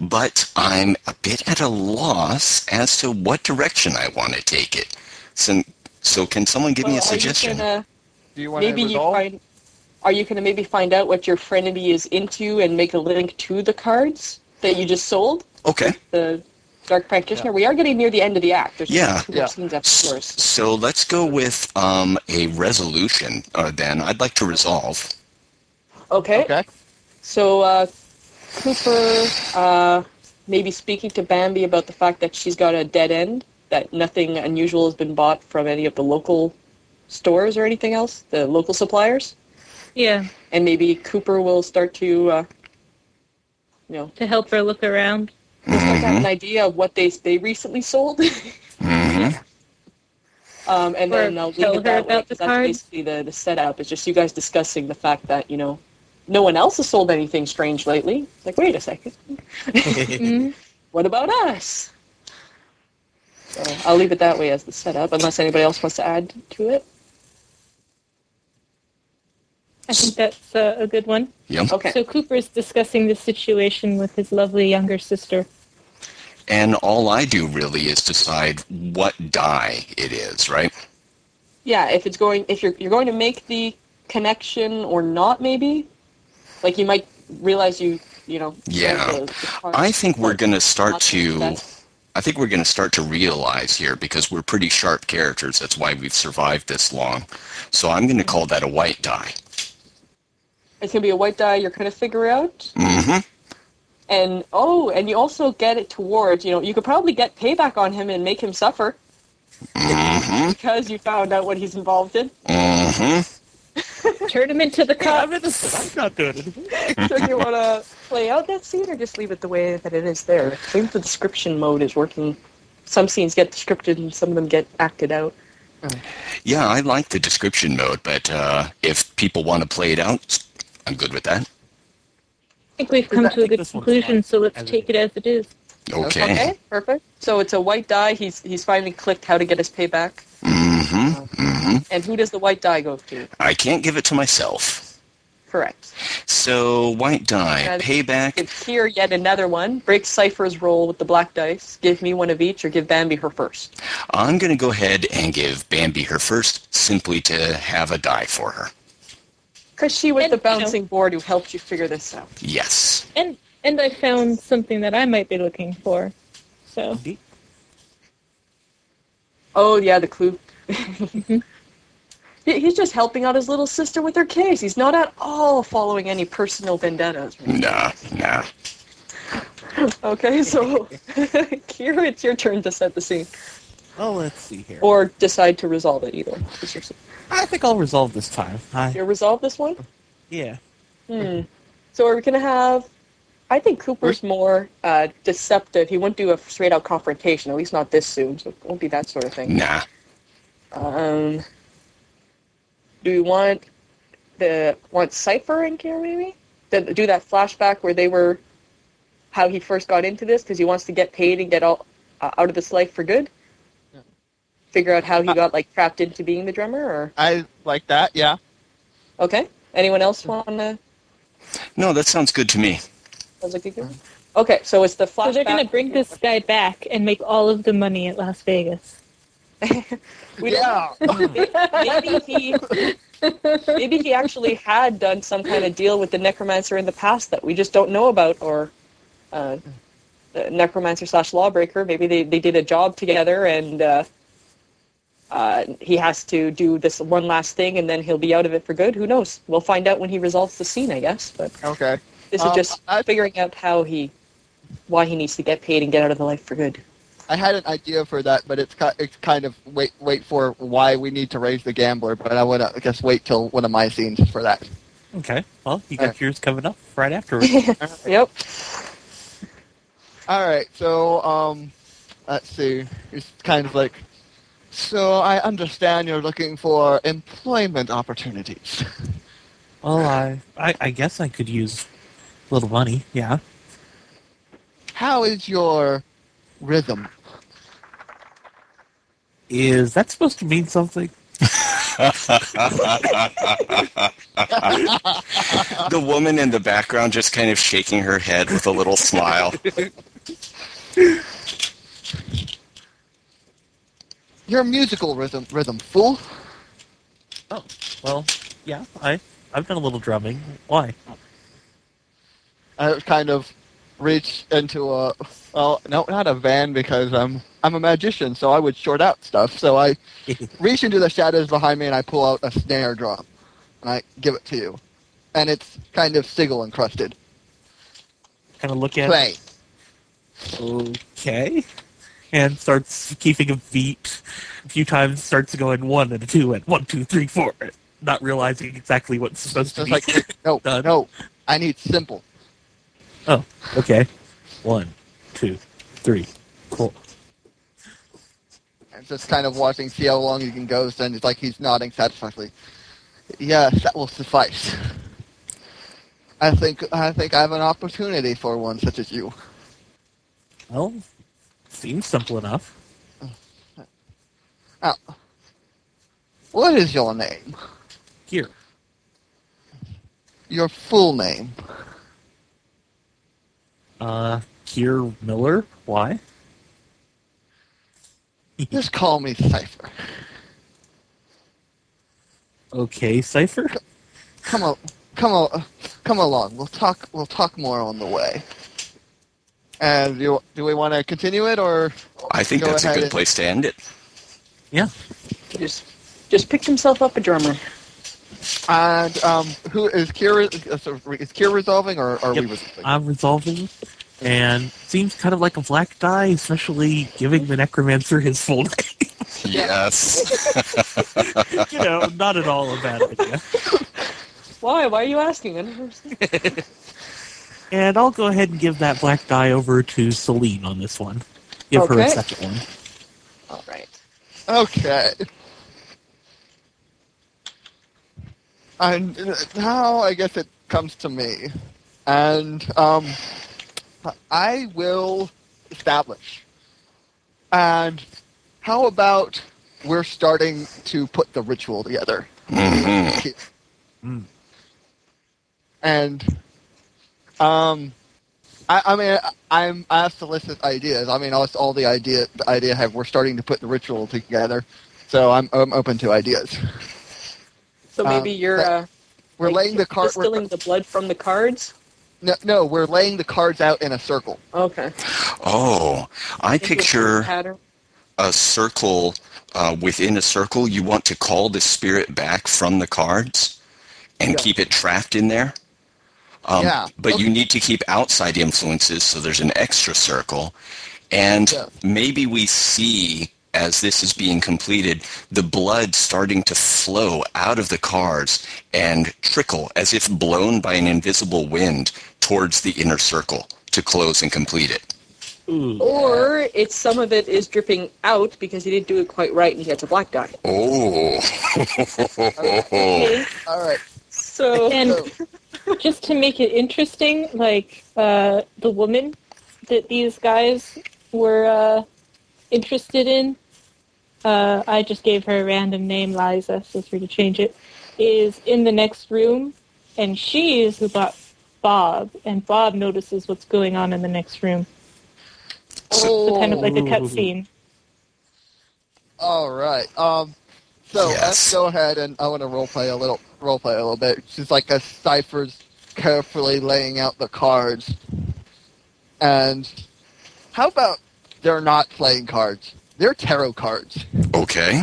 [SPEAKER 3] But I'm a bit at a loss as to what direction I want to take it. So, so can someone give me a
[SPEAKER 2] Well, are you
[SPEAKER 3] suggestion?
[SPEAKER 2] gonna-
[SPEAKER 4] Do you want
[SPEAKER 2] maybe
[SPEAKER 4] to
[SPEAKER 2] you
[SPEAKER 4] resolve?
[SPEAKER 2] find. Are you going to maybe find out what your frenemy is into and make a link to the cards that you just sold?
[SPEAKER 3] Okay.
[SPEAKER 2] The Dark Practitioner. We are getting near the end of the act. There's
[SPEAKER 3] Yeah.
[SPEAKER 2] two more
[SPEAKER 4] Yeah.
[SPEAKER 2] scenes after
[SPEAKER 3] S-
[SPEAKER 2] yours.
[SPEAKER 3] So let's go with um, a resolution. Uh, then I'd like to resolve.
[SPEAKER 2] Okay.
[SPEAKER 4] Okay.
[SPEAKER 2] So uh, Cooper uh, maybe speaking to Bambi about the fact that she's got a dead end, that nothing unusual has been bought from any of the local stores or anything else, the local suppliers,
[SPEAKER 6] Yeah,
[SPEAKER 2] and maybe Cooper will start to, uh, you know,
[SPEAKER 6] to help her look around.
[SPEAKER 2] he'll start to have an idea of what they they recently sold. <laughs>
[SPEAKER 3] Mm-hmm.
[SPEAKER 2] Um, and
[SPEAKER 6] Or
[SPEAKER 2] then I'll leave
[SPEAKER 6] tell her
[SPEAKER 2] it that way,
[SPEAKER 6] about the
[SPEAKER 2] 'cause that's
[SPEAKER 6] cards?
[SPEAKER 2] basically the, the setup. It's just you guys discussing the fact that, you know, no one else has sold anything strange lately. It's like, wait a second.
[SPEAKER 6] Mhm.
[SPEAKER 2] What about us? So I'll leave it that way as the setup, unless anybody else wants to add to it.
[SPEAKER 6] I think that's uh, a good one.
[SPEAKER 3] Yep.
[SPEAKER 2] Okay.
[SPEAKER 6] So Cooper's discussing this situation with his lovely younger sister.
[SPEAKER 3] And all I do really is decide what die it is, right?
[SPEAKER 2] yeah, if it's going, if you're you're going to make the connection or not, maybe, like you might realize you, you know.
[SPEAKER 3] Yeah.
[SPEAKER 2] the- the card-
[SPEAKER 3] I think we're going to start
[SPEAKER 2] not
[SPEAKER 3] to.
[SPEAKER 2] success.
[SPEAKER 3] I think we're going to start to realize here because we're pretty sharp characters. That's why we've survived this long. So I'm going to call that a white die.
[SPEAKER 2] It's gonna be a white die. You're gonna figure out.
[SPEAKER 3] hmm
[SPEAKER 2] and oh, and you also get it towards you know you could probably get payback on him and make him suffer
[SPEAKER 3] hmm
[SPEAKER 2] because you found out what he's involved in.
[SPEAKER 3] hmm
[SPEAKER 6] Turn him into
[SPEAKER 5] <laughs>
[SPEAKER 6] the
[SPEAKER 5] <laughs>
[SPEAKER 6] cop.
[SPEAKER 5] I'm not doing it.
[SPEAKER 2] <laughs> so do you want to
[SPEAKER 6] <laughs>
[SPEAKER 2] play out that scene or just leave it the way that it is there? I think the description mode is working. Some scenes get descripted and some of them get acted out.
[SPEAKER 3] Yeah, I like the description mode, but uh, if people want to play it out, I'm good with that.
[SPEAKER 6] I think we've come
[SPEAKER 5] I
[SPEAKER 6] to a
[SPEAKER 5] think
[SPEAKER 6] good
[SPEAKER 5] this one's
[SPEAKER 6] conclusion,
[SPEAKER 5] fine,
[SPEAKER 6] so let's
[SPEAKER 5] as it
[SPEAKER 6] take it as it is.
[SPEAKER 3] Okay.
[SPEAKER 2] Okay, perfect. So it's a white die. He's he's finally clicked how to get his payback.
[SPEAKER 3] Mm-hmm. Mm-hmm.
[SPEAKER 2] And who does the white die go to?
[SPEAKER 3] I can't give it to myself.
[SPEAKER 2] Correct.
[SPEAKER 3] So white die,
[SPEAKER 2] Yeah.
[SPEAKER 3] payback.
[SPEAKER 2] It's here yet another one. Break Cypher's roll with the black dice. Give me one of each or give Bambi her first.
[SPEAKER 3] I'm going to go ahead and give Bambi her first, simply to have a die for her.
[SPEAKER 2] Because she was
[SPEAKER 6] And,
[SPEAKER 2] the
[SPEAKER 6] you know-
[SPEAKER 2] bouncing board who helped you figure this out.
[SPEAKER 3] Yes.
[SPEAKER 6] And and I found something that I might be looking for. So
[SPEAKER 5] Indeed.
[SPEAKER 2] Oh, yeah, the clue. <laughs> He- He's just helping out his little sister with her case. He's not at all following any personal vendettas.
[SPEAKER 3] <laughs>
[SPEAKER 2] right?
[SPEAKER 3] Nah, nah.
[SPEAKER 2] Okay, so <laughs> Kira, it's your turn to set the scene
[SPEAKER 5] Well, let's see here.
[SPEAKER 2] or decide to resolve it. Either It's your-
[SPEAKER 5] I think I'll resolve this time. I,
[SPEAKER 2] you resolve this one.
[SPEAKER 5] yeah.
[SPEAKER 2] Hmm. So are we gonna have? I think Cooper's more uh, deceptive. He won't do a straight out confrontation. At least not this soon. So it won't be that sort of thing.
[SPEAKER 3] Nah.
[SPEAKER 2] Um. Do we want the want Cipher in here maybe? Then do that flashback where they were, how he first got into this because he wants to get paid and get all uh, out of this life for good. Figure out how he got like trapped into being the drummer. Or
[SPEAKER 4] I like that. Yeah.
[SPEAKER 2] okay. Anyone else want to?
[SPEAKER 3] No, that sounds good to me. <laughs>
[SPEAKER 2] Sounds like a good one. Okay, so it's the flashback.
[SPEAKER 6] so they're gonna bring this guy back and make all of the money at Las Vegas.
[SPEAKER 2] We don't-
[SPEAKER 4] yeah.
[SPEAKER 2] <laughs> maybe he maybe he actually had done some kind of deal with the necromancer in the past that we just don't know about or uh, the necromancer slash lawbreaker maybe they, they did a job together and uh, uh, he has to do this one last thing and then he'll be out of it for good who knows we'll find out when he resolves the scene i guess but
[SPEAKER 4] Okay.
[SPEAKER 2] this
[SPEAKER 4] Um,
[SPEAKER 2] is just
[SPEAKER 4] I-
[SPEAKER 2] figuring out how he why he needs to get paid and get out of the life for good
[SPEAKER 4] I had an idea for that, but it's ki- it's kind of wait wait for why we need to raise the gambler. But I would I guess wait till one of my scenes for that.
[SPEAKER 5] Okay. Well, you got
[SPEAKER 4] Alright.
[SPEAKER 5] yours coming up
[SPEAKER 4] <laughs>
[SPEAKER 5] right afterwards.
[SPEAKER 2] yep
[SPEAKER 4] All right, so um, let's see. It's kind of like, so I understand you're looking for employment opportunities.
[SPEAKER 5] well, I, I, I guess I could use a little money. Yeah.
[SPEAKER 4] How is your rhythm?
[SPEAKER 5] Is that supposed to mean something?
[SPEAKER 3] The woman in the background just kind of shaking her head with a little smile.
[SPEAKER 4] Your musical rhythm, rhythm fool.
[SPEAKER 5] Oh, well, yeah. I, I've done a little drumming. Why? <laughs>
[SPEAKER 4] I kind of reach into a well, no, not a van because I'm I'm a magician, so I would short out stuff. So I reach into the shadows behind me and I pull out a snare drum, and I give it to you, and it's kind of sigil encrusted.
[SPEAKER 5] kind of look at
[SPEAKER 4] Play.
[SPEAKER 5] it. Okay. And starts keeping a beat. A few times starts going one and a two and one, two, three, four. Not realizing exactly what's supposed
[SPEAKER 4] So
[SPEAKER 5] to
[SPEAKER 4] it's
[SPEAKER 5] be.
[SPEAKER 4] like, <laughs> no,
[SPEAKER 5] Done.
[SPEAKER 4] no, I need simple.
[SPEAKER 5] oh, <laughs> okay. One, two, three, four.
[SPEAKER 4] And just kind of watching, see how long you can go. Then it's like he's nodding satisfactorily. Yes, that will suffice. I think I think I have an opportunity for one such as you.
[SPEAKER 5] Well, seems simple enough.
[SPEAKER 4] Now, what is your name?
[SPEAKER 5] Here.
[SPEAKER 4] Your full name?
[SPEAKER 5] Uh, Kier Miller. Why?
[SPEAKER 4] Just call me Cipher.
[SPEAKER 5] Okay, Cipher.
[SPEAKER 4] Come on, come on, come along. We'll talk. We'll talk more on the way. And do, do we want to continue it or?
[SPEAKER 3] I think
[SPEAKER 4] Go
[SPEAKER 3] that's a
[SPEAKER 4] ahead
[SPEAKER 3] good
[SPEAKER 4] and-
[SPEAKER 3] place to end it.
[SPEAKER 5] Yeah.
[SPEAKER 2] just just picked himself up a drummer
[SPEAKER 4] And um, who is Cure? Is Cure resolving or are
[SPEAKER 5] Yep.
[SPEAKER 4] we resolving?
[SPEAKER 5] I'm resolving, and seems kind of like a black die, especially giving the necromancer his full name.
[SPEAKER 4] <laughs>
[SPEAKER 5] <laughs>
[SPEAKER 3] Yes.
[SPEAKER 5] you know, not at all a bad idea.
[SPEAKER 2] why why are you asking I don't understand.
[SPEAKER 5] And I'll go ahead and give that black die over to Celine on this one. Give her a
[SPEAKER 2] Okay.
[SPEAKER 5] second one.
[SPEAKER 2] all right
[SPEAKER 4] Okay. And uh, now I guess it comes to me. And um, I will establish. And how about we're starting to put the ritual together?
[SPEAKER 3] Mhm.
[SPEAKER 5] Mm.
[SPEAKER 4] <laughs> And um, I, I mean, I, I'm I have solicit ideas. I mean, that's all the idea. The idea I have we're starting to put the ritual together, so I'm I'm open to ideas.
[SPEAKER 2] So
[SPEAKER 4] Uh,
[SPEAKER 2] maybe you're
[SPEAKER 4] that-
[SPEAKER 2] uh,
[SPEAKER 4] We're
[SPEAKER 2] like,
[SPEAKER 4] laying the card. we're-
[SPEAKER 2] distilling the blood from the cards.
[SPEAKER 4] No, no, we're laying the cards out in a circle.
[SPEAKER 2] Okay.
[SPEAKER 3] Oh, I
[SPEAKER 2] Into a
[SPEAKER 3] picture
[SPEAKER 2] pattern.
[SPEAKER 3] a circle uh, within a circle. You want to call the spirit back from the cards and
[SPEAKER 4] Yeah.
[SPEAKER 3] keep it trapped in there. Um,
[SPEAKER 4] Yeah.
[SPEAKER 3] But you
[SPEAKER 4] Okay.
[SPEAKER 3] need to keep outside influences, so there's an extra circle. And
[SPEAKER 4] Yeah.
[SPEAKER 3] maybe we see, as this is being completed, the blood starting to flow out of the cards and trickle as if blown by an invisible wind towards the inner circle to close and complete it.
[SPEAKER 5] Ooh.
[SPEAKER 2] Or it's some of it is dripping out because he didn't do it quite right and he gets a black die.
[SPEAKER 3] Oh. <laughs>
[SPEAKER 6] Okay.
[SPEAKER 4] All right.
[SPEAKER 2] So <laughs>
[SPEAKER 6] And
[SPEAKER 4] So-
[SPEAKER 6] just to make it interesting, like uh, the woman that these guys were uh, interested in, uh, I just gave her a random name, Liza, feel free to change it, is in the next room, and she is who bought Bob, and Bob notices what's going on in the next room. <laughs> So
[SPEAKER 4] Oh.
[SPEAKER 6] kind of like a cutscene.
[SPEAKER 4] All right. Um, so
[SPEAKER 3] Yes.
[SPEAKER 4] let's go ahead and I want to roleplay a little. Roleplay a little bit. She's like a cipher's carefully laying out the cards. And how about they're not playing cards? They're tarot cards.
[SPEAKER 3] okay.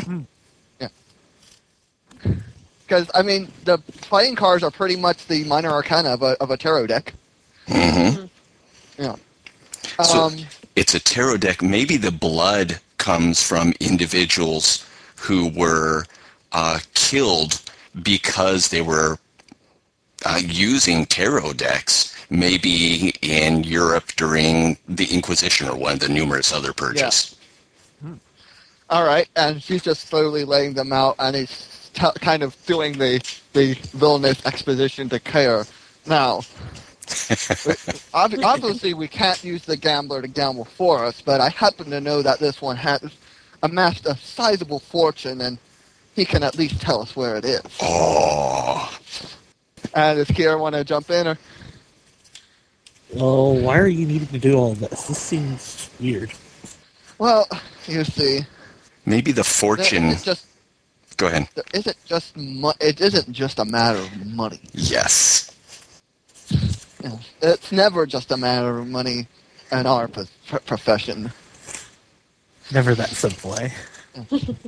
[SPEAKER 4] Because I mean, the playing cards are pretty much the minor arcana of a, of a tarot deck.
[SPEAKER 3] hmm
[SPEAKER 4] Um,
[SPEAKER 3] So- It's a tarot deck. Maybe the blood comes from individuals who were uh, killed because they were uh, using tarot decks. Maybe in Europe during the Inquisition or one of the numerous other purges.
[SPEAKER 4] All right, and she's just slowly laying them out, and he's t- kind of doing the the villainous exposition to care. Now, ob- obviously, we can't use the gambler to gamble for us, but I happen to know that this one has amassed a sizable fortune, and he can at least tell us where it is.
[SPEAKER 3] Oh,
[SPEAKER 4] And does Kira want to jump in? Or
[SPEAKER 7] Oh, why are you needing to do all this? This seems weird.
[SPEAKER 4] well, you see,
[SPEAKER 3] maybe the
[SPEAKER 4] there
[SPEAKER 3] fortune.
[SPEAKER 4] isn't just
[SPEAKER 3] Go ahead.
[SPEAKER 4] there isn't just mo- it isn't just a matter of money.
[SPEAKER 3] Yes.
[SPEAKER 4] Yeah. It's never just a matter of money in our pro- pro- profession.
[SPEAKER 7] Never that simple, eh?
[SPEAKER 4] All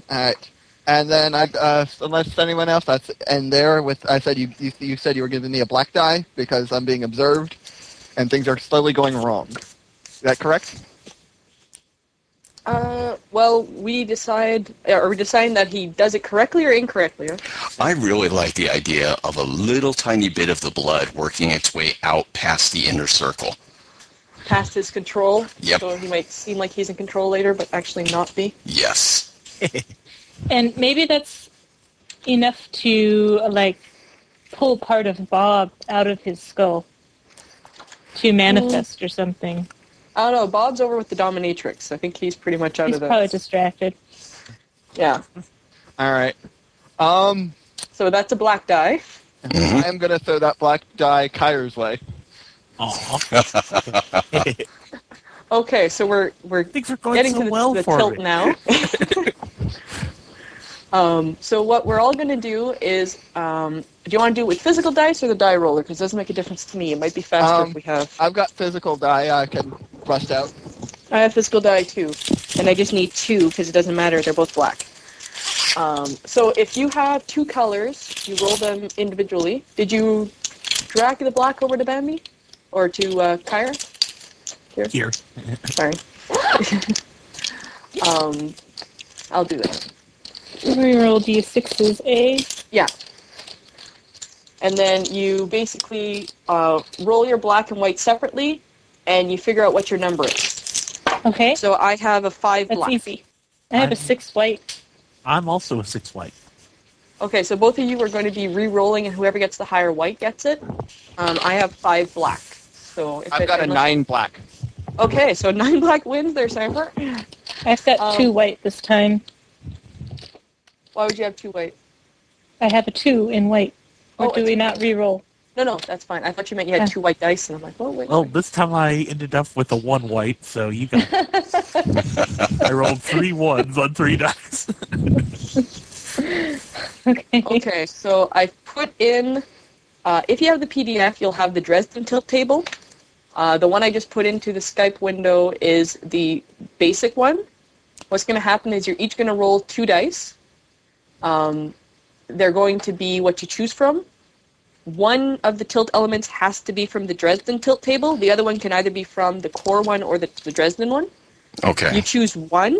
[SPEAKER 4] right. And then, I, uh, unless anyone else, that's and there with I said you, you you said you were giving me a black die because I'm being observed, and things are slowly going wrong. Is that correct?
[SPEAKER 2] uh, well, we decide. Are we deciding that he does it correctly or incorrectly?
[SPEAKER 3] I really like the idea of a little tiny bit of the blood working its way out past the inner circle.
[SPEAKER 2] Past his control,
[SPEAKER 3] Yep.
[SPEAKER 2] so he might seem like he's in control later, but actually not be.
[SPEAKER 3] Yes.
[SPEAKER 6] And maybe that's enough to like pull part of Bob out of his skull to manifest or something.
[SPEAKER 2] I don't know. Bob's over with the dominatrix. I think he's pretty much out
[SPEAKER 6] He's
[SPEAKER 2] of the.
[SPEAKER 6] probably distracted.
[SPEAKER 2] Yeah.
[SPEAKER 4] All right. Um,
[SPEAKER 2] So that's a black die.
[SPEAKER 3] Mhm.
[SPEAKER 4] I am gonna throw that black die Kyra's way.
[SPEAKER 5] Aw.
[SPEAKER 2] Okay, so we're we're
[SPEAKER 7] Things are going
[SPEAKER 2] getting
[SPEAKER 7] Oh, so
[SPEAKER 2] to the,
[SPEAKER 7] well
[SPEAKER 2] the
[SPEAKER 7] for
[SPEAKER 2] tilt
[SPEAKER 7] me. <laughs>
[SPEAKER 2] now. <laughs> um, so what we're all going to do is, um, do you want to do it with physical dice or the die roller? Because it doesn't make a difference to me. It might be faster
[SPEAKER 4] Um,
[SPEAKER 2] if we have.
[SPEAKER 4] I've got physical die I can bust out.
[SPEAKER 2] I have physical die too, and I just need two because it doesn't matter. They're both black. Um, so if you have two colors, you roll them individually. Did you drag the black over to Bambi or to uh, Kyra?
[SPEAKER 5] Here.
[SPEAKER 2] Sorry. <laughs> um, I'll do that.
[SPEAKER 6] Reroll d6s, eh?
[SPEAKER 2] Yeah. And then you basically uh, roll your black and white separately, and you figure out what your number is.
[SPEAKER 6] Okay,
[SPEAKER 2] So I have a five
[SPEAKER 6] that's
[SPEAKER 2] black.
[SPEAKER 6] easy. I have a six white.
[SPEAKER 5] I'm also a six white.
[SPEAKER 2] Okay, so both of you are going to be re-rolling, and whoever gets the higher white gets it. Um, I have five black. So if
[SPEAKER 4] I've
[SPEAKER 2] it,
[SPEAKER 4] got a
[SPEAKER 2] unless-
[SPEAKER 4] nine black.
[SPEAKER 2] Okay, so <laughs> nine black wins there, Cypher.
[SPEAKER 6] I've got
[SPEAKER 2] Um,
[SPEAKER 6] two white this time.
[SPEAKER 2] Why would you have two white?
[SPEAKER 6] I have a two in white. Or
[SPEAKER 2] Oh,
[SPEAKER 6] do
[SPEAKER 2] it's-
[SPEAKER 6] we not re-roll? <laughs>
[SPEAKER 2] No, no, that's fine. I thought you meant you had
[SPEAKER 6] Yeah.
[SPEAKER 2] two white dice, and I'm like, oh, wait.
[SPEAKER 5] Well, this time I ended up with a one white, so
[SPEAKER 2] <laughs>
[SPEAKER 5] you got. I rolled three ones on
[SPEAKER 2] <laughs>
[SPEAKER 5] three dice.
[SPEAKER 6] Okay.
[SPEAKER 2] Okay, so I put in. Uh, if you have the PDF, you'll have the Dresden tilt table. Uh, the one I just put into the Skype window is the basic one. What's going to happen is you're each going to roll two dice. Um, they're going to be what you choose from. One of the tilt elements has to be from the Dresden tilt table. The other one can either be from the core one or the, the Dresden one. You
[SPEAKER 3] Okay.
[SPEAKER 2] choose one.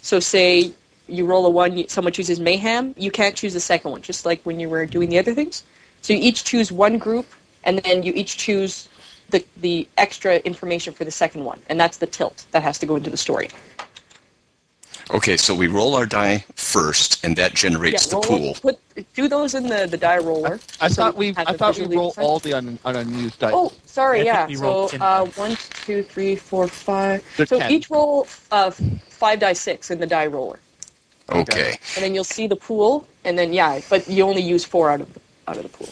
[SPEAKER 2] So say you roll a one, you- someone chooses mayhem. You can't choose the second one, just like when you were doing the other things. So you each choose one group, and then you each choose the the extra information for the second one, and that's the tilt that has to go into the story.
[SPEAKER 3] Okay, so we roll our die first, and that generates the
[SPEAKER 2] roll-
[SPEAKER 3] pool.
[SPEAKER 2] Put, do those in the, the die roller.
[SPEAKER 4] I
[SPEAKER 2] So
[SPEAKER 4] thought we
[SPEAKER 2] have
[SPEAKER 4] I
[SPEAKER 2] the
[SPEAKER 4] thought we
[SPEAKER 2] visually
[SPEAKER 4] roll
[SPEAKER 2] different-
[SPEAKER 4] all the un, un, unused dice.
[SPEAKER 2] Oh, sorry,
[SPEAKER 5] I
[SPEAKER 2] yeah.
[SPEAKER 5] think we
[SPEAKER 2] So
[SPEAKER 5] rolled ten
[SPEAKER 2] uh,
[SPEAKER 5] dice.
[SPEAKER 2] one, two, three, four, five.
[SPEAKER 4] There's
[SPEAKER 2] So
[SPEAKER 4] ten.
[SPEAKER 2] each roll uh, five die six in the die roller.
[SPEAKER 3] Okay.
[SPEAKER 2] and then you'll see the pool, and then yeah, but you only use four out of the, out of the pool.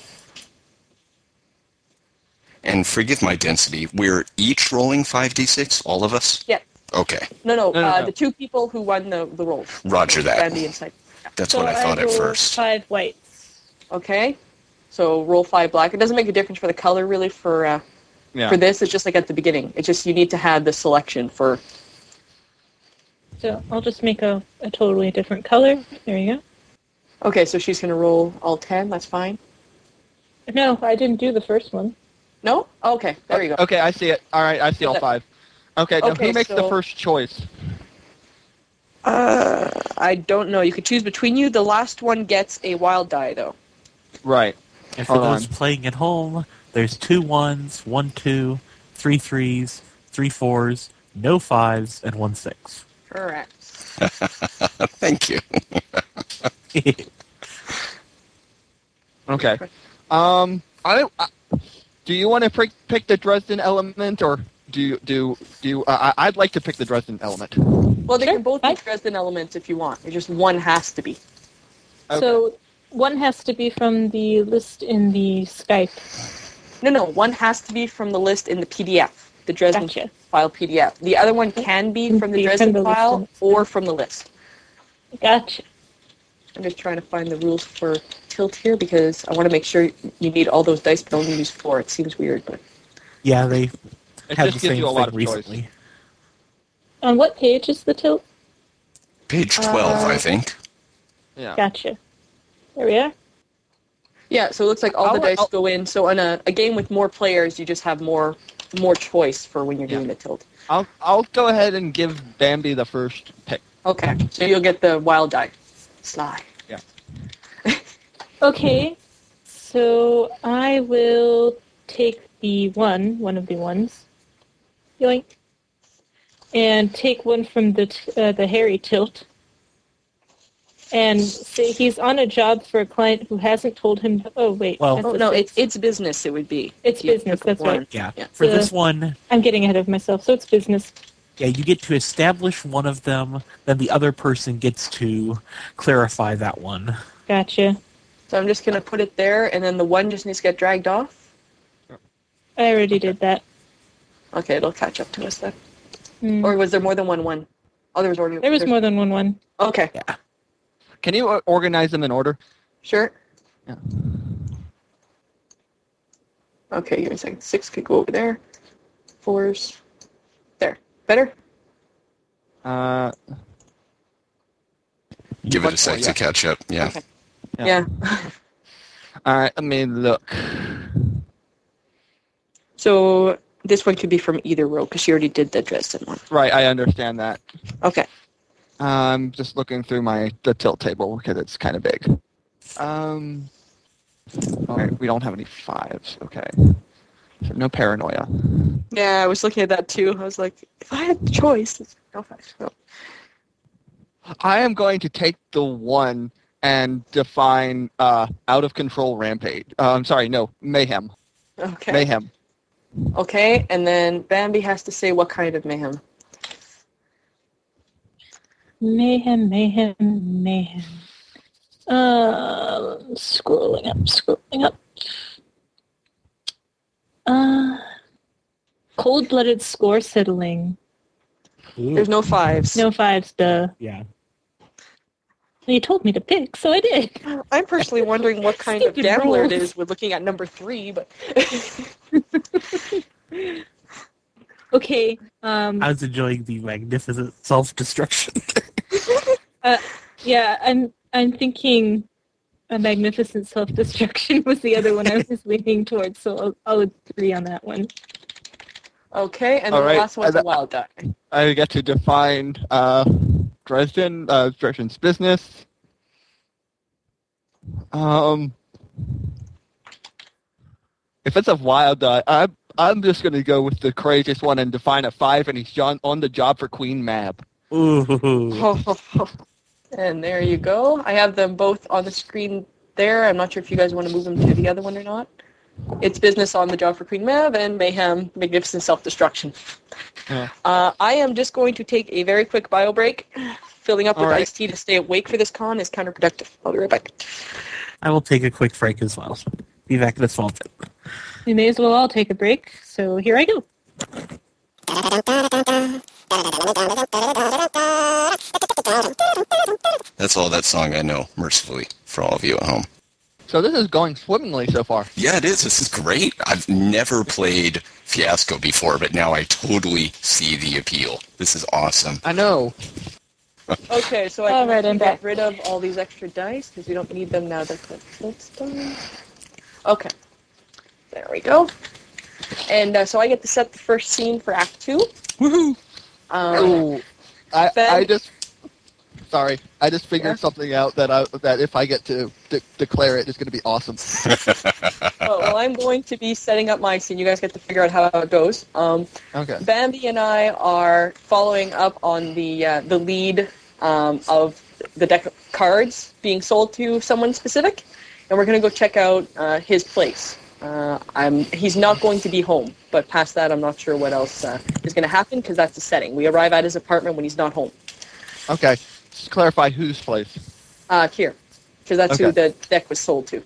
[SPEAKER 3] And forgive my density. We're each rolling 5d6, all of us?
[SPEAKER 2] Yeah,
[SPEAKER 3] Okay.
[SPEAKER 2] no, no,
[SPEAKER 4] No, no,
[SPEAKER 2] uh,
[SPEAKER 4] no.
[SPEAKER 2] the two people who won the the rolls,
[SPEAKER 3] Roger that.
[SPEAKER 2] Randy and Sipe.
[SPEAKER 3] That's
[SPEAKER 6] so
[SPEAKER 3] what I thought at
[SPEAKER 6] rolled
[SPEAKER 3] first.
[SPEAKER 6] Five whites.
[SPEAKER 2] Okay, so roll five black. It doesn't make a difference for the color really for uh,
[SPEAKER 4] yeah.
[SPEAKER 2] for this. It's just like at the beginning. It's just you need to have the selection for.
[SPEAKER 6] So I'll just make a, a totally different color. There you go.
[SPEAKER 2] Okay, so she's gonna roll all ten. That's fine.
[SPEAKER 6] No, I didn't do the first one.
[SPEAKER 2] No, okay, there you go.
[SPEAKER 4] Okay, I see it. All right, I see all
[SPEAKER 2] <laughs> Okay.
[SPEAKER 4] five. Okay, now
[SPEAKER 2] Okay,
[SPEAKER 4] who makes
[SPEAKER 2] so-
[SPEAKER 4] the first choice?
[SPEAKER 2] Uh, I don't know. You could choose between you. The last one gets a wild die though.
[SPEAKER 4] Right.
[SPEAKER 5] And for
[SPEAKER 4] Hold
[SPEAKER 5] those
[SPEAKER 4] on.
[SPEAKER 5] playing at home, there's two ones, one two, three threes, three fours, no fives, and one six.
[SPEAKER 2] Correct.
[SPEAKER 3] Thank you.
[SPEAKER 4] Okay. Um, I don't. I, do you want to pick, pick the Dresden element, or do you do do? You, uh, I- I'd like to pick the Dresden element.
[SPEAKER 2] Well, they
[SPEAKER 6] Sure,
[SPEAKER 2] can both be
[SPEAKER 6] fine.
[SPEAKER 2] Dresden elements if you want. It's just one has to be.
[SPEAKER 4] Okay.
[SPEAKER 6] So one has to be from the list in the Skype.
[SPEAKER 2] No, no. One has to be from the list in the PDF, the Dresden
[SPEAKER 6] Gotcha.
[SPEAKER 2] file PDF. The other one can be from the
[SPEAKER 6] Be from
[SPEAKER 2] Dresden
[SPEAKER 6] the list
[SPEAKER 2] file
[SPEAKER 6] in-
[SPEAKER 2] or from the list.
[SPEAKER 6] Gotcha.
[SPEAKER 2] I'm just trying to find the rules for tilt here because I want to make sure you need all those dice, but only use four. It seems weird, but
[SPEAKER 5] Yeah, they
[SPEAKER 4] it
[SPEAKER 5] had the
[SPEAKER 4] just
[SPEAKER 5] same
[SPEAKER 4] gives you a lot
[SPEAKER 5] thing
[SPEAKER 4] of
[SPEAKER 5] recently.
[SPEAKER 4] choice.
[SPEAKER 6] On what page is the tilt?
[SPEAKER 3] Page 12, I think.
[SPEAKER 4] Yeah.
[SPEAKER 6] Gotcha. There we are.
[SPEAKER 2] yeah. So it looks like all the
[SPEAKER 4] I'll-
[SPEAKER 2] dice
[SPEAKER 4] I'll-
[SPEAKER 2] go in. So on a, a game with more players, you just have more more choice for when you're
[SPEAKER 4] Yeah.
[SPEAKER 2] doing the tilt.
[SPEAKER 4] I'll I'll go ahead and give Bambi the first pick.
[SPEAKER 2] Okay. So you'll get the wild die. Sly.
[SPEAKER 6] Okay, so I will take the one, one of the ones, yoink, and take one from the t- uh, the Harry tilt, and say he's on a job for a client who hasn't told him. Oh wait,
[SPEAKER 5] Well-
[SPEAKER 6] that's
[SPEAKER 2] Oh
[SPEAKER 6] a
[SPEAKER 2] no,
[SPEAKER 6] six.
[SPEAKER 2] it's it's business. It would be.
[SPEAKER 6] It's
[SPEAKER 2] if you
[SPEAKER 6] business,
[SPEAKER 2] took
[SPEAKER 6] that's
[SPEAKER 2] one.
[SPEAKER 6] right.
[SPEAKER 5] Yeah.
[SPEAKER 2] Yeah.
[SPEAKER 5] For
[SPEAKER 6] Yeah.
[SPEAKER 5] this one,
[SPEAKER 6] I'm getting ahead of myself, so it's business.
[SPEAKER 5] yeah, you get to establish one of them, then the other person gets to clarify that one.
[SPEAKER 6] Gotcha.
[SPEAKER 2] So I'm just gonna put it there, and then the one just needs to get dragged off.
[SPEAKER 6] I already did that.
[SPEAKER 2] Okay, it'll catch up to us then.
[SPEAKER 6] Hmm.
[SPEAKER 2] Or was there more than one one? Oh, there was already.
[SPEAKER 6] there was more than one one.
[SPEAKER 2] Okay,
[SPEAKER 4] Can you uh, organize them in order?
[SPEAKER 2] sure.
[SPEAKER 4] Yeah.
[SPEAKER 2] Okay, give me a second. Six could go over there. Fours, there. Better.
[SPEAKER 4] Uh,
[SPEAKER 3] Give it a
[SPEAKER 4] Much more,
[SPEAKER 3] sec to
[SPEAKER 4] yeah.
[SPEAKER 3] catch up. Yeah.
[SPEAKER 2] Okay.
[SPEAKER 4] Yeah.
[SPEAKER 2] Yeah.
[SPEAKER 4] all right. Let me look.
[SPEAKER 2] So this one could be from either row because she already did the Dresden one.
[SPEAKER 4] Right. I understand that.
[SPEAKER 2] Okay.
[SPEAKER 4] I'm just looking through my the tilt table because it's kind of big. Um, all right, we don't have any fives. Okay, so no paranoia.
[SPEAKER 2] Yeah, I was looking at that too. I was like, if I had the choice, it's- no five. Oh, No.
[SPEAKER 4] I am going to take the one and define uh, out of control rampage. Uh, I'm sorry, no mayhem.
[SPEAKER 2] Okay.
[SPEAKER 4] Mayhem.
[SPEAKER 2] Okay, and then Bambi has to say what kind of mayhem.
[SPEAKER 6] Mayhem, mayhem, mayhem. Uh, scrolling up, scrolling up. Uh, cold-blooded score settling.
[SPEAKER 7] Ooh.
[SPEAKER 2] There's no fives.
[SPEAKER 6] No fives, duh.
[SPEAKER 7] Yeah.
[SPEAKER 6] You told me to pick, so I did. <laughs>
[SPEAKER 2] I'm personally wondering what kind of
[SPEAKER 6] Stupid
[SPEAKER 2] gambler it
[SPEAKER 6] rules.
[SPEAKER 2] is with looking at number three, but
[SPEAKER 6] Okay. Um.
[SPEAKER 7] I was enjoying the magnificent
[SPEAKER 2] <laughs>
[SPEAKER 7] self-destruction.
[SPEAKER 6] yeah. I'm. I'm thinking. A magnificent self-destruction <laughs> was the other one I was leaning towards, so I'll, I'll agree on that one.
[SPEAKER 2] okay, and then
[SPEAKER 4] All right,
[SPEAKER 2] the last one's
[SPEAKER 4] and
[SPEAKER 2] a
[SPEAKER 4] the-
[SPEAKER 2] wild
[SPEAKER 4] <laughs>
[SPEAKER 2] die.
[SPEAKER 4] I get to define uh, Dresden, uh, Dresden's business. Um, if it's a wild die, I'm, I'm just going to go with the craziest one and define a five, and he's John on the job for Queen Mab.
[SPEAKER 7] Ooh.
[SPEAKER 2] and there you go. I have them both on the screen there. I'm not sure if you guys want to move them to the other one or not. It's business on the job for Queen Mav and Mayhem, Magnificent Self-Destruction.
[SPEAKER 4] Yeah.
[SPEAKER 2] Uh, I am just going to take a very quick bio break. Filling up
[SPEAKER 4] All
[SPEAKER 2] with
[SPEAKER 4] right.
[SPEAKER 2] iced tea to stay awake for this con is counterproductive. I'll be right back.
[SPEAKER 7] I will take a quick break as well. Be back in a small
[SPEAKER 4] <laughs>
[SPEAKER 7] bit.
[SPEAKER 6] We may as well all take a break, so here I go.
[SPEAKER 3] That's all that song I know, mercifully, for all of you at home.
[SPEAKER 4] So this is going swimmingly so far.
[SPEAKER 3] Yeah, it is. This is great. I've never played Fiasco before, but now I totally see the appeal. This is awesome.
[SPEAKER 4] I know.
[SPEAKER 2] Okay, so I
[SPEAKER 6] All
[SPEAKER 2] can
[SPEAKER 6] right, I'm
[SPEAKER 2] actually get
[SPEAKER 6] back.
[SPEAKER 2] rid of all these extra dice because we don't need them now that the- that's done. Okay, there we go. And uh, so I get to set the first scene for Act Two.
[SPEAKER 3] Woohoo!
[SPEAKER 2] Um,
[SPEAKER 4] Ooh, I,
[SPEAKER 2] Ben?
[SPEAKER 4] I just sorry. I just figured
[SPEAKER 2] Yeah.
[SPEAKER 4] something out that I that if I get to de- declare it, it's going to be awesome.
[SPEAKER 2] oh, well, well, I'm going to be setting up my scene. You guys get to figure out how it goes. Um,
[SPEAKER 4] Okay.
[SPEAKER 2] Bambi and I are following up on the uh, the lead um, of the deck of cards being sold to someone specific, and we're going to go check out uh, his place. Uh, I'm he's not going to be home, but past that, I'm not sure what else uh, is going to happen because that's the setting. We arrive at his apartment when he's not home.
[SPEAKER 4] Okay. Just clarify whose place.
[SPEAKER 2] Uh, here, because that's who the deck was sold to.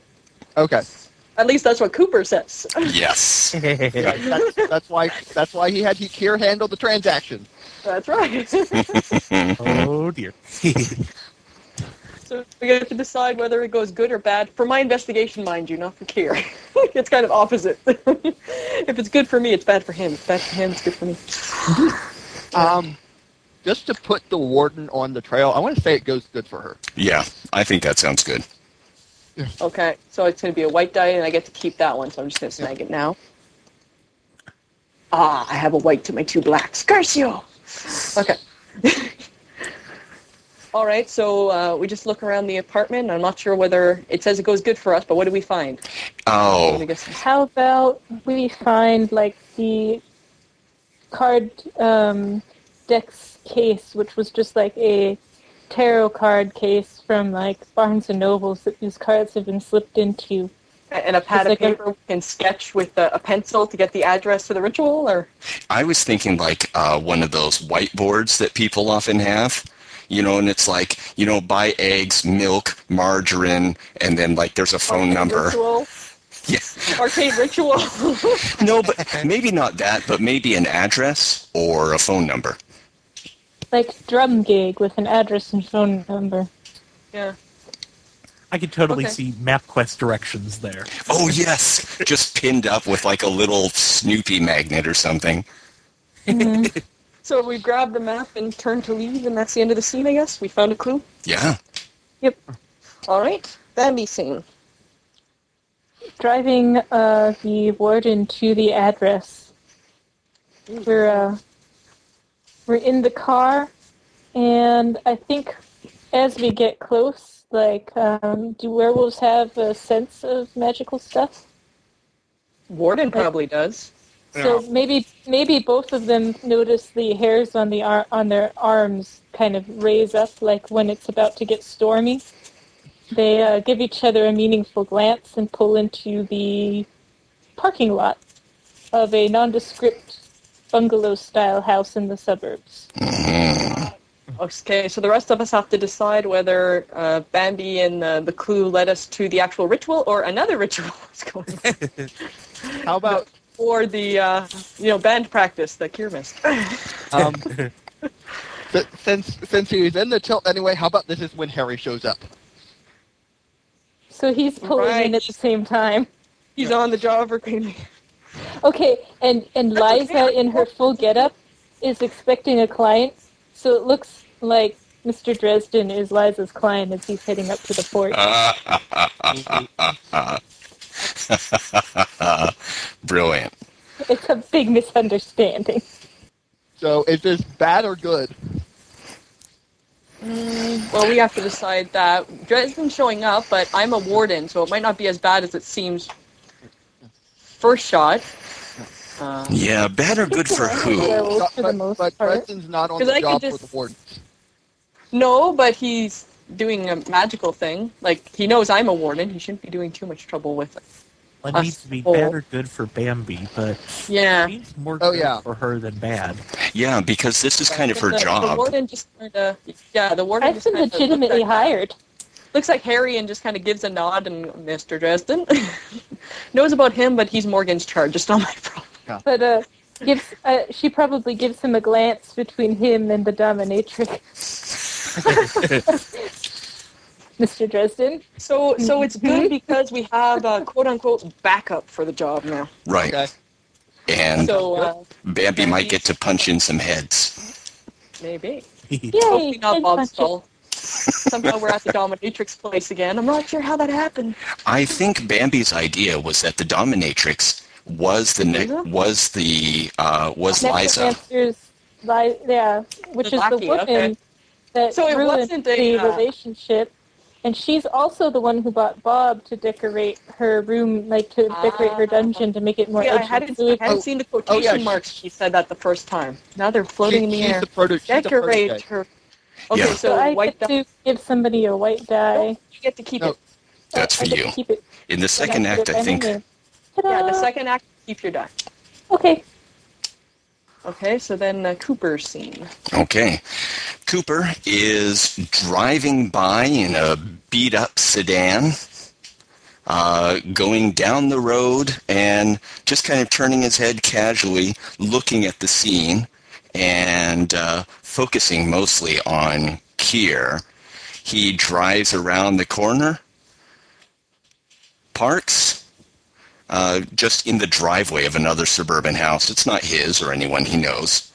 [SPEAKER 4] Okay.
[SPEAKER 2] At least that's what Cooper says. <laughs>
[SPEAKER 3] Yes.
[SPEAKER 4] Yeah, that's, that's why. That's why he had Hikir handle the transaction.
[SPEAKER 2] that's right.
[SPEAKER 5] Oh dear. <laughs>
[SPEAKER 2] So we have to decide whether it goes good or bad. For my investigation, mind you, not for Kier. <laughs> it's kind of opposite. <laughs> if it's good for me, it's bad for him. If it's bad for him, it's good for me.
[SPEAKER 4] Um, just to put the warden on the trail, I want to say it goes good for her.
[SPEAKER 3] Yeah, I think that sounds good.
[SPEAKER 2] Okay, so it's going to be a white die, and I get to keep that one, so I'm just going to snag it now. Ah, I have a white to my two blacks. Garcio! Okay. <laughs> All right, so uh, we just look around the apartment. I'm not sure whether it says it goes good for us, but what do we find? I
[SPEAKER 3] Oh,
[SPEAKER 2] guess
[SPEAKER 6] How about we find like the card um, deck's case, which was just like a tarot card case from like Barnes and Nobles that these cards have been slipped into.
[SPEAKER 2] and a pad of
[SPEAKER 6] Just like a-
[SPEAKER 2] paper we can sketch with a, a pencil to get the address to the ritual or
[SPEAKER 3] I was thinking like uh, one of those whiteboards that people often have, you know, and it's like, you know, buy eggs, milk, margarine, and then like there's a phone
[SPEAKER 2] arcade
[SPEAKER 3] <laughs> number.
[SPEAKER 2] ritual,
[SPEAKER 3] Yeah.
[SPEAKER 2] arcade ritual <laughs>
[SPEAKER 3] No, but maybe not that, but maybe an address or a phone number.
[SPEAKER 6] Like drum gig with an address and phone number.
[SPEAKER 2] yeah
[SPEAKER 5] I could totally
[SPEAKER 2] Okay.
[SPEAKER 5] see MapQuest directions there.
[SPEAKER 3] Oh yes, just pinned up with like a little Snoopy magnet or something.
[SPEAKER 6] Mhm.
[SPEAKER 2] so we grab the map and turn to leave and that's the end of the scene i guess we found a clue
[SPEAKER 3] Yeah.
[SPEAKER 2] all right bambi scene
[SPEAKER 6] Driving uh, the warden to the address. we're uh, we're in the car, and I think as we get close, like, um, do werewolves have a sense of magical stuff?
[SPEAKER 2] warden probably does
[SPEAKER 6] So maybe maybe both of them notice the hairs on the ar- on their arms kind of raise up, like when it's about to get stormy. They uh, give each other a meaningful glance and pull into the parking lot. of a nondescript bungalow style house in the suburbs.
[SPEAKER 3] Mm-hmm.
[SPEAKER 2] Okay, so the rest of us have to decide whether uh, Bambi and uh, the clue led us to the actual ritual or another <laughs> ritual is going on,
[SPEAKER 4] How about
[SPEAKER 2] or the uh, you know band practice that Kier missed. <laughs>
[SPEAKER 4] um, si- since since he was in the tilt anyway? How about this is when Harry shows up?
[SPEAKER 6] So he's pulling in
[SPEAKER 2] Right.
[SPEAKER 6] at the same time.
[SPEAKER 2] He's on the job for cleaning.
[SPEAKER 6] Okay, and and Liza in her full getup is expecting a client, so it looks like Mr. Dresden is Liza's client as he's heading up to the porch.
[SPEAKER 3] <laughs> Uh. Brilliant.
[SPEAKER 6] It's a big misunderstanding.
[SPEAKER 4] So is this bad or good?
[SPEAKER 2] Mm, Well, we have to decide that Dresden's showing up, but I'm a warden, so it might not be as bad as it seems. First shot, Uh, because
[SPEAKER 3] Yeah, bad or good for who?
[SPEAKER 6] Werewolves for the
[SPEAKER 4] but
[SPEAKER 6] most
[SPEAKER 4] but
[SPEAKER 6] part.
[SPEAKER 4] Preston's not on
[SPEAKER 2] 'Cause
[SPEAKER 4] the
[SPEAKER 2] I could
[SPEAKER 4] job
[SPEAKER 2] just-
[SPEAKER 4] for the warden.
[SPEAKER 2] no, but he's doing a magical thing. Like he knows I'm a warden, he shouldn't be doing too much trouble with it.
[SPEAKER 5] It
[SPEAKER 2] Uh,
[SPEAKER 5] needs to be
[SPEAKER 2] oh.
[SPEAKER 5] bad or good for Bambi, but
[SPEAKER 2] Yeah.
[SPEAKER 5] seems more
[SPEAKER 4] Oh,
[SPEAKER 5] good
[SPEAKER 4] yeah.
[SPEAKER 5] for her than bad. <laughs>
[SPEAKER 3] Yeah, because this is kind of her
[SPEAKER 2] the, The
[SPEAKER 3] job.
[SPEAKER 2] warden just kind of, yeah, the warden
[SPEAKER 6] I've
[SPEAKER 2] just
[SPEAKER 6] been
[SPEAKER 2] kinda
[SPEAKER 6] legitimately
[SPEAKER 2] looks at-
[SPEAKER 6] hired.
[SPEAKER 2] Looks like Harry and just kind of gives a nod, and Mr. Dresden <laughs> knows about him, but he's Morgan's charge. It's not my problem.
[SPEAKER 6] but uh, gives uh, she probably gives him a glance between him and the dominatrix. <laughs> Mr. Dresden,
[SPEAKER 2] So,
[SPEAKER 6] Mm-hmm.
[SPEAKER 2] so it's good because we have a quote unquote backup for the job now.
[SPEAKER 4] Okay.
[SPEAKER 3] Right. And
[SPEAKER 2] So uh,
[SPEAKER 3] Bambi might get to punch in some heads.
[SPEAKER 2] maybe,
[SPEAKER 6] yay!
[SPEAKER 2] hopefully not
[SPEAKER 6] head
[SPEAKER 2] Bob's
[SPEAKER 6] punches.
[SPEAKER 2] fault. Somehow we're at the dominatrix place again. I'm not sure how that happened.
[SPEAKER 3] I think Bambi's idea was that the dominatrix was the ne-
[SPEAKER 4] Mm-hmm.
[SPEAKER 2] Liza?
[SPEAKER 3] was the uh, was Liza.
[SPEAKER 6] Necromancer's Li- yeah, which is the
[SPEAKER 2] Lucky,
[SPEAKER 6] woman
[SPEAKER 2] okay.
[SPEAKER 6] that
[SPEAKER 2] So it
[SPEAKER 6] ruined
[SPEAKER 2] wasn't a,
[SPEAKER 6] the
[SPEAKER 2] uh,
[SPEAKER 6] relationship, and she's also the one who bought Bob to decorate her room, like to decorate her
[SPEAKER 2] Ah.
[SPEAKER 6] dungeon to make it more
[SPEAKER 2] Yeah, I
[SPEAKER 6] edgy.
[SPEAKER 2] hadn't,
[SPEAKER 6] So
[SPEAKER 2] I
[SPEAKER 6] it-
[SPEAKER 2] hadn't
[SPEAKER 4] Oh.
[SPEAKER 2] seen the
[SPEAKER 4] yeah,
[SPEAKER 2] quotation
[SPEAKER 4] she-
[SPEAKER 2] marks. She said that the first time. Now they're floating in
[SPEAKER 4] She-
[SPEAKER 2] the
[SPEAKER 4] she's
[SPEAKER 2] air.
[SPEAKER 4] the proto- she's the
[SPEAKER 2] Decorate
[SPEAKER 4] prototype.
[SPEAKER 2] her. Okay,
[SPEAKER 3] Yeah.
[SPEAKER 2] so,
[SPEAKER 6] so I
[SPEAKER 2] white
[SPEAKER 6] get to give somebody a white die.
[SPEAKER 2] You get to keep
[SPEAKER 4] No.
[SPEAKER 2] it.
[SPEAKER 3] That's
[SPEAKER 6] I
[SPEAKER 3] for
[SPEAKER 6] get to
[SPEAKER 3] you.
[SPEAKER 6] Keep it.
[SPEAKER 3] In the second
[SPEAKER 6] I get
[SPEAKER 3] act,
[SPEAKER 6] to
[SPEAKER 3] I
[SPEAKER 6] keep it
[SPEAKER 3] think
[SPEAKER 6] anyway. Ta-da!
[SPEAKER 2] Yeah, the second act, keep your die.
[SPEAKER 6] Okay.
[SPEAKER 2] Okay, so then uh, Cooper's scene.
[SPEAKER 3] Okay. Cooper is driving by in a beat up sedan, uh, going down the road and just kind of turning his head casually, looking at the scene and uh, focusing mostly on Kier. He drives around the corner, parks, uh, just in the driveway of another suburban house. It's not his or anyone he knows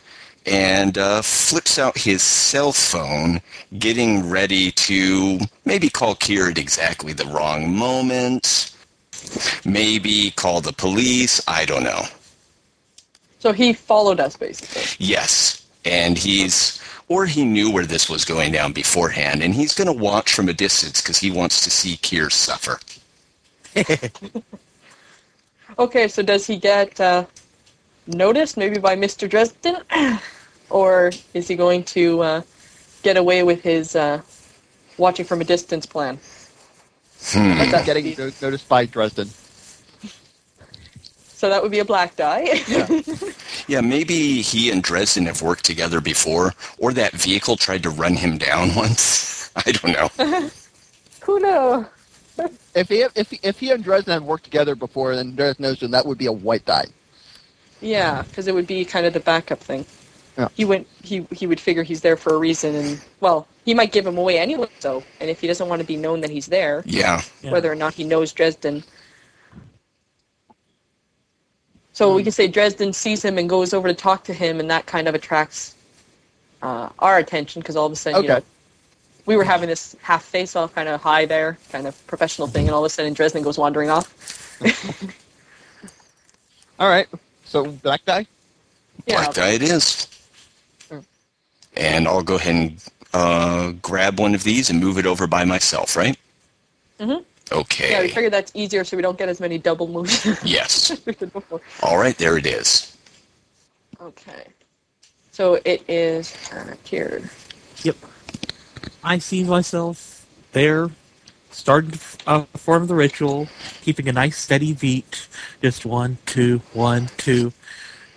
[SPEAKER 3] and uh, flips out his cell phone, getting ready to maybe call Kier at exactly the wrong moment, maybe call the police, I don't know.
[SPEAKER 2] So he followed us, basically.
[SPEAKER 3] Yes, and he's, or he knew where this was going down beforehand, and he's going to watch from a distance because he wants to see Kier suffer.
[SPEAKER 2] Okay, so does he get uh, noticed, maybe by Mr. Dresden? <clears throat> or is he going to uh, get away with his uh, watching from a distance plan?
[SPEAKER 3] Hmm.
[SPEAKER 4] That's not getting
[SPEAKER 2] <laughs>
[SPEAKER 4] no- noticed by Dresden.
[SPEAKER 2] So that would be a black <laughs> die.
[SPEAKER 3] Yeah, maybe he and Dresden have worked together before, or that vehicle tried to run him down <laughs> once. I don't know.
[SPEAKER 6] Kuno.
[SPEAKER 4] If he if he, if he and Dresden had worked together before, then Dresden knows him. That would be a white die.
[SPEAKER 2] yeah, because it would be kind of the backup thing.
[SPEAKER 4] Yeah.
[SPEAKER 2] He went. He he would figure he's there for a reason, and well, he might give him away anyway. So, and if he doesn't want to be known that he's there,
[SPEAKER 3] Yeah.
[SPEAKER 7] Yeah.
[SPEAKER 2] whether or not he knows Dresden. So we can say Dresden sees him and goes over to talk to him, and that kind of attracts uh, our attention because all of a sudden, you
[SPEAKER 4] Okay.
[SPEAKER 2] know, we were having this half face off, kind of high there, kind of professional thing, and all of a sudden Dresden goes wandering off.
[SPEAKER 4] All right. So black die.
[SPEAKER 2] <laughs> Yeah,
[SPEAKER 3] Black dye it is.
[SPEAKER 2] Mm.
[SPEAKER 3] And I'll go ahead and uh, grab one of these and move it over by myself, right?
[SPEAKER 2] Mhm.
[SPEAKER 3] Okay.
[SPEAKER 2] yeah, we figured that's easier so we don't get as many double moves <laughs> as
[SPEAKER 3] yes.
[SPEAKER 2] we did before.
[SPEAKER 3] All right, there it is.
[SPEAKER 2] <laughs> Okay. So it is uh, cured.
[SPEAKER 7] Yep. I see myself there
[SPEAKER 5] starting to uh, perform the ritual, keeping a nice steady beat, just one, two, one, two.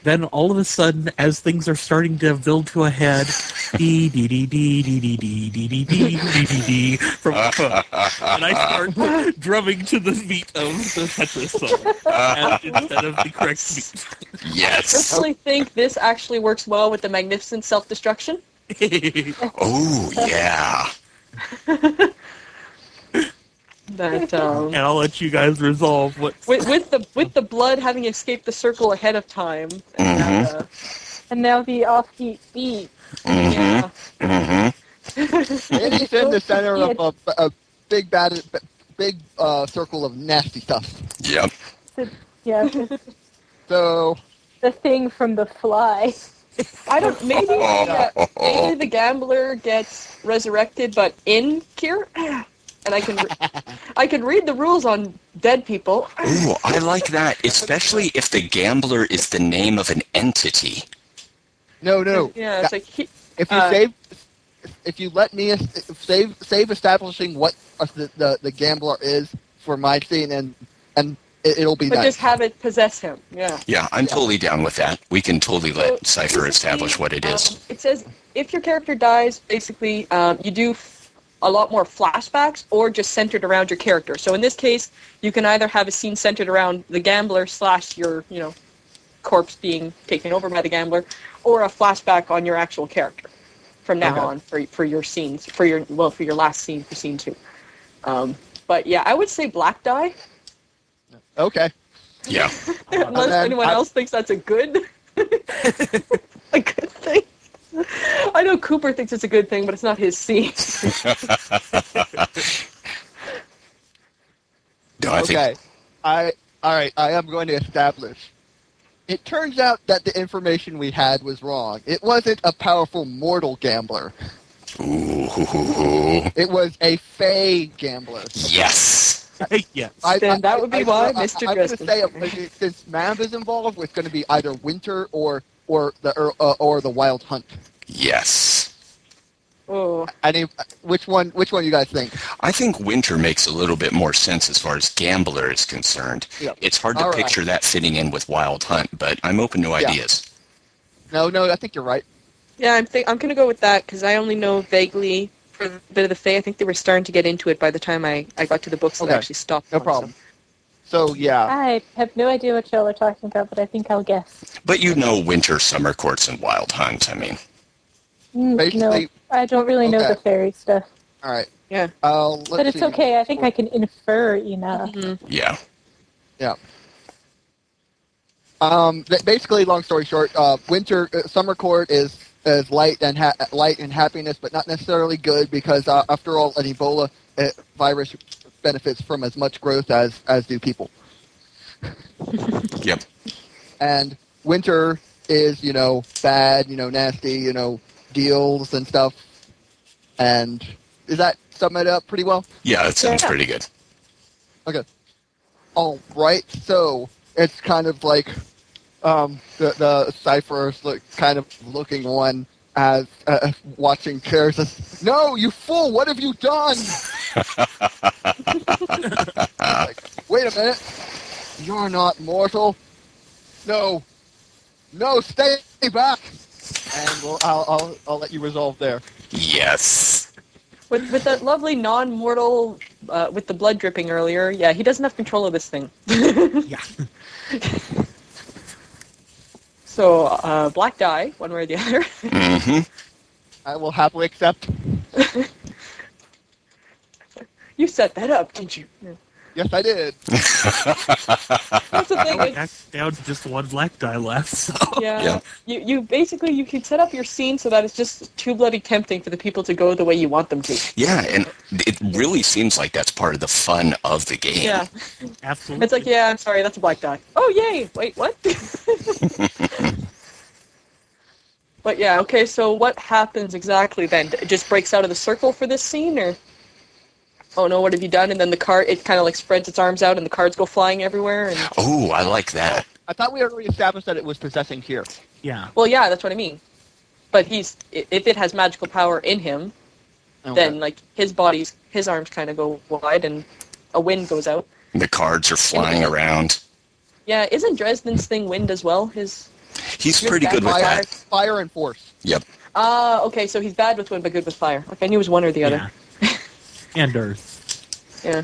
[SPEAKER 5] Then all of a sudden, as things are starting to build to a head, <laughs> dee dee dee dee dee dee dee dee dee dee dee dee dee from up above. and I start drumming to the beat of the Tetris song and instead of the correct beat.
[SPEAKER 3] Yes.
[SPEAKER 2] personally think this actually works well with the magnificent self-destruction.
[SPEAKER 5] <laughs>
[SPEAKER 3] Oh yeah.
[SPEAKER 2] That um,
[SPEAKER 5] and I'll let you guys resolve what.
[SPEAKER 2] with, with the with the blood having escaped the circle ahead of time. and, uh,
[SPEAKER 6] And now the offbeat beat.
[SPEAKER 2] <laughs>
[SPEAKER 3] Mm-hmm.
[SPEAKER 2] yeah.
[SPEAKER 3] Mm-hmm.
[SPEAKER 4] And he's in the center of a, a big bad, big uh, circle of nasty stuff.
[SPEAKER 3] Yep.
[SPEAKER 6] Yeah,
[SPEAKER 4] So
[SPEAKER 6] the thing from the fly.
[SPEAKER 2] I don't. Maybe
[SPEAKER 3] Uh,
[SPEAKER 2] yeah, maybe the gambler gets resurrected, but in Kier, and I can
[SPEAKER 3] <laughs>
[SPEAKER 2] re- I can read the rules on dead people.
[SPEAKER 3] Ooh, I like that, especially if the gambler is the name of an entity.
[SPEAKER 4] no, no.
[SPEAKER 2] Yeah, it's like he,
[SPEAKER 4] If you
[SPEAKER 2] Uh,
[SPEAKER 4] save, if you let me es- save save establishing what uh, the, the the gambler is for my scene, and and it, it'll be
[SPEAKER 2] but
[SPEAKER 4] nice.
[SPEAKER 2] just have it possess him. Yeah.
[SPEAKER 3] Yeah, I'm
[SPEAKER 4] Yeah.
[SPEAKER 3] totally down with that. We can totally
[SPEAKER 2] So,
[SPEAKER 3] let Cipher establish what it
[SPEAKER 2] Um,
[SPEAKER 3] is.
[SPEAKER 2] it says if your character dies, basically um, you do f- a lot more flashbacks or just centered around your character. So in this case, you can either have a scene centered around the gambler slash your you know corpse being taken over by the gambler, or a flashback on your actual character from now
[SPEAKER 4] Okay.
[SPEAKER 2] on for for your scenes for your well for your last scene for scene two. Um, but yeah, I would say black die.
[SPEAKER 4] okay.
[SPEAKER 3] Yeah.
[SPEAKER 2] Unless
[SPEAKER 4] then
[SPEAKER 2] anyone
[SPEAKER 4] I-
[SPEAKER 2] else thinks that's a
[SPEAKER 4] <laughs>
[SPEAKER 2] good, a good thing. I know Cooper thinks it's a good thing, but it's not his scene.
[SPEAKER 3] No, I think
[SPEAKER 4] okay. I all right. I am going to establish. It turns out that the information we had was wrong. It wasn't a powerful mortal gambler.
[SPEAKER 3] Ooh,
[SPEAKER 4] It was a fey gambler.
[SPEAKER 3] yes.
[SPEAKER 5] <laughs> yes.
[SPEAKER 2] Then that would be why Mr.
[SPEAKER 4] I, I'm going to
[SPEAKER 2] Dresden-
[SPEAKER 4] say uh, it, was- since Mav is involved, it's going to be either winter or or the or, uh, or the wild hunt.
[SPEAKER 3] Yes.
[SPEAKER 2] Oh,
[SPEAKER 4] I mean, uh, which one? Which one you guys think?
[SPEAKER 3] I think winter makes a little bit more sense as far as gambler is concerned.
[SPEAKER 4] Yep.
[SPEAKER 3] It's hard to
[SPEAKER 4] All right.
[SPEAKER 3] picture that fitting in with Wild Hunt, but I'm open to
[SPEAKER 4] Yeah.
[SPEAKER 3] ideas.
[SPEAKER 4] No, no, I think you're right.
[SPEAKER 2] yeah, I'm think I'm gonna go with that because I only know vaguely for a bit of the Fae. I think they were starting to get into it by the time I, I got to the books that
[SPEAKER 4] Okay.
[SPEAKER 2] I actually stopped.
[SPEAKER 4] No
[SPEAKER 2] on, so-
[SPEAKER 4] problem. So
[SPEAKER 3] Uh.
[SPEAKER 4] yeah,
[SPEAKER 6] I have no idea what y'all are talking about, but I think I'll guess.
[SPEAKER 3] But you know winter, summer courts, and Wild Hunt. I mean,
[SPEAKER 6] Mm,
[SPEAKER 4] basically,
[SPEAKER 6] no, I don't really know
[SPEAKER 4] Okay.
[SPEAKER 6] the fairy stuff,
[SPEAKER 4] all right.
[SPEAKER 2] Yeah.
[SPEAKER 4] Uh, let's
[SPEAKER 6] but it's
[SPEAKER 4] see.
[SPEAKER 6] okay. I think I can infer enough.
[SPEAKER 2] Mhm.
[SPEAKER 3] yeah.
[SPEAKER 4] Yeah. Um, ba- basically, long story short, uh, winter uh, summer court is is light and ha- light and happiness, but not necessarily good because uh, after all, an Ebola uh, virus benefits from as much growth as as do people.
[SPEAKER 3] Yep.
[SPEAKER 4] And winter is you know bad, you know nasty, you know deals and stuff. And is that sum it up pretty well?
[SPEAKER 3] Yeah, that sounds
[SPEAKER 2] Yeah.
[SPEAKER 3] pretty good.
[SPEAKER 4] All Um, right, so it's kind of like um, the the ciphers look kind of looking on as uh, watching Kara says, "No, you fool! What have you done?" Like, Wait a minute! You're not mortal. No, no, stay back. And we'll, I'll, I'll I'll let you resolve there.
[SPEAKER 3] Yes.
[SPEAKER 2] With with that lovely non-mortal uh, with the blood dripping earlier. Yeah, he doesn't have control of this thing.
[SPEAKER 5] Yeah.
[SPEAKER 2] <laughs> So uh, black die, one way or the other. <laughs>
[SPEAKER 3] hmm
[SPEAKER 4] I will happily accept.
[SPEAKER 2] you set that up, didn't you? Yeah.
[SPEAKER 4] Yes, I did.
[SPEAKER 2] That's the thing.
[SPEAKER 5] I'm
[SPEAKER 2] it's-
[SPEAKER 5] back down to just one black die left. So.
[SPEAKER 2] <laughs> yeah.
[SPEAKER 3] Yeah.
[SPEAKER 2] You, you basically you can set up your scene so that it's just too bloody tempting for the people to go the way you want them to.
[SPEAKER 3] Yeah, and it really seems like that's part of the fun of the game.
[SPEAKER 2] Yeah.
[SPEAKER 5] Absolutely.
[SPEAKER 2] It's like, yeah, I'm sorry, that's a black die. Oh yay! Wait, <laughs> what? but yeah, okay, so what happens exactly then? It just breaks out of the circle for this scene or Oh no, what have you done? And then the card it kinda like spreads its arms out and the cards go flying everywhere and
[SPEAKER 3] Oh, I like that.
[SPEAKER 4] I thought we already established that it was possessing here.
[SPEAKER 5] Yeah.
[SPEAKER 2] Well, yeah, that's what I mean. But he's i- if it has magical power in him, then like his body's his arms kind of go wide and a wind goes out.
[SPEAKER 3] The cards are flying around.
[SPEAKER 2] Yeah, isn't Dresden's thing wind as well? His
[SPEAKER 3] He's pretty good with
[SPEAKER 4] fire,
[SPEAKER 3] that.
[SPEAKER 4] Fire and force.
[SPEAKER 3] Yep.
[SPEAKER 2] ah, okay, so he's bad with wind but good with fire. Okay, I knew it was one or the
[SPEAKER 5] Yeah.
[SPEAKER 2] other.
[SPEAKER 5] and Earth.
[SPEAKER 2] Yeah,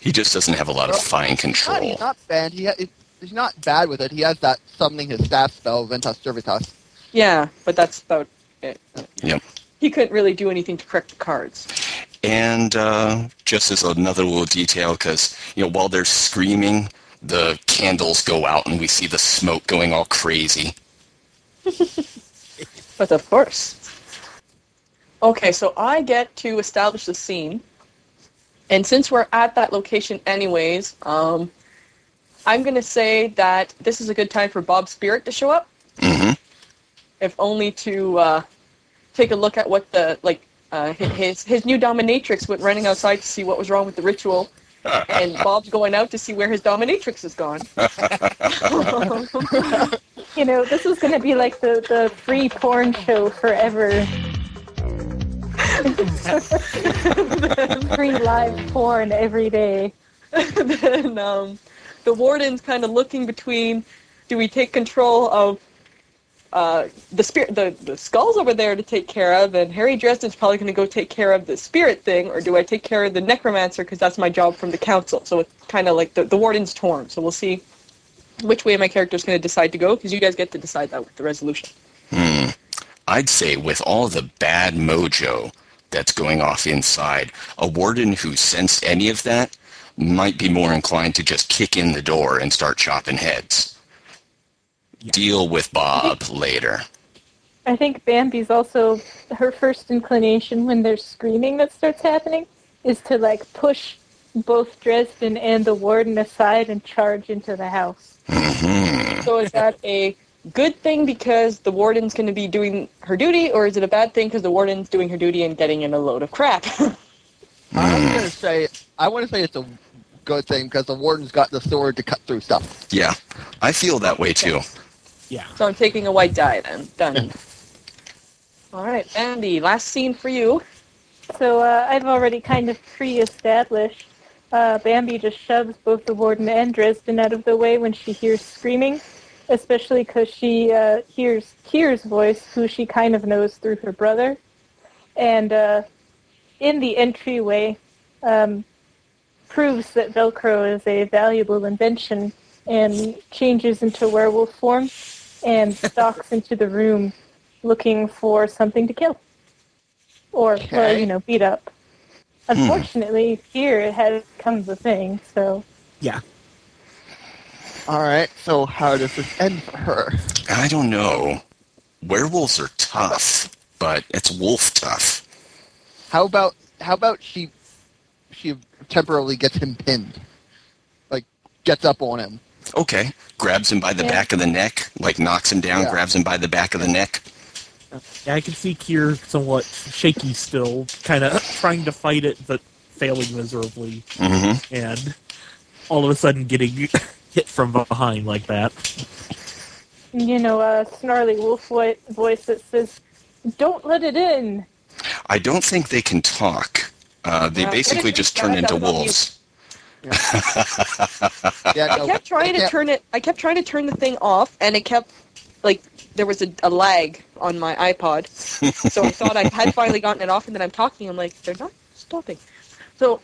[SPEAKER 3] He just doesn't have a lot of fine
[SPEAKER 4] Not,
[SPEAKER 3] control.
[SPEAKER 4] he's not bad. He ha- he's not bad with it. He has that summoning his staff spell, Ventus Servitas.
[SPEAKER 2] yeah, but that's about it.
[SPEAKER 3] Yep.
[SPEAKER 2] He couldn't really do anything to correct the cards.
[SPEAKER 3] And uh, just as another little detail, because you know while they're screaming, the candles go out and we see the smoke going all crazy.
[SPEAKER 2] But of course. Okay, so I get to establish the scene. And since we're at that location anyways, um, I'm going to say that this is a good time for Bob Spirit to show up,
[SPEAKER 3] hmm
[SPEAKER 2] if only to uh, take a look at what the, like, uh, hi- his, his new dominatrix went running outside to see what was wrong with the ritual. and Bob's going out to see where his dominatrix is gone.
[SPEAKER 6] You know, this is going to be like the, the free porn show forever. <laughs> free live porn every day.
[SPEAKER 2] <laughs> then um, the warden's kind of looking between do we take control of uh, the spirit the, the skull's over there to take care of and harry dresden's probably going to go take care of the spirit thing or do i take care of the necromancer because that's my job from the council so it's kind of like the, the warden's torn so we'll see which way my character's going to decide to go because you guys get to decide that with the resolution
[SPEAKER 3] I'd say with all the bad mojo that's going off inside, a warden who sensed any of that might be more inclined to just kick in the door and start chopping heads. Deal with Bob later.
[SPEAKER 6] I think Bambi's also her first inclination when there's screaming that starts happening is to like push both Dresden and the warden aside and charge into the house.
[SPEAKER 3] Mm-hmm.
[SPEAKER 2] so is that a good thing because the warden's going to be doing her duty or is it a bad thing because the warden's doing her duty and getting in a load of crap
[SPEAKER 4] I'm
[SPEAKER 3] Mm.
[SPEAKER 4] gonna say I want to say it's a good thing because the warden's got the sword to cut through stuff.
[SPEAKER 3] Yeah, I feel that way too.
[SPEAKER 5] Yeah.
[SPEAKER 2] So I'm taking a white die then. Done. <laughs> All right, Andy, last scene for you.
[SPEAKER 6] So uh, I've already kind of pre-established. Uh, Bambi just shoves both the warden and Dresden out of the way when she hears screaming, especially because she uh, hears Kier's voice, who she kind of knows through her brother. And uh, in the entryway, um, proves that Velcro is a valuable invention and changes into werewolf form and stalks into the room looking for something to kill or well,
[SPEAKER 4] Okay.
[SPEAKER 6] you know, beat up. Unfortunately, here it has comes a thing. So
[SPEAKER 5] Yeah.
[SPEAKER 4] All right, so how does this end for her?
[SPEAKER 3] I don't know. Werewolves are tough, but it's wolf tough.
[SPEAKER 4] How about how about she she temporarily gets him pinned, like gets up
[SPEAKER 3] <laughs>
[SPEAKER 4] on him.
[SPEAKER 3] Okay, grabs him by the
[SPEAKER 6] Yeah.
[SPEAKER 3] back of the neck, like knocks him down,
[SPEAKER 4] Yeah.
[SPEAKER 3] grabs him by the back of the neck.
[SPEAKER 5] Yeah, I can see Kier somewhat shaky still, kind of trying to fight it, but failing miserably,
[SPEAKER 3] hmm
[SPEAKER 5] and all of a sudden getting <laughs> hit from behind like that.
[SPEAKER 6] you know, a snarly wolf vo- voice that says, "Don't let it in."
[SPEAKER 3] I don't think they can talk. Uh, they
[SPEAKER 2] Yeah. What
[SPEAKER 3] basically
[SPEAKER 2] if
[SPEAKER 3] just
[SPEAKER 2] these
[SPEAKER 3] turn
[SPEAKER 2] guys
[SPEAKER 3] into
[SPEAKER 2] have enough
[SPEAKER 3] wolves.
[SPEAKER 4] Yeah,
[SPEAKER 2] I
[SPEAKER 4] no,
[SPEAKER 2] kept trying to
[SPEAKER 4] yeah.
[SPEAKER 2] turn it. I kept trying to turn the thing off, and it kept like there was a, a lag on my iPod. so I thought I had finally gotten it off, and then I'm talking. I'm like, they're not stopping. So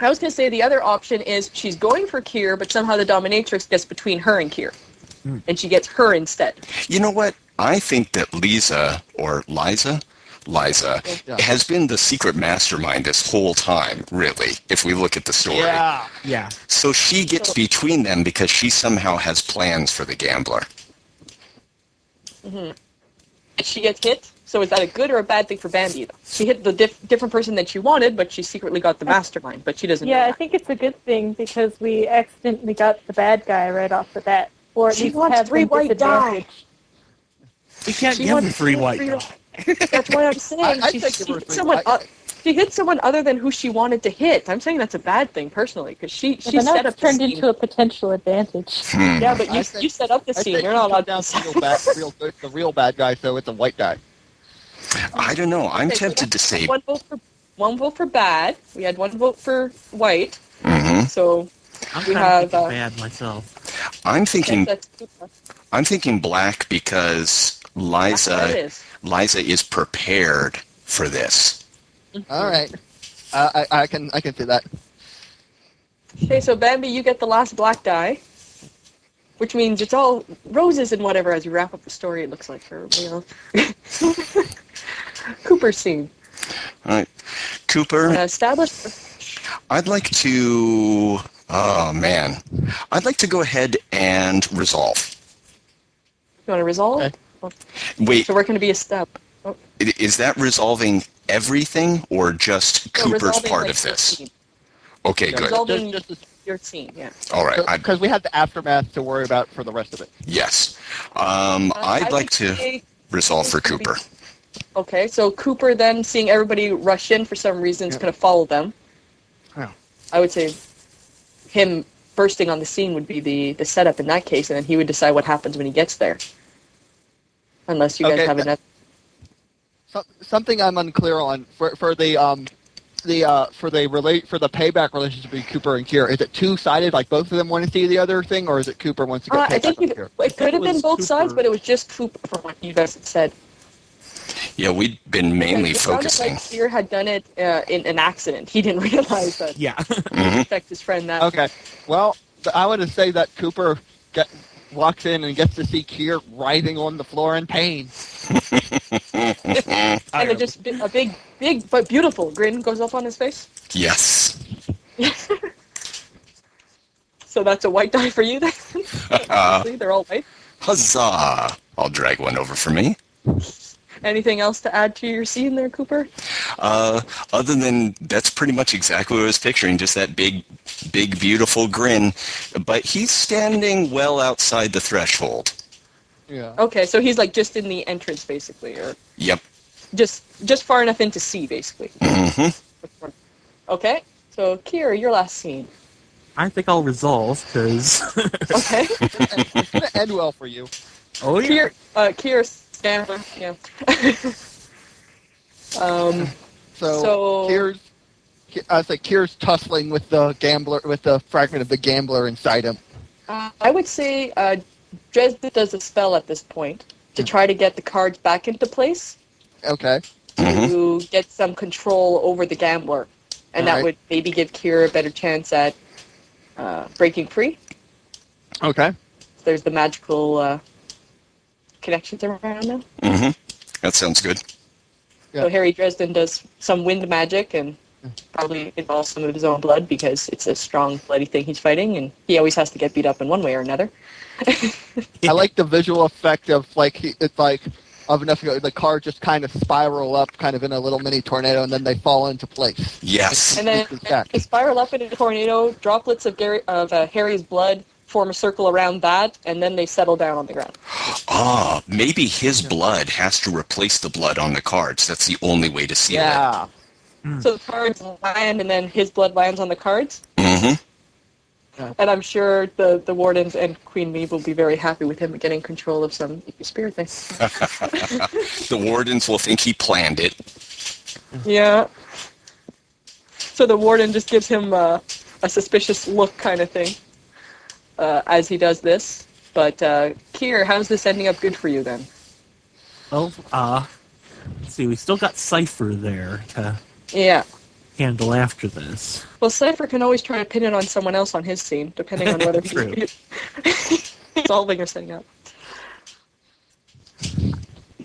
[SPEAKER 2] I was gonna say the other option is she's going for Kier, but somehow the dominatrix gets between her and Kier, and she gets her instead.
[SPEAKER 3] You know what? I think that Lisa or Liza, Liza,
[SPEAKER 4] Yeah.
[SPEAKER 3] has been the secret mastermind this whole time. Really, if we look at the story,
[SPEAKER 4] Yeah.
[SPEAKER 5] Yeah.
[SPEAKER 3] so she gets between them because she somehow has plans for the gambler.
[SPEAKER 2] And she gets hit. So is that a good or a bad thing for Bambi? Though? She hit the diff- different person that she wanted, but she secretly got the mastermind. But she doesn't. know
[SPEAKER 6] Yeah, I
[SPEAKER 2] that.
[SPEAKER 6] think it's a good thing because we accidentally got the bad guy right off the bat, or at
[SPEAKER 2] She
[SPEAKER 6] least
[SPEAKER 2] wants
[SPEAKER 6] have
[SPEAKER 2] three
[SPEAKER 6] them
[SPEAKER 2] white
[SPEAKER 6] disadvantaged.
[SPEAKER 5] We can't
[SPEAKER 2] She
[SPEAKER 5] give
[SPEAKER 2] wants
[SPEAKER 5] him three
[SPEAKER 2] to
[SPEAKER 5] white
[SPEAKER 2] free-
[SPEAKER 5] guys.
[SPEAKER 2] <laughs> That's what I'm saying.
[SPEAKER 4] I- I
[SPEAKER 2] she,
[SPEAKER 4] think
[SPEAKER 2] she
[SPEAKER 4] it was
[SPEAKER 2] hit
[SPEAKER 4] three
[SPEAKER 2] someone.
[SPEAKER 4] white.
[SPEAKER 2] o- she hit someone other than who she wanted to hit. I'm saying that's a bad thing personally because she she
[SPEAKER 6] but now
[SPEAKER 2] set
[SPEAKER 6] it's
[SPEAKER 2] up
[SPEAKER 6] turned
[SPEAKER 2] the scene.
[SPEAKER 6] into a potential advantage.
[SPEAKER 3] Hmm.
[SPEAKER 2] yeah, but
[SPEAKER 4] Mm. I
[SPEAKER 2] you
[SPEAKER 4] think-
[SPEAKER 2] you set up the
[SPEAKER 4] I
[SPEAKER 2] scene.
[SPEAKER 4] think
[SPEAKER 2] You're not
[SPEAKER 4] he
[SPEAKER 2] allowed
[SPEAKER 4] down
[SPEAKER 2] to.
[SPEAKER 4] to real bad, real, it's the real bad guy, so it's a white guy.
[SPEAKER 3] I don't know. I'm tempted to say
[SPEAKER 2] One vote for one vote for bad. We had one vote for white.
[SPEAKER 4] Mm.
[SPEAKER 3] hmm
[SPEAKER 2] So
[SPEAKER 5] I'm
[SPEAKER 2] We
[SPEAKER 5] kind of
[SPEAKER 2] have, uh,
[SPEAKER 5] bad myself.
[SPEAKER 3] I'm thinking.
[SPEAKER 2] that's two
[SPEAKER 4] uh,
[SPEAKER 2] plus.
[SPEAKER 3] I'm thinking black because
[SPEAKER 2] That's what it
[SPEAKER 3] Liza
[SPEAKER 2] is.
[SPEAKER 3] Liza is prepared for this.
[SPEAKER 2] Mm-hmm.
[SPEAKER 4] All right. Uh, I, I can I can do that.
[SPEAKER 2] Okay, so Bambi, you get the last black die, which means it's all roses and whatever as you wrap up the story. It looks like for you <laughs> know. Cooper's scene.
[SPEAKER 3] All right, Cooper.
[SPEAKER 2] Uh, establish.
[SPEAKER 3] I'd like to. Oh man, I'd like to go ahead and resolve.
[SPEAKER 2] You want to
[SPEAKER 3] Uh,
[SPEAKER 2] resolve?
[SPEAKER 4] Okay.
[SPEAKER 3] Wait,
[SPEAKER 2] So we're going to be a step. Oh,
[SPEAKER 3] i- is that resolving everything or just
[SPEAKER 2] no,
[SPEAKER 3] Cooper's
[SPEAKER 2] resolving,
[SPEAKER 3] part
[SPEAKER 2] like,
[SPEAKER 3] of
[SPEAKER 2] your
[SPEAKER 3] this?
[SPEAKER 2] scene.
[SPEAKER 3] Okay, good.
[SPEAKER 2] Resolving
[SPEAKER 4] Just- just-
[SPEAKER 2] your scene. Yeah.
[SPEAKER 3] All right. I,
[SPEAKER 4] Because we have the aftermath to worry about for the rest of it.
[SPEAKER 3] yes, um,
[SPEAKER 2] Uh, I
[SPEAKER 3] I'd like
[SPEAKER 2] would
[SPEAKER 3] to
[SPEAKER 2] say-
[SPEAKER 3] resolve for Cooper.
[SPEAKER 2] Okay, so Cooper then seeing everybody rush in for some reason is
[SPEAKER 4] Yeah.
[SPEAKER 2] going to follow them.
[SPEAKER 4] Yeah.
[SPEAKER 2] I would say him bursting on the scene would be the, the setup in that case, and then he would decide what happens when he gets there. Unless you
[SPEAKER 4] Okay,
[SPEAKER 2] guys have
[SPEAKER 4] that-
[SPEAKER 2] enough.
[SPEAKER 4] So, something I'm unclear on for, for the um the uh for the relate for the payback relationship between Cooper and Kier. Is it two sided? Like both of them want to see the other thing, or is it Cooper wants to
[SPEAKER 2] Uh,
[SPEAKER 4] get
[SPEAKER 2] I
[SPEAKER 4] paid back
[SPEAKER 2] think
[SPEAKER 4] on
[SPEAKER 2] it,
[SPEAKER 4] Kier?
[SPEAKER 2] it could have
[SPEAKER 5] It
[SPEAKER 2] been
[SPEAKER 5] was
[SPEAKER 2] both sides,
[SPEAKER 5] Cooper.
[SPEAKER 2] but it was just Cooper from what you guys had said.
[SPEAKER 3] Yeah, we've been mainly
[SPEAKER 2] It sounded
[SPEAKER 3] focusing.
[SPEAKER 2] Like Sear had done it uh, in an accident. He didn't <laughs> realize that.
[SPEAKER 5] Yeah.
[SPEAKER 3] Mhm.
[SPEAKER 2] Affect his friend that.
[SPEAKER 4] Okay. Well, th- I would say that Cooper get, walks in and gets to see Kier writhing on the floor in pain.
[SPEAKER 2] And it just a big, big but beautiful grin goes up on his face.
[SPEAKER 3] Yes. <laughs>
[SPEAKER 2] So that's a white <laughs> die for you then. Obviously, They're all white.
[SPEAKER 3] Uh, Huzzah! I'll drag one over for me.
[SPEAKER 2] Anything else to add to your scene there, Cooper?
[SPEAKER 3] Uh, other than that's pretty much exactly what I was picturing, just that big, big, beautiful grin. But he's standing well outside the threshold.
[SPEAKER 2] <laughs>
[SPEAKER 4] Yeah.
[SPEAKER 2] Okay, so he's like just in the entrance basically, or
[SPEAKER 3] Yep.
[SPEAKER 2] just just far enough in to see basically.
[SPEAKER 3] hmm
[SPEAKER 2] Okay, so Kira, your last scene.
[SPEAKER 5] I think I'll resolve because.
[SPEAKER 2] Okay,
[SPEAKER 4] it's gonna end well for you.
[SPEAKER 5] <laughs> oh yeah.
[SPEAKER 2] Kier, uh, Kier, Stanley, yeah. <laughs> um,
[SPEAKER 4] So,
[SPEAKER 2] So-
[SPEAKER 4] Kier's, Ki- I say Kier's tussling with the gambler with the fragment of the gambler inside him.
[SPEAKER 2] Uh, I would say uh, Dresden does a spell at this point to try to get the cards back into place
[SPEAKER 4] Okay.
[SPEAKER 3] hmm
[SPEAKER 2] to get some control over the gambler, and that
[SPEAKER 4] Alright.
[SPEAKER 2] would maybe give Kira a better chance at uh, breaking free.
[SPEAKER 4] Okay.
[SPEAKER 2] There's the magical uh, connections around them.
[SPEAKER 3] hmm That sounds good.
[SPEAKER 2] So
[SPEAKER 4] Yeah.
[SPEAKER 2] Harry Dresden does some wind magic and probably involves some of his own blood because it's a strong bloody thing he's fighting, and he always has to get beat up in one way or another.
[SPEAKER 4] I like the visual effect of like he, it's like of enough the car just kind of spiral up, kind of in a little mini tornado, and then they fall into place.
[SPEAKER 3] Yes.
[SPEAKER 2] And then
[SPEAKER 4] This is back.
[SPEAKER 2] they spiral up into a tornado. Droplets of Gary, of uh, Harry's blood form a circle around that, and then they settle down on the ground.
[SPEAKER 3] Ah, maybe his blood has to replace the blood on the cards. That's the only way to seal
[SPEAKER 4] Yeah.
[SPEAKER 2] So the cards land, and then his blood lands on the cards.
[SPEAKER 3] it. Mm-hmm.
[SPEAKER 2] And I'm sure the, the wardens and Queen Maeve will be very happy with him getting control of some spirit thing.
[SPEAKER 3] The wardens will think he planned it.
[SPEAKER 2] Yeah. So the warden just gives him uh, a suspicious look, kind of thing, uh, as he does this. But uh, Kier, how's this ending up good for you then?
[SPEAKER 5] Well, uh, let's see. We still got Cipher there to
[SPEAKER 2] Yeah.
[SPEAKER 5] handle after this.
[SPEAKER 2] Well, Cypher can always try to pin it on someone else on his scene, depending on whether
[SPEAKER 5] True.
[SPEAKER 2] he's <laughs> solving or setting up.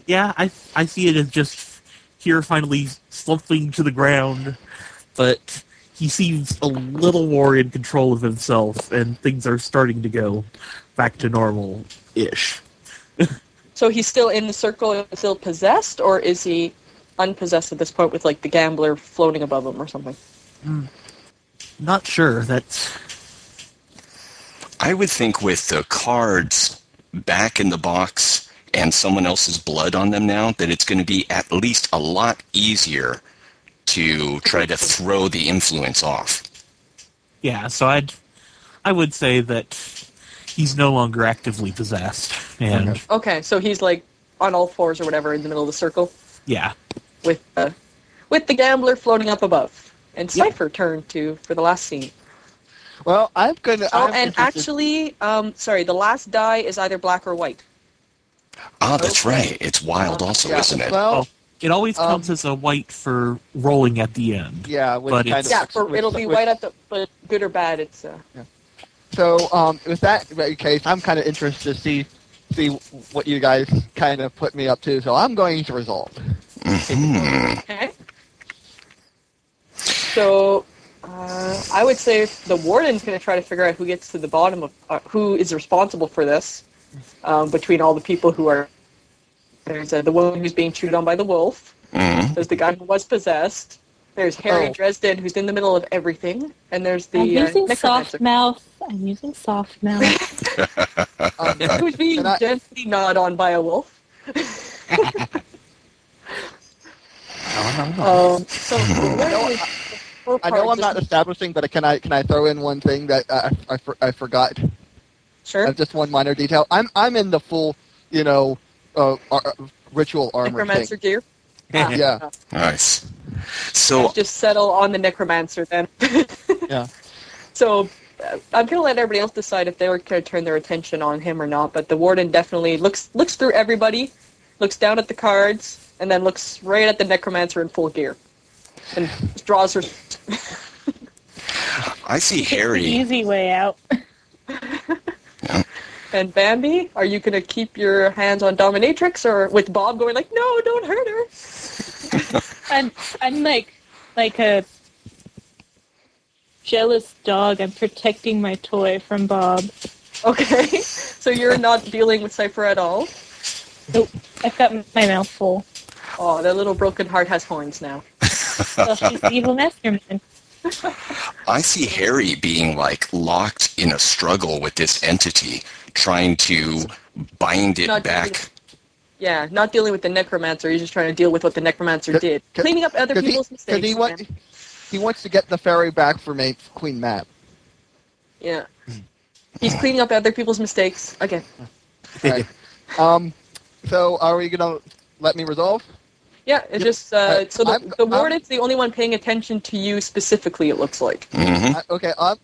[SPEAKER 5] Yeah, I I see it as just here finally slumping to the ground, but he seems a little more in control of himself, and things are starting to go back to normal ish.
[SPEAKER 2] So he's still in the circle and still possessed, or is he unpossessed at this point with like the gambler floating above him or something?
[SPEAKER 5] Not sure. That's
[SPEAKER 3] I would think with the cards back in the box and someone else's blood on them now, that it's going to be at least a lot easier to try to throw the influence off.
[SPEAKER 5] yeah. So I'd I would say that he's no longer actively possessed, and
[SPEAKER 4] Okay.
[SPEAKER 2] Okay, so he's like on all fours or whatever in the middle of the circle
[SPEAKER 5] yeah,
[SPEAKER 2] with uh, with the gambler floating up above. And Cipher turned to for the last scene.
[SPEAKER 4] Well, I'm gonna.
[SPEAKER 2] Oh,
[SPEAKER 4] I'm
[SPEAKER 2] and
[SPEAKER 4] interested-
[SPEAKER 2] actually, um, sorry, the last die is either black or white.
[SPEAKER 3] Ah, that's right. It's wild, also,
[SPEAKER 4] Uh, yeah,
[SPEAKER 3] isn't it?
[SPEAKER 4] Well,
[SPEAKER 5] Oh. It always
[SPEAKER 4] Um,
[SPEAKER 5] counts as a white for rolling at the end.
[SPEAKER 4] yeah, which
[SPEAKER 5] But
[SPEAKER 4] kind
[SPEAKER 5] it's-
[SPEAKER 4] of
[SPEAKER 2] Yeah,
[SPEAKER 4] sucks,
[SPEAKER 2] for,
[SPEAKER 4] which-
[SPEAKER 2] it'll be
[SPEAKER 4] which-
[SPEAKER 2] white at the, but good or bad, it's uh,
[SPEAKER 4] So, um, with that case, I'm kind of interested to see see what you guys kind of put me up to. So, I'm going to resolve.
[SPEAKER 3] Mhm.
[SPEAKER 2] Okay. So, uh, I would say if the warden's going to try to figure out who gets to the bottom of uh, who is responsible for this um, between all the people who are. There's uh, the woman who's being chewed on by the wolf.
[SPEAKER 3] Mhm.
[SPEAKER 2] There's the guy who was possessed. There's Harry
[SPEAKER 4] Oh.
[SPEAKER 2] Dresden, who's in the middle of everything, and there's the
[SPEAKER 6] I'm
[SPEAKER 2] uh,
[SPEAKER 6] using
[SPEAKER 2] necromancer,
[SPEAKER 6] soft mouth. I'm
[SPEAKER 2] <laughs>
[SPEAKER 6] using soft mouth.
[SPEAKER 4] Um,
[SPEAKER 2] who's being
[SPEAKER 4] Can I-
[SPEAKER 2] gently gnawed on by a
[SPEAKER 4] <laughs>
[SPEAKER 2] wolf. <laughs> Um, so the warden is- her
[SPEAKER 4] I know
[SPEAKER 2] part
[SPEAKER 4] I'm not
[SPEAKER 2] just-
[SPEAKER 4] establishing, but can I can I throw in one thing that I, I, I, for- I forgot?
[SPEAKER 2] sure.
[SPEAKER 4] Uh, just one minor detail. I'm I'm in the full, you know, uh, ar- ritual armor
[SPEAKER 2] Necromancer
[SPEAKER 4] thing.
[SPEAKER 2] gear.
[SPEAKER 5] Yeah.
[SPEAKER 2] Ah.
[SPEAKER 4] Yeah,
[SPEAKER 3] Nice. So,
[SPEAKER 2] just settle on the necromancer then. <laughs>
[SPEAKER 4] Yeah.
[SPEAKER 2] So uh, I'm gonna let everybody else decide if they were gonna turn their attention on him or not. But the warden definitely looks looks through everybody, looks down at the cards, and then looks right at the necromancer in full gear, and draws her.
[SPEAKER 3] I see
[SPEAKER 6] The
[SPEAKER 3] Harry.
[SPEAKER 6] easy way out.
[SPEAKER 2] And Bambi, are you gonna keep your hands on Dominatrix, or with Bob going like, no, don't hurt her?
[SPEAKER 6] I'm I'm like like a jealous dog. I'm protecting my toy from Bob.
[SPEAKER 2] Okay, <laughs> so you're not dealing with Cipher at all.
[SPEAKER 6] Nope. I've got my mouth full.
[SPEAKER 2] Oh, that little broken heart has horns now.
[SPEAKER 6] Well, she's the evil mastermind.
[SPEAKER 3] I see Harry being like locked in a struggle with this entity, trying to bind it
[SPEAKER 2] Not
[SPEAKER 3] back.
[SPEAKER 2] Yeah, not dealing with the necromancer. He's just trying to deal with what the necromancer
[SPEAKER 4] Could-
[SPEAKER 2] did,
[SPEAKER 4] could-
[SPEAKER 2] cleaning up other
[SPEAKER 4] because he,
[SPEAKER 2] people's mistakes.
[SPEAKER 4] 'cause he wants
[SPEAKER 2] man.
[SPEAKER 4] he wants to get the fairy back for Ma Queen Mab.
[SPEAKER 2] Yeah, he's cleaning up other people's mistakes again.
[SPEAKER 4] Right. um, so are we gonna let me resolve?
[SPEAKER 2] Yeah, it's just uh,
[SPEAKER 4] Uh,
[SPEAKER 2] so the,
[SPEAKER 4] I'm-
[SPEAKER 2] the
[SPEAKER 4] I'm-
[SPEAKER 2] warden's the only one paying attention to you specifically. It looks like.
[SPEAKER 3] Mhm.
[SPEAKER 4] I, okay, um,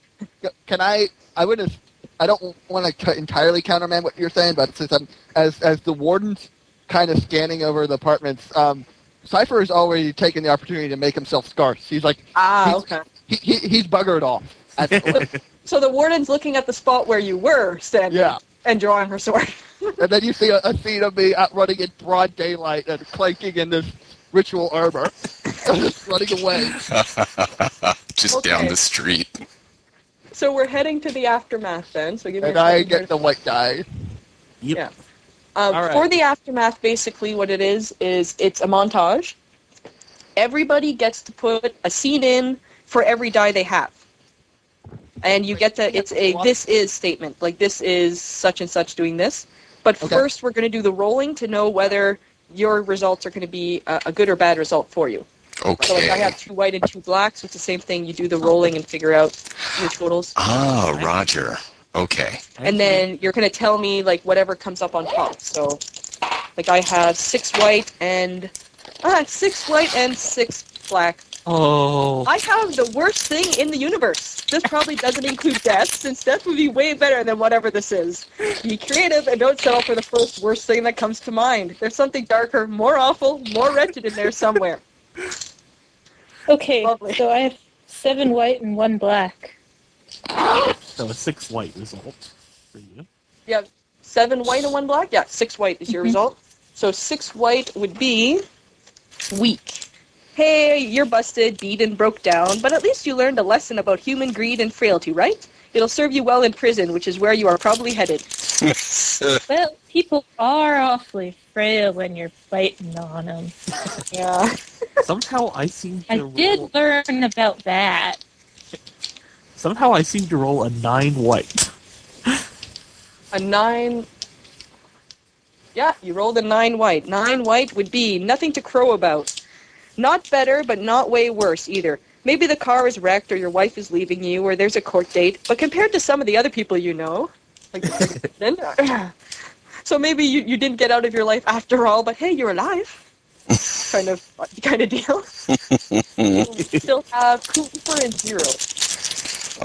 [SPEAKER 4] can I? I would have. I don't want to c- entirely countermand what you're saying, but since I'm as as the warden's kind of scanning over the apartments, um, Cipher is already taking the opportunity to make himself scarce. He's like
[SPEAKER 2] Ah,
[SPEAKER 4] He's-
[SPEAKER 2] okay.
[SPEAKER 4] he, he he's buggered off. At,
[SPEAKER 2] So the warden's looking at the spot where you were standing
[SPEAKER 4] Yeah.
[SPEAKER 2] and drawing her sword. <laughs>
[SPEAKER 4] and then you see a, a scene of me out running in broad daylight and clanking in this ritual armor, <laughs> just running away.
[SPEAKER 3] Just
[SPEAKER 2] Okay.
[SPEAKER 3] down the street.
[SPEAKER 2] So we're heading to the aftermath then. So give me
[SPEAKER 4] And
[SPEAKER 2] a
[SPEAKER 4] I
[SPEAKER 2] second here.
[SPEAKER 4] get the white die.
[SPEAKER 5] <laughs> Yep.
[SPEAKER 2] Yeah. Um,
[SPEAKER 4] All right.
[SPEAKER 2] For the aftermath, basically, what it is is it's a montage. Everybody gets to put a scene in for every die they have, and you get to it's a this is statement like this is such and such doing this. But
[SPEAKER 4] Okay.
[SPEAKER 2] first, we're going to do the rolling to know whether your results are going to be a, a good or bad result for you. So if I
[SPEAKER 3] Okay.
[SPEAKER 2] have two white and two black, so it's the same thing. You do the rolling and figure out your totals,
[SPEAKER 3] Ah, Roger. Okay. <laughs>
[SPEAKER 2] and then you're going to tell me like whatever comes up on top. So like I have six white and ah, six white and six black.
[SPEAKER 5] Oh,
[SPEAKER 2] I have the worst thing in the universe. This probably doesn't include death, since death would be way better than whatever this is. Be creative and don't settle for the first worst thing that comes to mind. There's something darker, more awful, more wretched in there somewhere.
[SPEAKER 6] Okay,
[SPEAKER 2] Lovely.
[SPEAKER 6] so I have seven white and one black.
[SPEAKER 5] so a six white result
[SPEAKER 2] <laughs>
[SPEAKER 5] for you.
[SPEAKER 2] You have seven white and one black. Yeah, six white is your
[SPEAKER 6] Mhm.
[SPEAKER 2] result. So six white would be weak. Hey, you're busted, beat, and broke down, but at least you learned a lesson about human greed and frailty, right? It'll serve you well in prison, which is where you are probably headed.
[SPEAKER 6] Well, people are awfully frail when you're biting on them.
[SPEAKER 2] Yeah.
[SPEAKER 5] Somehow I seem to
[SPEAKER 6] I
[SPEAKER 5] roll,
[SPEAKER 6] did learn about that.
[SPEAKER 5] Somehow I seem to roll a nine white.
[SPEAKER 2] A nine. Yeah, you rolled a nine white. Nine white would be nothing to crow about. Not better, but not way worse either. Maybe the car is wrecked, or your wife is leaving you, or there's a court date. But compared to some of the other people you know, like <laughs> <clears throat> then, so maybe you, you didn't get out of your life after all. But hey, you're alive. kind of <laughs> kind of deal. We still have Cooper and Zero.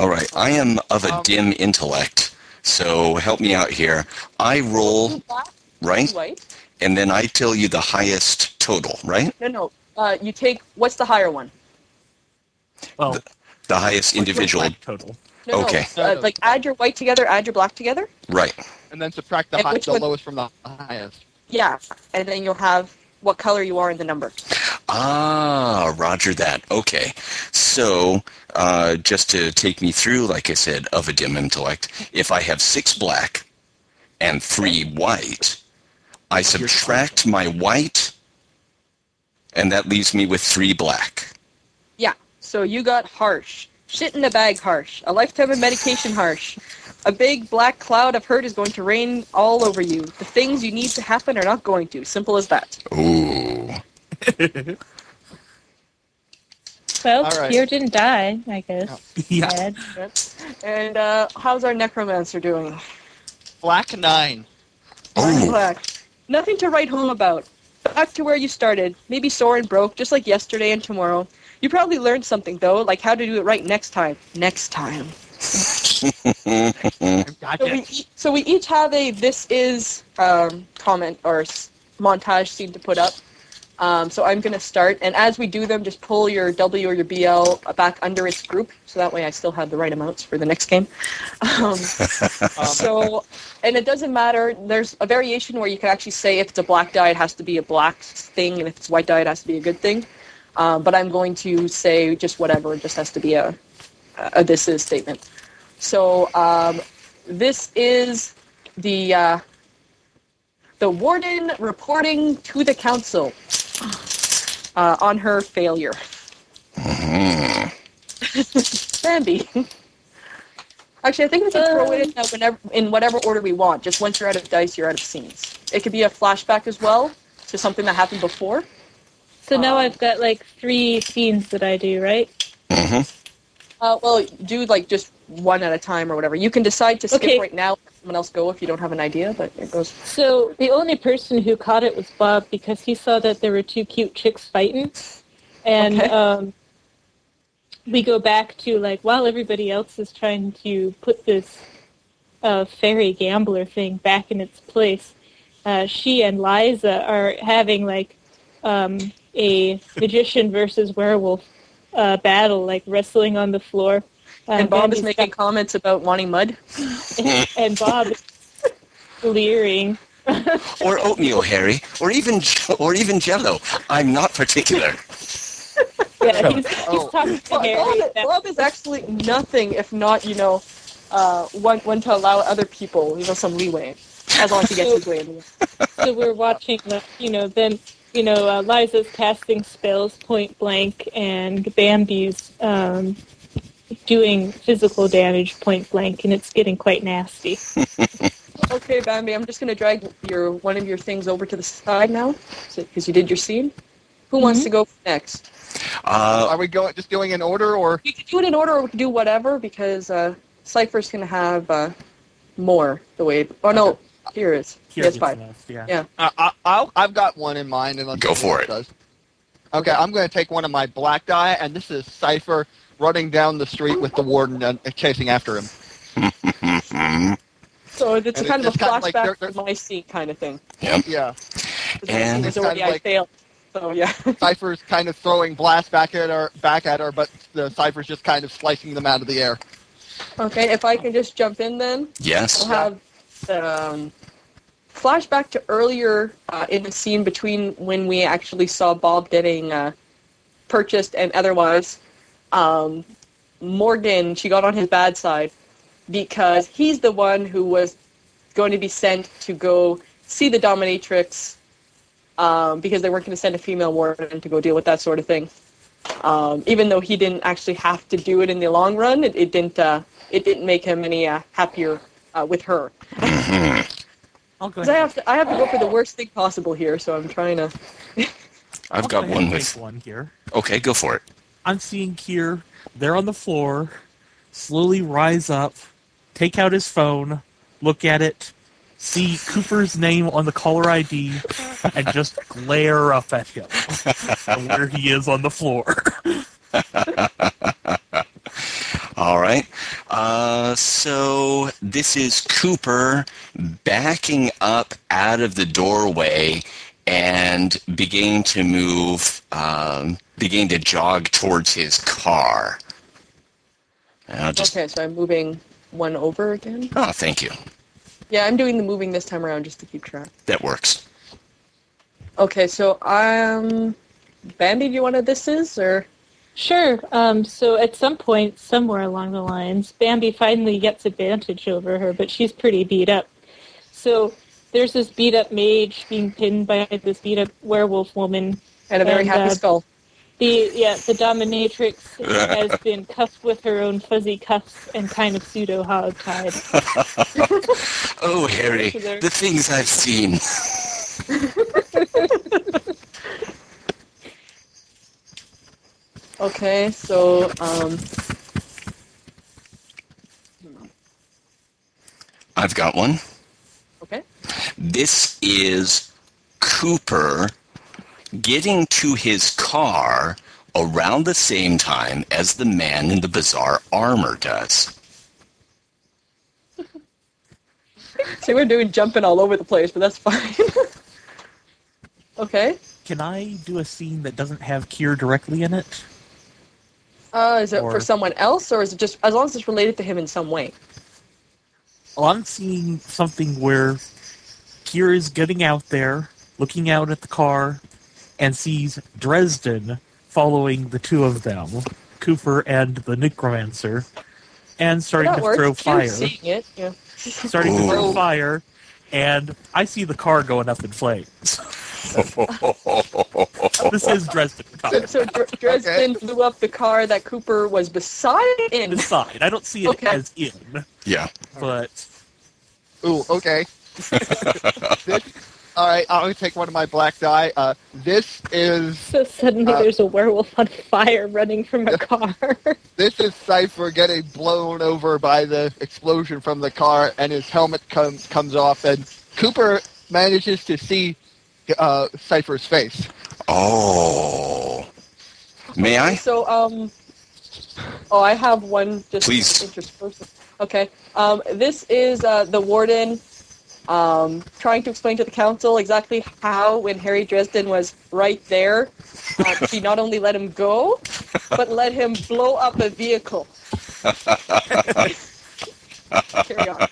[SPEAKER 3] All right. I am of a
[SPEAKER 4] Um,
[SPEAKER 3] dim intellect, so help me out here. I roll,
[SPEAKER 2] Two black,
[SPEAKER 3] right?
[SPEAKER 2] two white.
[SPEAKER 3] And then I tell you the highest total, right?
[SPEAKER 2] No, no. Uh, you take what's the higher one?
[SPEAKER 5] Well,
[SPEAKER 3] The highest individual,
[SPEAKER 5] black <laughs> total.
[SPEAKER 2] No,
[SPEAKER 3] Okay.
[SPEAKER 2] No. Uh, like add your white together, add your black together.
[SPEAKER 3] right?
[SPEAKER 4] and then subtract the,
[SPEAKER 2] And
[SPEAKER 4] high,
[SPEAKER 2] which
[SPEAKER 4] the
[SPEAKER 2] one-
[SPEAKER 4] lowest from the highest.
[SPEAKER 2] Yeah, and then you'll have what color you are in the number.
[SPEAKER 3] Ah, roger that. Okay. So, uh, just to take me through, like I said, of a dim intellect, if I have six black and three white, I subtract my white, and that leaves me with three black.
[SPEAKER 2] Yeah. So you got harsh. Shit in a bag harsh. A lifetime of medication harsh. A big black cloud of hurt is going to rain all over you. The things you need to happen are not going to. Simple as that.
[SPEAKER 3] Ooh.
[SPEAKER 6] Well,
[SPEAKER 4] All right.
[SPEAKER 6] Pierre didn't die, I guess.
[SPEAKER 5] Yeah.
[SPEAKER 6] Dead.
[SPEAKER 2] And uh, how's our necromancer doing?
[SPEAKER 4] Black nine.
[SPEAKER 3] Oh.
[SPEAKER 2] Black. Nothing to write home about. Back to where you started. Maybe sore and broke, just like yesterday and tomorrow. You probably learned something though, like how to do it right next time. Next time. So we,
[SPEAKER 4] Gotcha.
[SPEAKER 2] e- so we each have a this is um, comment or s- montage scene to put up. Um, so I'm going to start, and as we do them, just pull your W or your BL back under its group, so that way I still have the right amounts for the next game. <laughs> Um, so, and it doesn't matter. There's a variation where you can actually say if it's a black die, it has to be a black thing, and if it's white die, it has to be a good thing. Um, but I'm going to say just whatever. It just has to be a, a uh, this is statement. So um, this is the uh, the warden reporting to the council uh, on her failure. <laughs> Sandy. Actually, I think we can throw it in, uh, whenever, in whatever order we want. Just once you're out of dice, you're out of scenes. It could be a flashback as well to something that happened before.
[SPEAKER 6] So now
[SPEAKER 2] Um,
[SPEAKER 6] I've got like three scenes that I do, right?
[SPEAKER 3] hmm
[SPEAKER 2] Uh, well, do like just one at a time or whatever. You can decide to skip
[SPEAKER 6] Okay.
[SPEAKER 2] right now. let Someone else go if you don't have an idea, but it goes.
[SPEAKER 6] So the only person who caught it was Bob because he saw that there were two cute chicks fighting, and
[SPEAKER 2] Okay.
[SPEAKER 6] um, we go back to like while everybody else is trying to put this uh, fairy gambler thing back in its place, uh, she and Liza are having like um, a magician versus werewolf uh, battle, like wrestling on the floor. Uh,
[SPEAKER 2] and Bob is
[SPEAKER 6] Bambi's
[SPEAKER 2] making comments about wanting mud.
[SPEAKER 6] got- <laughs> and Bob is leering.
[SPEAKER 3] Or oatmeal, Harry, or even or even Jello. I'm not particular.
[SPEAKER 6] Yeah, he's, he's
[SPEAKER 4] Oh.
[SPEAKER 6] talking to
[SPEAKER 2] Well,
[SPEAKER 6] Harry.
[SPEAKER 2] Bob, Bob is actually nothing if not, you know, uh, one, one to allow other people, you know, some leeway. As long as he gets his way. in the end.
[SPEAKER 6] so we're watching, the, you know, then, you know, uh, Liza's casting spells point blank and Bambi's um, doing physical damage point blank, and it's getting quite nasty.
[SPEAKER 2] Okay, Bambi, I'm just going to drag your one of your things over to the side now because you did your scene. Who wants to go next?
[SPEAKER 3] Uh, <laughs>
[SPEAKER 4] Are we going just doing in order or
[SPEAKER 2] You can do it in order or we can do whatever because uh, Cypher's going to have uh, more the way. Oh, no, here is.
[SPEAKER 5] Here
[SPEAKER 2] Yes,
[SPEAKER 5] it
[SPEAKER 2] five.
[SPEAKER 5] is left, Yeah.
[SPEAKER 2] Yeah.
[SPEAKER 4] I, Uh, I, I'll, I've got one in mind. Unless
[SPEAKER 3] Go for
[SPEAKER 4] anyone
[SPEAKER 3] it.
[SPEAKER 4] Does. Okay, I'm going to take one of my black die, and this is Cipher running down the street with the warden and and chasing after him.
[SPEAKER 3] mm,
[SPEAKER 2] So it's kind
[SPEAKER 4] And it's
[SPEAKER 2] of a
[SPEAKER 4] just kind of like
[SPEAKER 2] flashback
[SPEAKER 4] they're- they're-
[SPEAKER 2] to my scene kind of thing.
[SPEAKER 3] yep.
[SPEAKER 4] Yeah,
[SPEAKER 2] 'Cause
[SPEAKER 3] And-
[SPEAKER 2] my scene
[SPEAKER 3] It's
[SPEAKER 2] is
[SPEAKER 4] kind
[SPEAKER 2] already
[SPEAKER 4] of
[SPEAKER 2] I
[SPEAKER 4] like-
[SPEAKER 2] failed. So yeah. <laughs>
[SPEAKER 4] Cipher's kind of throwing blasts back at her, back at her, but the Cipher's just kind of slicing them out of the air.
[SPEAKER 2] Okay, if I can just jump in then,
[SPEAKER 3] Yes.
[SPEAKER 2] I'll have um, flashback to earlier uh, in the scene between when we actually saw Bob getting uh, purchased and otherwise. Um, Morgan, she got on his bad side because he's the one who was going to be sent to go see the dominatrix um, because they weren't going to send a female warden to go deal with that sort of thing. Um, even though he didn't actually have to do it in the long run, it, it didn't uh, it didn't make him any uh, happier uh, with her.
[SPEAKER 5] I'll go
[SPEAKER 2] 'Cause I
[SPEAKER 5] ahead.
[SPEAKER 2] have to I have to go for the worst thing possible here, so I'm trying to.
[SPEAKER 3] I've
[SPEAKER 5] I'll go
[SPEAKER 3] got
[SPEAKER 5] ahead
[SPEAKER 3] one
[SPEAKER 5] and
[SPEAKER 3] with.
[SPEAKER 5] take one here.
[SPEAKER 3] Okay, go for it.
[SPEAKER 5] I'm seeing Kier there on the floor, slowly rise up, take out his phone, look at it, see Cooper's name on the caller ID, and just glare up
[SPEAKER 3] <laughs>
[SPEAKER 5] at him and where he is on the floor.
[SPEAKER 3] All right. Uh, so this is Cooper backing up out of the doorway and beginning to move, um, beginning to jog towards his car. And I'll just.
[SPEAKER 2] Okay, so I'm moving one over again.
[SPEAKER 3] Oh, thank you.
[SPEAKER 2] Yeah, I'm doing the moving this time around just to keep track.
[SPEAKER 3] That works.
[SPEAKER 2] Okay, so um, Bambi, do you want to this is or
[SPEAKER 6] Sure. Um, so at some point, somewhere along the lines, Bambi finally gets advantage over her, but she's pretty beat up. So there's this beat up mage being pinned by this beat up werewolf woman.
[SPEAKER 2] and a very
[SPEAKER 6] And,
[SPEAKER 2] happy
[SPEAKER 6] uh,
[SPEAKER 2] skull?
[SPEAKER 6] The yeah, the dominatrix has been cuffed with her own fuzzy cuffs and kind of pseudo hogtied.
[SPEAKER 3] Oh, Harry, the things I've seen.
[SPEAKER 2] Okay, so um,
[SPEAKER 3] I've got one.
[SPEAKER 2] okay,
[SPEAKER 3] This is Cooper getting to his car around the same time as the man in the bizarre armor does. <laughs>
[SPEAKER 2] see we're doing jumping all over the place, but that's <laughs> fine. okay,
[SPEAKER 5] Can I do a scene that doesn't have Kier directly in it?
[SPEAKER 2] uh, is it
[SPEAKER 5] Or-
[SPEAKER 2] for someone else or is it just as long as it's related to him in some way?
[SPEAKER 5] Well, I'm seeing something where Kier is getting out there, looking out at the car, and sees Dresden following the two of them, Cooper and the necromancer, and starting
[SPEAKER 2] that
[SPEAKER 5] to
[SPEAKER 2] works.
[SPEAKER 5] throw
[SPEAKER 2] You're
[SPEAKER 5] fire.
[SPEAKER 2] seeing it, yeah.
[SPEAKER 5] starting to throw
[SPEAKER 3] Ooh.
[SPEAKER 5] fire, and I see the car going up in flames. this
[SPEAKER 2] <laughs>
[SPEAKER 5] is Dresden
[SPEAKER 2] So,
[SPEAKER 5] coming.
[SPEAKER 2] so
[SPEAKER 3] <laughs>
[SPEAKER 2] Dr- Dresden blew up the car that Cooper was beside in.
[SPEAKER 5] Inside, I don't see it
[SPEAKER 2] Okay.
[SPEAKER 5] as in,
[SPEAKER 3] Yeah.
[SPEAKER 5] but
[SPEAKER 4] Ooh,
[SPEAKER 3] <laughs>
[SPEAKER 4] okay. this, all right, I'm gonna take one of my black die. Uh, this is
[SPEAKER 6] So suddenly
[SPEAKER 4] Uh,
[SPEAKER 6] there's a werewolf on fire running from a car. <laughs>
[SPEAKER 4] this is Cipher getting blown over by the explosion from the car, and his helmet comes comes off, and Cooper manages to see uh, Cipher's face.
[SPEAKER 3] Oh. May I?
[SPEAKER 2] So, um, oh, I have one just
[SPEAKER 3] Please.
[SPEAKER 2] interspersed. Okay. Um, this is uh, the warden um, trying to explain to the council exactly how, when Harry Dresden was right there,
[SPEAKER 3] <laughs>
[SPEAKER 2] uh, she not only let him go, but let him blow up a
[SPEAKER 3] <laughs>
[SPEAKER 2] vehicle. <laughs> Carry on.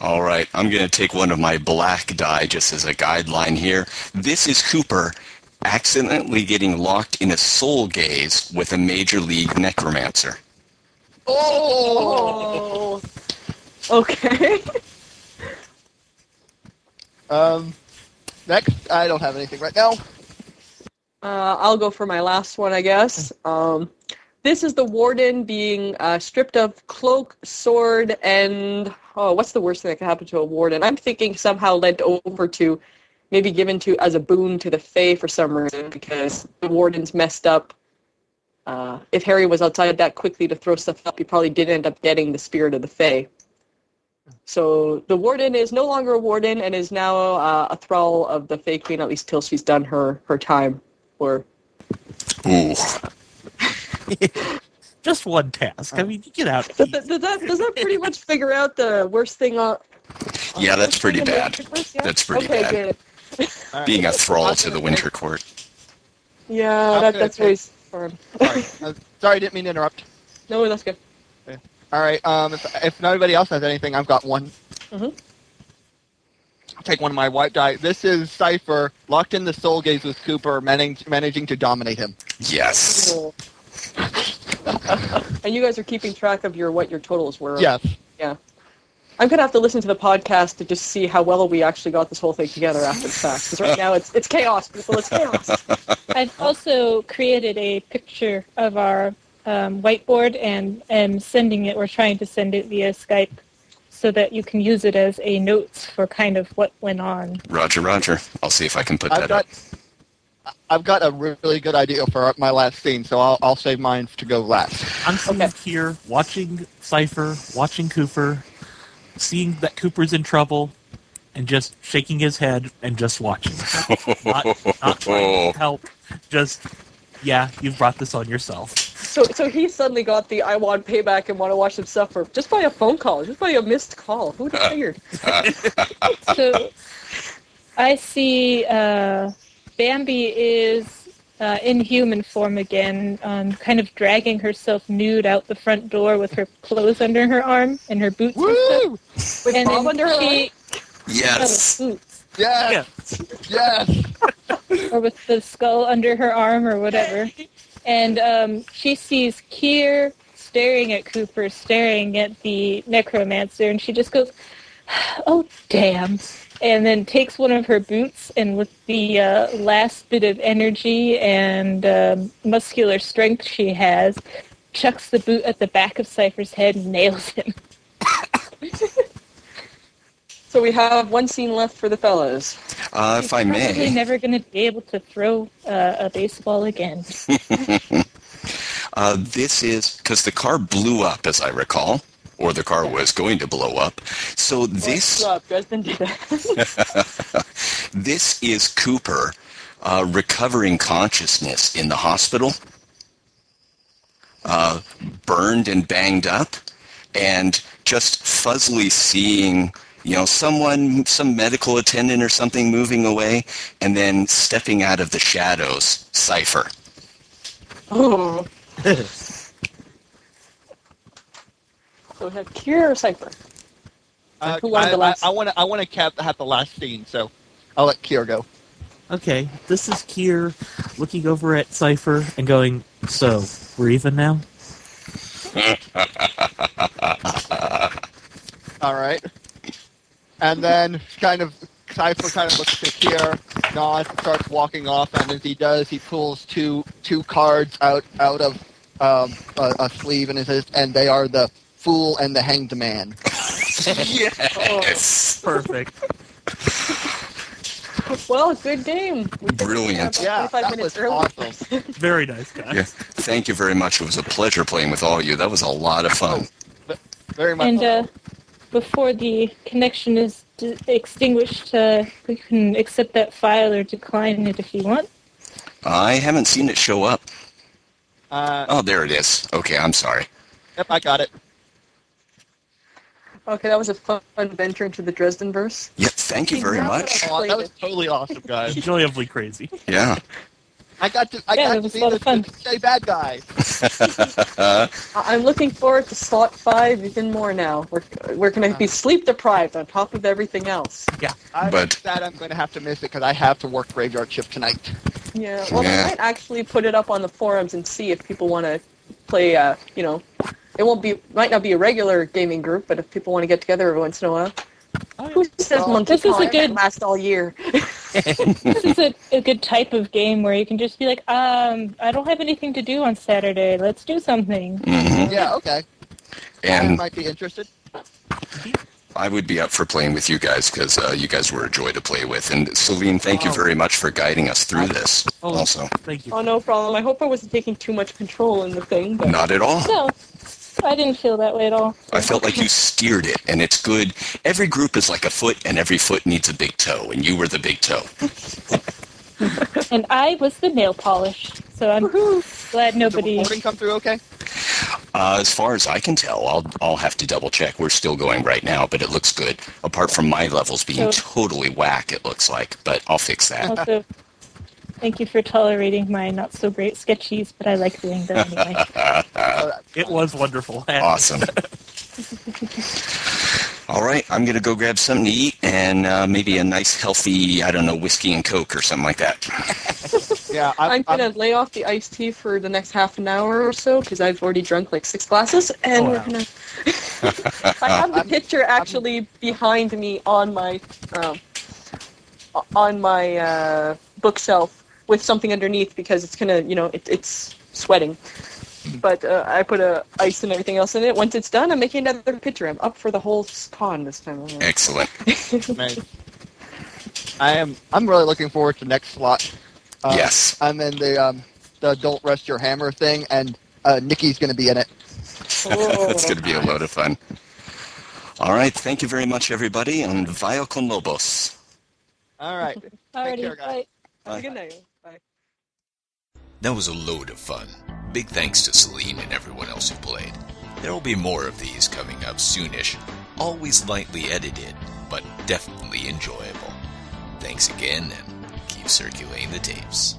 [SPEAKER 3] All right. I'm going to take one of my black die just as a guideline here. This is Cooper accidentally getting locked in a soul gaze with a major league necromancer.
[SPEAKER 2] Oh. Okay.
[SPEAKER 4] Um, next, I don't have anything right now.
[SPEAKER 2] Uh, I'll go for my last one, I guess. Um, this is the warden being uh, stripped of cloak, sword, and oh, what's the worst thing that could happen to a warden? I'm thinking somehow lent over to, maybe given to as a boon to the Fae for some reason because the warden's messed up. Uh, if Harry was outside that quickly to throw stuff up, he probably did end up getting the spirit of the Fae. So the warden is no longer a warden and is now uh, a thrall of the Fae Queen, at least till she's done her her time or
[SPEAKER 3] Ooh.
[SPEAKER 5] just one task. I mean, you
[SPEAKER 2] <laughs>
[SPEAKER 5] get out.
[SPEAKER 2] Does that, does that, does that pretty much figure out the worst thing on?
[SPEAKER 3] Yeah, that's pretty bad.
[SPEAKER 2] Yeah?
[SPEAKER 3] That's pretty
[SPEAKER 2] okay,
[SPEAKER 3] bad.
[SPEAKER 2] Good.
[SPEAKER 4] All right.
[SPEAKER 3] Being a thrall to the Winter Court.
[SPEAKER 2] Yeah,
[SPEAKER 4] I'm
[SPEAKER 2] that,
[SPEAKER 4] gonna
[SPEAKER 2] that's
[SPEAKER 4] take-
[SPEAKER 2] always fun.
[SPEAKER 4] Sorry, uh, sorry, I didn't mean to interrupt.
[SPEAKER 2] No, that's good. <laughs>
[SPEAKER 4] All right. Um, if, if nobody else has anything, I've got one.
[SPEAKER 2] Mhm.
[SPEAKER 4] I'll take one of my white die. This is Cipher locked in the soul gaze with Cooper, manage, managing to dominate him.
[SPEAKER 3] Yes.
[SPEAKER 2] Cool. and you guys are keeping track of your what your totals were.
[SPEAKER 4] Yes.
[SPEAKER 2] I'm gonna have to listen to the podcast to just see how well we actually got this whole thing together after the fact. Because right now it's it's chaos, people. It's
[SPEAKER 3] <laughs>
[SPEAKER 2] chaos.
[SPEAKER 6] I've also created a picture of our um, whiteboard and am sending it. We're trying to send it via Skype so that you can use it as a notes for kind of what went on.
[SPEAKER 3] Roger, Roger. I'll see if I can put
[SPEAKER 4] I've
[SPEAKER 3] that
[SPEAKER 4] got.
[SPEAKER 3] up.
[SPEAKER 4] I've got a really good idea for my last scene, so I'll, I'll save mine to go last.
[SPEAKER 2] <laughs>
[SPEAKER 5] I'm seeing
[SPEAKER 2] Okay.
[SPEAKER 5] here, watching Cipher, watching Cooper, seeing that Cooper's in trouble, and just shaking his head and just watching. not, not
[SPEAKER 3] <laughs>
[SPEAKER 5] trying to help. Just, yeah, you've brought this on yourself.
[SPEAKER 2] So, so he suddenly got the I want payback and want to watch them suffer just by a phone call, just by a missed call.
[SPEAKER 3] <laughs>
[SPEAKER 2] Who tired?
[SPEAKER 6] so I see uh, Bambi is uh, in human form again, um, kind of dragging herself nude out the front door with her clothes under her arm and her boots. and stuff.
[SPEAKER 4] Woo!
[SPEAKER 2] With
[SPEAKER 6] And
[SPEAKER 2] Bob
[SPEAKER 6] then
[SPEAKER 2] under her
[SPEAKER 6] she,
[SPEAKER 1] Yes.
[SPEAKER 6] oh, boots,
[SPEAKER 4] Yes, yes.
[SPEAKER 6] or with the skull under her arm or whatever. And um, she sees Kier staring at Cooper, staring at the necromancer, and she just goes, <sighs> "Oh damn!" And then takes one of her boots, and with the uh, last bit of energy and um, muscular strength she has, chucks the boot at the back of Cypher's head and nails him.
[SPEAKER 2] So we have one scene left for the fellas.
[SPEAKER 3] Uh, if I
[SPEAKER 6] Probably
[SPEAKER 3] may,
[SPEAKER 6] never going to be able to throw uh, a baseball again.
[SPEAKER 3] uh, this is because the car blew up, as I recall, or the car was going to blow up. So
[SPEAKER 2] What's
[SPEAKER 3] this.
[SPEAKER 2] up, guys? Didn't do that. <laughs>
[SPEAKER 3] This is Cooper uh, recovering consciousness in the hospital, uh, burned and banged up, and just fuzzily seeing, you know, someone, some medical attendant or something moving away, and then stepping out of the shadows,
[SPEAKER 2] <laughs>
[SPEAKER 3] Cypher.
[SPEAKER 2] oh. So we have Kier or Cypher?
[SPEAKER 4] Uh,
[SPEAKER 2] Who wanted
[SPEAKER 4] I-
[SPEAKER 2] the last-
[SPEAKER 4] I want to. I want to cap have the last scene, so I'll let Kier go.
[SPEAKER 5] <laughs> Okay, this is Kier looking over at Cypher and going, So, we're even now?
[SPEAKER 4] All right. And then kind of Cypher kind of looks to Kier, nods, and starts walking off. And as he does, he pulls two two cards out out of um, a, a sleeve and it says, and they are the Fool and the Hanged Man.
[SPEAKER 3] Yes!
[SPEAKER 5] Perfect.
[SPEAKER 2] Well, good game. We finished
[SPEAKER 3] Brilliant.
[SPEAKER 2] about
[SPEAKER 4] Yeah,
[SPEAKER 2] 25
[SPEAKER 4] that
[SPEAKER 2] minutes
[SPEAKER 4] was
[SPEAKER 2] early.
[SPEAKER 4] awesome.
[SPEAKER 5] Very nice, guys.
[SPEAKER 3] Yeah. Thank you very much. It was a pleasure playing with all of you. That was a lot of fun.
[SPEAKER 4] Very much.
[SPEAKER 6] and uh, before the connection is d- extinguished, uh, we can accept that file or decline it if you want.
[SPEAKER 3] I haven't seen it show up.
[SPEAKER 4] Uh,
[SPEAKER 3] Oh, there it is. Okay, I'm sorry.
[SPEAKER 4] yep, I got it.
[SPEAKER 2] <laughs> Okay, that was a fun venture into the Dresden verse.
[SPEAKER 3] Yeah, thank you very much.
[SPEAKER 4] Aw, that was totally awesome,
[SPEAKER 6] <laughs>
[SPEAKER 4] guys.
[SPEAKER 5] Enjoyably crazy.
[SPEAKER 3] Yeah.
[SPEAKER 4] I got to I
[SPEAKER 6] Yeah, that
[SPEAKER 4] got to
[SPEAKER 6] was
[SPEAKER 4] see
[SPEAKER 6] a lot
[SPEAKER 4] the,
[SPEAKER 6] of fun.
[SPEAKER 4] the say bad guy.
[SPEAKER 3] Uh,
[SPEAKER 2] I- I'm looking forward to slot five even more now. We're, we're going to be sleep deprived on top of everything else.
[SPEAKER 4] I'm
[SPEAKER 3] But-
[SPEAKER 4] sad I'm going to have to miss it because I have to work graveyard shift tonight.
[SPEAKER 2] Yeah, well,
[SPEAKER 3] Yeah.
[SPEAKER 2] I might actually put it up on the forums and see if people want to play. Uh, you know, it won't be might not be a regular gaming group, but if people want to get together every once in a while, who says
[SPEAKER 4] Oh,
[SPEAKER 2] monkey
[SPEAKER 6] this is a
[SPEAKER 2] Kong
[SPEAKER 6] good-
[SPEAKER 2] last all year?
[SPEAKER 6] This is a, a good type of game where you can just be like, um, I don't have anything to do on Saturday. Let's do something.
[SPEAKER 3] hmm
[SPEAKER 4] Yeah, okay. I
[SPEAKER 3] And
[SPEAKER 4] might be interested.
[SPEAKER 3] I would be up for playing with you guys because uh, you guys were a joy to play with. And Celine, thank you
[SPEAKER 4] Oh.
[SPEAKER 3] very much for guiding us through this.
[SPEAKER 5] Oh.
[SPEAKER 3] Also,
[SPEAKER 5] Thank you.
[SPEAKER 2] oh no problem. I hope I wasn't taking too much control in the thing. But
[SPEAKER 3] not at all.
[SPEAKER 6] No, I didn't feel that way at all.
[SPEAKER 3] I felt like you steered it, and it's good. Every group is like a foot, and every foot needs a big toe, and you were the big toe.
[SPEAKER 6] And I was the nail polish, so I'm
[SPEAKER 2] <laughs>
[SPEAKER 4] Did
[SPEAKER 6] glad
[SPEAKER 4] the
[SPEAKER 6] nobody.
[SPEAKER 4] recording come through okay?
[SPEAKER 3] Uh, as far as I can tell, I'll I'll have to double check. We're still going right now, but it looks good. Apart from my levels being
[SPEAKER 6] So-
[SPEAKER 3] totally whack, it looks like. But I'll fix that.
[SPEAKER 6] Also, thank you for tolerating my not so great sketchies, but I like doing them anyway.
[SPEAKER 5] It was wonderful.
[SPEAKER 3] Awesome. All right, I'm going to go grab something to eat and uh, maybe a nice, healthy, I don't know, whiskey and Coke or something like that.
[SPEAKER 4] Yeah, I'm,
[SPEAKER 2] I'm gonna lay off the iced tea for the next half an hour or so because I've already drunk like six glasses, and
[SPEAKER 5] Oh,
[SPEAKER 2] we're
[SPEAKER 5] wow.
[SPEAKER 4] <laughs>
[SPEAKER 2] gonna. I have the
[SPEAKER 4] I'm-
[SPEAKER 2] picture actually behind me on my um, o- on my uh, bookshelf with something underneath because it's gonna, you know, it, it's sweating.
[SPEAKER 4] Hmm.
[SPEAKER 2] But uh, I put a ice and everything else in it. Once it's done, I'm making another picture. I'm up for the whole s- con this time. around.
[SPEAKER 3] Excellent. <laughs>
[SPEAKER 4] Nice. I am. I'm really looking forward to next slot. Uh,
[SPEAKER 3] yes.
[SPEAKER 4] I'm in the um, the don't rest your hammer thing, and uh, Nikki's going to be in it.
[SPEAKER 2] Oh,
[SPEAKER 4] <laughs>
[SPEAKER 3] That's going to be a load of fun. All right. Thank you very much, everybody, and vaya con lobos.
[SPEAKER 4] All right. care,
[SPEAKER 6] Alrighty,
[SPEAKER 4] guys.
[SPEAKER 6] bye.
[SPEAKER 2] Have a
[SPEAKER 3] Bye.
[SPEAKER 2] good night. Bye.
[SPEAKER 1] That was a load of fun. Big thanks to Celine and everyone else who played. There will be more of these coming up soonish, always lightly edited, but definitely enjoyable. Thanks again, and keep circulating the tapes.